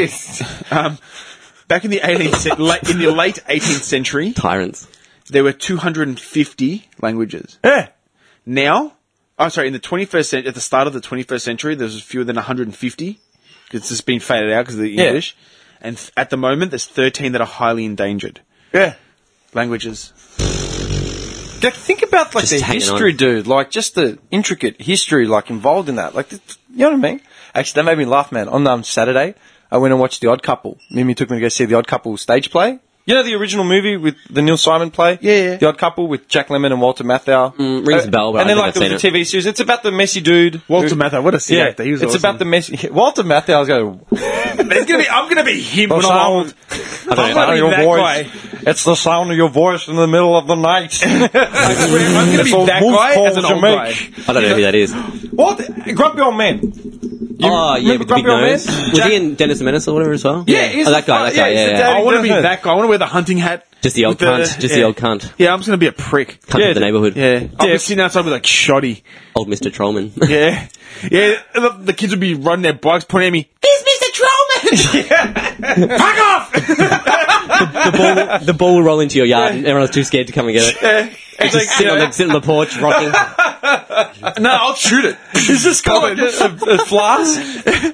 S6: them.
S7: Um, back in the 18th, cen- late, in the late 18th century,
S6: Tyrants.
S7: there were 250 languages.
S5: Yeah.
S7: Now, oh, sorry, in the 21st century, at the start of the 21st century, there's fewer than 150. It's just been faded out because of the
S5: Yeah.
S7: English. And th- at the moment, there's 13 that are highly endangered
S5: Yeah.
S7: languages.
S5: Like, think about like
S6: Just
S5: the
S6: hanging
S5: history,
S6: on.
S5: dude. Like just the intricate history like involved in that. Like, it's- you know what I mean? Actually, that made me laugh, man. On um, Saturday, I went and watched The Odd Couple. Mimi took me to go see The Odd Couple stage play. You know the original movie with the Neil Simon play?
S7: Yeah, yeah.
S5: The Odd Couple with Jack Lemmon and Walter Matthau.
S6: Mm, rings a bell, but I
S5: And then
S6: think
S5: like
S6: I've
S5: there was a
S6: seen
S5: TV series. It's about the messy dude.
S7: Walter
S5: who-
S7: Matthau, what a sick
S5: Yeah,
S7: actor. He was
S5: it's
S7: awesome.
S5: about the messy. Walter Matthau's going.
S7: There's gonna be, I'm going to be him
S5: The
S7: when I'm old.
S5: sound, the
S6: don't know.
S5: sound of your
S7: That
S5: voice. It's the sound of your voice in the middle of the night.
S7: I swear, I'm going to
S5: It's
S7: be
S5: all
S7: that
S5: move
S7: guy as
S5: calls
S7: an
S5: you
S7: old
S5: make.
S7: guy.
S6: I don't know who that is.
S5: What? Grumpy old man. You
S6: oh, yeah,
S5: remember
S6: with the big
S5: Grumpy Old
S6: nose.
S5: Man?
S6: Was
S5: Jack-
S6: he in Dennis the Menace or whatever as well?
S5: Yeah, he's
S6: oh, that
S5: the
S6: guy,
S5: fu-
S6: that guy,
S5: yeah,
S6: yeah.
S5: he's the
S6: yeah.
S5: daddy.
S7: I want to be
S5: Doesn't it?
S7: that guy. I want to wear the hunting hat.
S6: Just the old
S7: With the-
S6: cunt. Just the
S7: yeah.
S6: old cunt.
S7: Yeah, I'm just going to be a prick.
S6: Cunt
S5: Yeah,
S6: of the neighbourhood.
S7: Yeah. I'll
S5: Yeah.
S7: be sitting outside with like shoddy.
S6: Old Mr. Trollman.
S7: Yeah. Yeah. The, the kids would be riding their bikes, pointing at me. There's Mr. Trollman! Fuck off!
S6: the, ball, the ball will roll into your yard and everyone's too scared to come and get it.
S5: Eh. It's
S6: Just sit on the, sit on the porch rocking.
S5: no, I'll shoot it. Is this guy like a, a, a flask?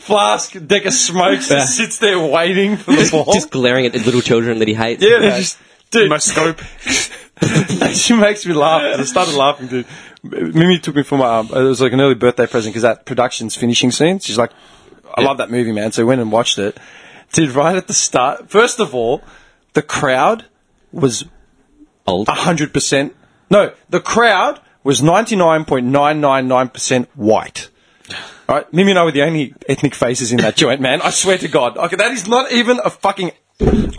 S5: Flask, deck of smokes, just sits there waiting for the ball.
S6: just glaring at the little children that he hates.
S5: yeah, man. dude,
S7: My scope.
S5: she makes me laugh. 'cause I started laughing, dude. Mimi took me for my, um, it was like an early birthday present because that production's finishing soon. She's like, I love that movie, man. So we went and watched it. Dude, right at the start, first of all, the crowd was
S6: Old.
S5: hundred percent. No, the crowd was ninety nine point nine nine nine percent white. All right, Mimi and I were the only ethnic faces in that joint, man. I swear to God. Okay, that is not even a fucking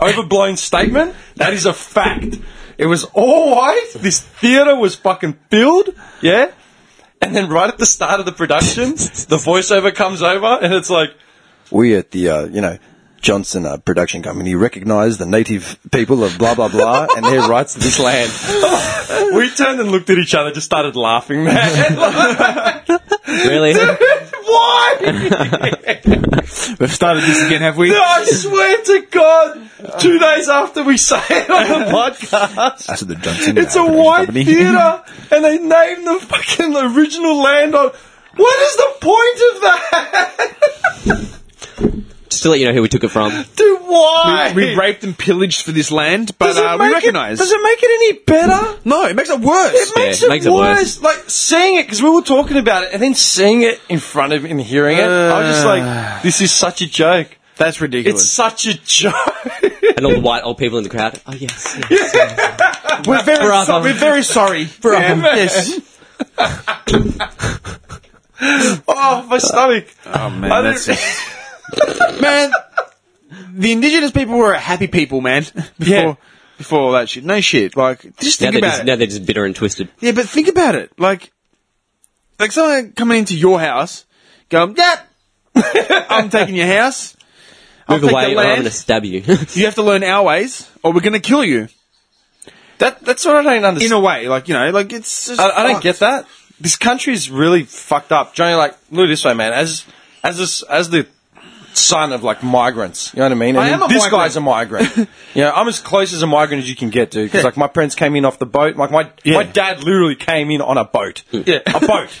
S5: overblown statement. That is a fact. It was all white. This theater was fucking filled. Yeah. And then right at the start of the production, the voiceover comes over and it's like,
S1: we at the uh, you know Johnson uh, production company recognise the native people of blah blah blah and their rights to this land.
S5: we turned and looked at each other, just started laughing, man.
S6: Really?
S5: Why?
S7: We've started this again, have we?
S5: I swear to God, two days after we say it on the podcast,
S7: That's the Johnson.
S5: it's a white theatre, and they name the fucking original land on. What is the point of that?
S6: Just to let you know who we took it from.
S5: Dude, why?
S7: We raped and pillaged for this land, but
S5: Does it
S7: uh, we
S5: make it-
S7: recognise.
S5: does it make it any better?
S7: no, it makes it worse.
S5: It makes, it,
S6: Yeah, it makes it
S5: worse.
S6: worse.
S5: Like seeing it because we were talking about it, and then seeing it in front of me and hearing it, I was just like, "This is such a joke.
S7: That's
S5: It's
S7: ridiculous.
S5: such a joke."
S6: And all the white old people in the crowd. Oh, yes. yes.
S7: we're, very
S6: Brother.
S7: so- we're very sorry.
S6: Yeah,
S7: Yeah, yes.
S5: oh, my stomach!
S7: Oh man,
S5: I
S7: that's
S5: didn't-
S7: man. The indigenous people were a happy people, man. Before,
S5: Yeah.
S7: before all that shit. No shit. Like, just
S6: Now
S7: think
S6: they're
S7: about
S6: just,
S7: it.
S6: now they're just bitter and twisted.
S7: Yeah, but think about it. Like, like someone coming into your house, going, "Yep, I'm taking your house. I'll
S6: Move
S7: take
S6: away
S7: the
S6: or I'm
S7: land.
S6: going to stab you.
S7: You have to learn our ways, or we're gonna kill you."
S5: that, that's what I don't
S7: In
S5: understand.
S7: a way, like you know, like it's. Just
S5: I, I don't
S7: fucked.
S5: get that. This country's really fucked up. Johnny, like, look at it this way, man. As as this, as the son of like migrants, you know what I mean.
S7: I
S5: And
S7: am a
S5: this
S7: migrant.
S5: guy's a migrant. you know, I'm as close as a migrant as you can get, dude. Because
S7: Yeah.
S5: like my parents came in off the boat. Like my my
S7: Yeah.
S5: dad literally came in on a boat. Yeah, a boat.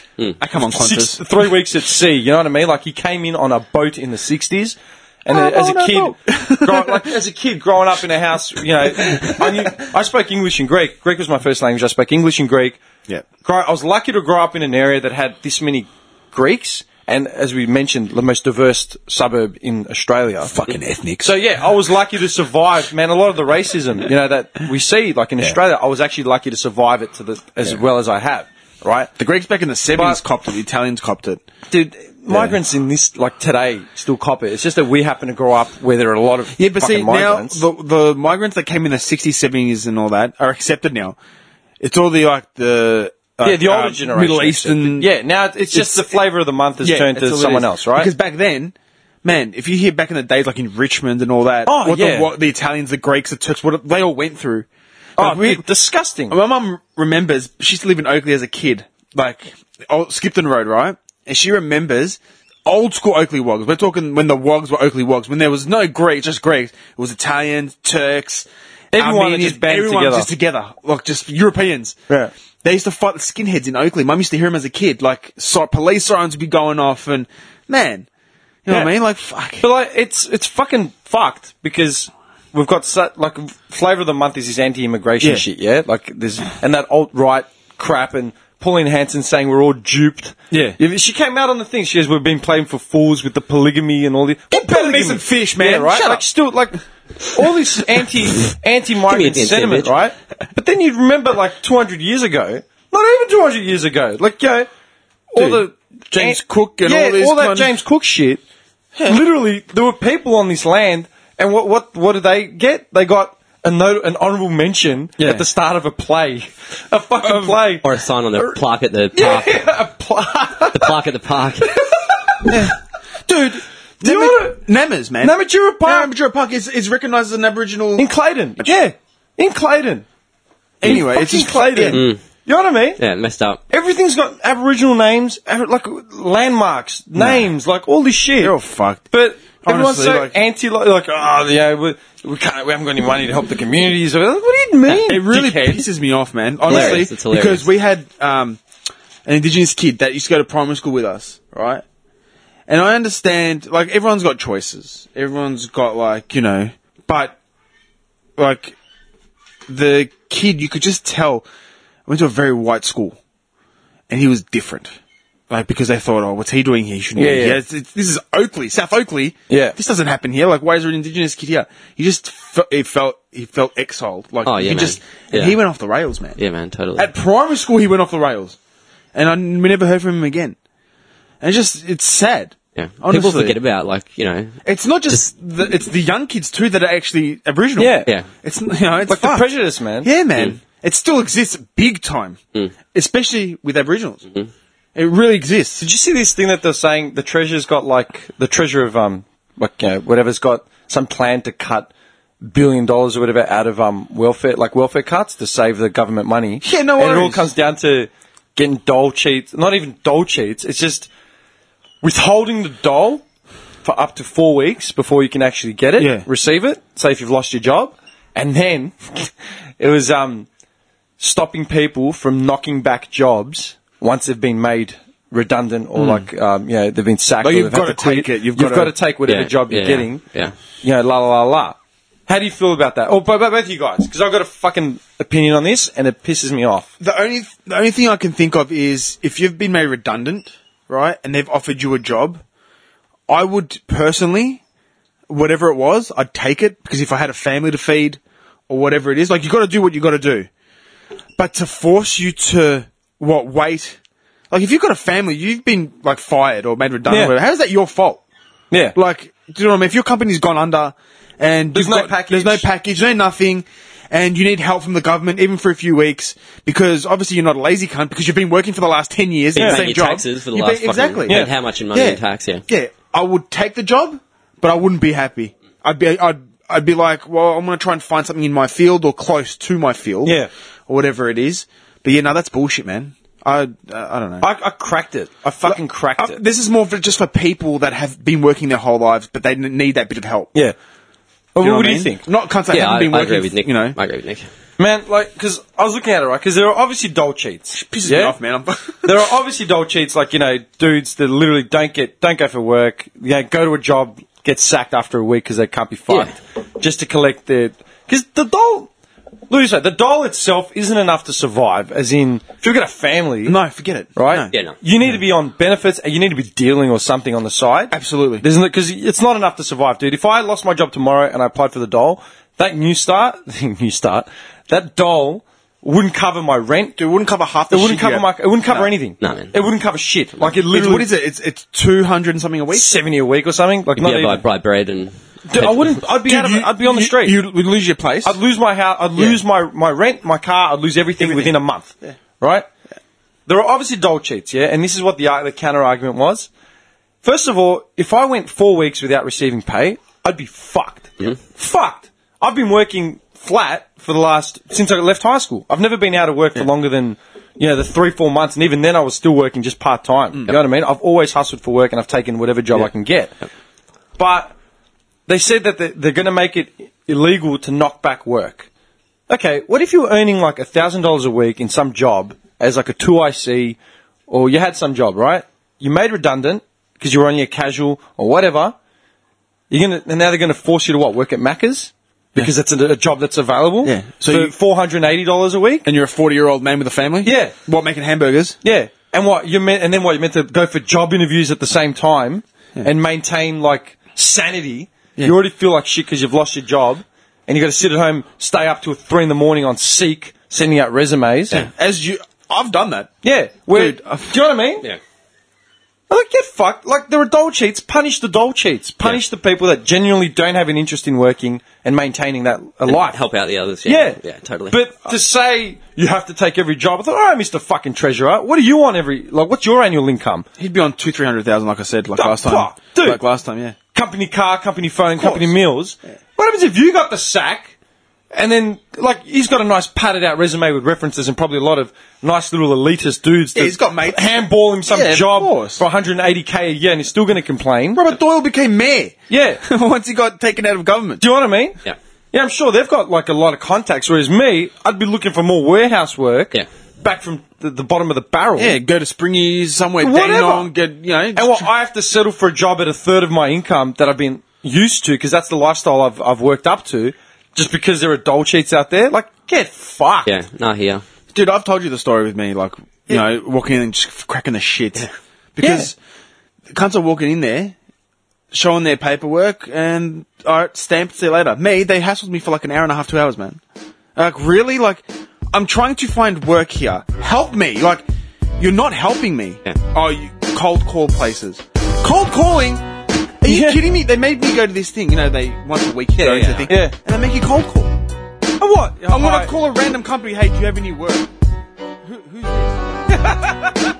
S7: I come on,
S5: six,
S7: Qantas.
S5: three weeks at sea. You know what I mean? Like he came in on a boat in the sixties. And then as a kid, grow, like as a kid growing up in a house, you know, I, knew, I spoke English and Greek. Greek was my first language. I spoke English and Greek.
S7: Yeah.
S5: Grow, I was lucky to grow up in an area that had this many Greeks, and as we mentioned, the most diverse suburb in Australia.
S7: Fucking ethnic.
S5: So yeah, I was lucky to survive, man. A lot of the racism, you know, that we see, like in Australia, I was actually lucky to survive it to the as well as I have, right?
S7: The Greeks back in the seventies
S5: But-
S7: copped it. The Italians copped it.
S5: dude. Migrants in this, like today, still cop it. It's just that we happen to grow up where there are a lot of
S7: Yeah, but
S5: fucking
S7: see
S5: migrants.
S7: now the the migrants that came in the sixties, seventies, and all that are accepted now. It's all the like the uh,
S5: yeah, the older
S7: um,
S5: generation,
S7: Middle Eastern.
S5: Yeah, now it's, it's just the flavour of the month has
S7: Yeah,
S5: turned
S7: that's
S5: to
S7: all it
S5: someone
S7: is.
S5: else, right?
S7: Because back then, man, if you hear back in the days, like in Richmond and all that,
S5: Oh,
S7: what,
S5: yeah.
S7: the, what the Italians, the Greeks, the Turks, what they all went through.
S5: oh,
S7: Like, we-
S5: dude, disgusting.
S7: my mum remembers she used to live in Oakley as a kid, like old Skipton Road, right? And she remembers old school Oakley wogs. We're talking when the wogs were Oakley wogs, when there was no Greeks, just Greeks. It was Italians, Turks,
S5: Everyone
S7: Armenians,
S5: just banded
S7: everyone
S5: together.
S7: just together, like just Europeans.
S5: Yeah.
S7: They used to fight the skinheads in Oakley. Mum used to hear them as a kid, like so, police sirens would be going off, and man, you know what
S5: Yeah.
S7: I mean? Like fuck.
S5: But like, it's it's fucking fucked because we've got su- like flavor of the month is this anti-immigration
S7: Yeah.
S5: shit, yeah. Like there's and that alt right crap and Pauline Hanson saying we're all duped.
S7: Yeah.
S5: If- she came out on the thing. She goes, "We've been playing for fools with the polygamy and all this." What
S7: better than me some fish, man.
S5: Yeah, right?
S7: Shut
S5: like
S7: up.
S5: still like. All this anti anti migrant
S6: Give me a damn
S5: sentiment,
S6: sandwich.
S5: right? But then you remember, like two hundred years ago, not even two hundred years ago, like you know, all
S7: Dude,
S5: the
S7: James
S5: an-
S7: Cook and
S5: yeah,
S7: all this
S5: all that
S7: kind-
S5: James Cook shit. Literally, there were people on this land, and what what what did they get? They got a note, an honourable mention
S7: Yeah.
S5: at the start of a play, a fucking play.
S6: or a sign on the plaque at the
S5: yeah,
S6: park.
S5: a play.
S6: The plaque at the park.
S7: dude.
S5: Do you wanna-
S7: Namas, man.
S5: Namatjira Park
S7: Namatjira Park is, is recognised as an Aboriginal.
S5: in Clayton. Yeah, in Clayton.
S7: Anyway,
S5: Fucking
S7: it's just
S5: Clayton.
S7: yeah.
S5: You know what I mean?
S6: Yeah, messed up.
S5: Everything's got Aboriginal names, ab- like landmarks, names, like all this shit.
S7: You're all fucked.
S5: But everyone's
S7: Honestly,
S5: so
S7: like-
S5: anti, like, like, oh yeah, we, we can't, we haven't got any money to help the communities. What do you mean?
S7: It really
S5: dickhead?
S7: pisses me off, man. Honestly,
S6: Hilarious, it's hilarious.
S7: because we had um, an indigenous kid that used to go to primary school with us, right? And I understand, like everyone's got choices. Everyone's got like you know, but like the kid, you could just tell. I went to a very white school, and he was different. Like because they thought, oh, what's he doing here? He shouldn't
S5: Yeah,
S7: be
S5: yeah.
S7: here. It's, it's, this is Oakley, South Oakley.
S5: Yeah.
S7: this doesn't happen here. Like, why is there an indigenous kid here? He just fe- he felt he felt exiled. Like,
S6: Oh,
S7: you
S6: yeah,
S7: could
S6: man.
S7: just and
S6: Yeah.
S7: he went off the rails, man.
S6: Yeah, man, totally.
S7: At primary school, he went off the rails, and I n- we never heard from him again. And it's just, it's sad.
S6: Yeah.
S7: Honestly.
S6: People forget about, like, you know,
S7: It's not just, the, it's the young kids too that are actually Aboriginal.
S5: Yeah.
S6: Yeah.
S7: It's, you know, it's
S5: Like the
S7: fucked.
S5: prejudice, man. Mm.
S7: Yeah, man. It still exists big time. Especially with Aboriginals.
S5: Mm-hmm.
S7: It really exists.
S5: Did you see this thing that they're saying the treasure's got like the treasure of um like you know, whatever's got some plan to cut billion dollars or whatever out of um welfare like welfare cuts to save the government money.
S7: Yeah, no
S5: And it all
S7: worries.
S5: comes down to getting dole cheats not even dole cheats, it's just withholding the dole for up to four weeks before you can actually get it,
S7: Yeah.
S5: receive it, say if you've lost your job. And then it was um stopping people from knocking back jobs once they've been made redundant or like um, you know they've been sacked.
S7: Like,
S5: or
S7: you've
S5: they've had
S7: gotta
S5: quit.
S7: take it. You've
S5: got,
S7: gotta-
S5: to, take whatever
S6: yeah,
S5: job you're
S6: yeah,
S5: getting.
S6: Yeah.
S5: You know, la la la la. How do you feel about that? Oh, by, by both you guys, because I've got a fucking opinion on this, and it pisses me off.
S7: The only, the only thing I can think of is if you've been made redundant, right, and they've offered you a job, I would personally, whatever it was, I'd take it because if I had a family to feed or whatever it is, like you got to do what you got to do. But to force you to what wait, like if you've got a family, you've been like fired or made redundant.
S5: Yeah.
S7: or whatever, How is that your fault?
S5: Yeah,
S7: Like, do you know what I mean? If your company's gone under and
S5: There's
S7: you've
S5: no
S7: got-
S5: package.
S7: there's no package, no nothing, and you need help from the government even for a few weeks because obviously you're not a lazy cunt because you've been working for the last ten years in
S6: yeah.
S7: the
S6: paying
S7: same
S6: your
S7: job.
S6: taxes for the
S7: You
S6: last
S7: pay- exactly.
S6: fucking, yeah. how much in money in tax, yeah.
S7: Yeah, I would take the job, but I wouldn't be happy. I'd be, I'd, I'd be like, well, I'm going to try and find something in my field or close to my field,
S5: Yeah.
S7: or whatever it is. But yeah, no, that's bullshit, man. I, I don't know.
S5: I, I cracked it. I fucking cracked
S7: Uh,
S5: it.
S7: This is more for just for people that have been working their whole lives, but they n- need that bit of help.
S5: yeah. Well,
S7: You know
S5: what do
S7: I
S5: you
S7: mean?
S5: think?
S7: Not cunts that
S6: Yeah, I,
S7: haven't been
S6: I
S7: working.
S6: agree with Nick.
S7: You know,
S6: I agree with Nick.
S5: Man, like, because I was looking at it, right? Because there are obviously dole cheats.
S7: pisses me
S5: Yeah?
S7: off, man. I'm
S5: there are obviously dole cheats, like you know, dudes that literally don't get don't go for work. You know, go to a job, get sacked after a week because they can't be fucked, just to collect their because the dole. Lose the dole itself isn't enough to survive. As in, if you've got a family,
S7: no, forget it.
S5: right?
S7: No.
S6: Yeah, no.
S5: You need to be on benefits and you need to be dealing or something on the side.
S7: Absolutely.
S5: There's no, cause it's not enough to survive, dude. If I lost my job tomorrow and I applied for the dole, that new start, new start, that dole wouldn't cover my rent.
S7: Dude, it wouldn't cover half. The
S5: It wouldn't
S7: shit
S5: cover
S7: you
S5: my,
S7: have.
S5: it wouldn't cover
S7: No.
S5: anything.
S6: No, man.
S5: It wouldn't cover shit. Like it
S7: It's,
S5: literally,
S7: what is it? It's it's two hundred and something a week.
S5: 70 a week or something. Like not
S6: yeah, buy,
S5: even,
S6: buy bread and.
S5: dude, I wouldn't, I'd be out of,
S7: you-
S5: I'd be on the
S7: you-
S5: street.
S7: You, would lose your place.
S5: I'd lose my house. I'd lose my, my rent, my car. I'd lose everything, within a month. Right? There are obviously dole cheats, yeah, and this is what the, ar- the counter argument was. First of all, if I went four weeks without receiving pay, I'd be fucked. Fucked. I've been working flat for the last since I left high school. I've never been out of work for longer than you know the three four months, and even then I was still working just part time. You know what I mean? I've always hustled for work, and I've taken whatever job I can get. But they said that they- they're going to make it illegal to knock back work. Okay, what if you were earning like thousand dollars a week in some job as like a two IC, or you had some job, right? You made redundant because you were on your casual or whatever. You're gonna and now they're gonna force you to what work at Macca's because it's a, a job that's available.
S7: Yeah.
S5: So
S7: So
S5: for
S7: you-
S5: four hundred and eighty dollars a week.
S7: and you're a forty-year-old man with a family.
S5: Yeah.
S7: What making hamburgers?
S5: Yeah. And what you meant, and then what you meant to go for job interviews at the same time and maintain like sanity. You already feel like shit because you've lost your job, and you got to sit at home, stay up till three in the morning on Seek, sending out resumes. Yeah.
S7: As you, I've done that.
S5: where,
S7: Dude,
S5: do
S7: I-
S5: you know what I mean?
S6: Yeah.
S5: Like get fucked. Like there are dole cheats. Punish the dole cheats. Punish the people that genuinely don't have an interest in working and maintaining that a life.
S6: Help out the others.
S5: Yeah.
S6: Yeah. Yeah, totally.
S5: But to say you have to take every job, I thought, all right, Mr. fucking treasurer, what do you want every, like, what's your annual income?
S7: He'd be on two, three hundred thousand, like I said, like
S5: Oh,
S7: last time.
S5: fuck, dude.
S7: Like last time, yeah.
S5: company car, company phone, company meals. What happens if you got the sack and then, like, he's got a nice padded out resume with references and probably a lot of nice little elitist dudes that
S7: Yeah, he's got mates.
S5: handball him some
S7: Yeah, of
S5: job
S7: course.
S5: for 180k a year and he's still going to complain.
S7: Robert Doyle became mayor.
S5: Yeah. Do
S7: Once he got taken out of government.
S5: you know what I mean?
S6: Yeah.
S5: Yeah, I'm sure they've got, like, a lot of contacts, whereas me, I'd be looking for more warehouse work
S6: Yeah.
S5: back from the, the bottom of the barrel.
S7: Yeah, go to Springies somewhere.
S5: Whatever.
S7: Dandenong, get you know.
S5: And what I have to settle for a job at a third of my income that I've been used to because that's the lifestyle I've, I've worked up to, just because there are dole sheets out there. Like, get fucked.
S6: yeah, nah, here.
S7: Dude, I've told you the story with me, like, you know, walking in and just cracking the shit. Because the cunts are walking in there, showing their paperwork, and, alright, stamped, see you later. Me, they hassled me for like an hour and a half, two hours, man. Like, really? Like, I'm trying to find work here. Help me! Like, You're not helping me.
S6: Yeah.
S7: Oh, you cold call places. Cold calling? Are you
S5: Yeah.
S7: kidding me? They made me go to this thing. You know, they once a week you go
S5: yeah,
S7: to the thing,
S5: yeah.
S7: and they make you cold call. Oh, And what? I'm
S5: I-
S7: gonna call a random company. Hey, do you have any work? Who, who's this?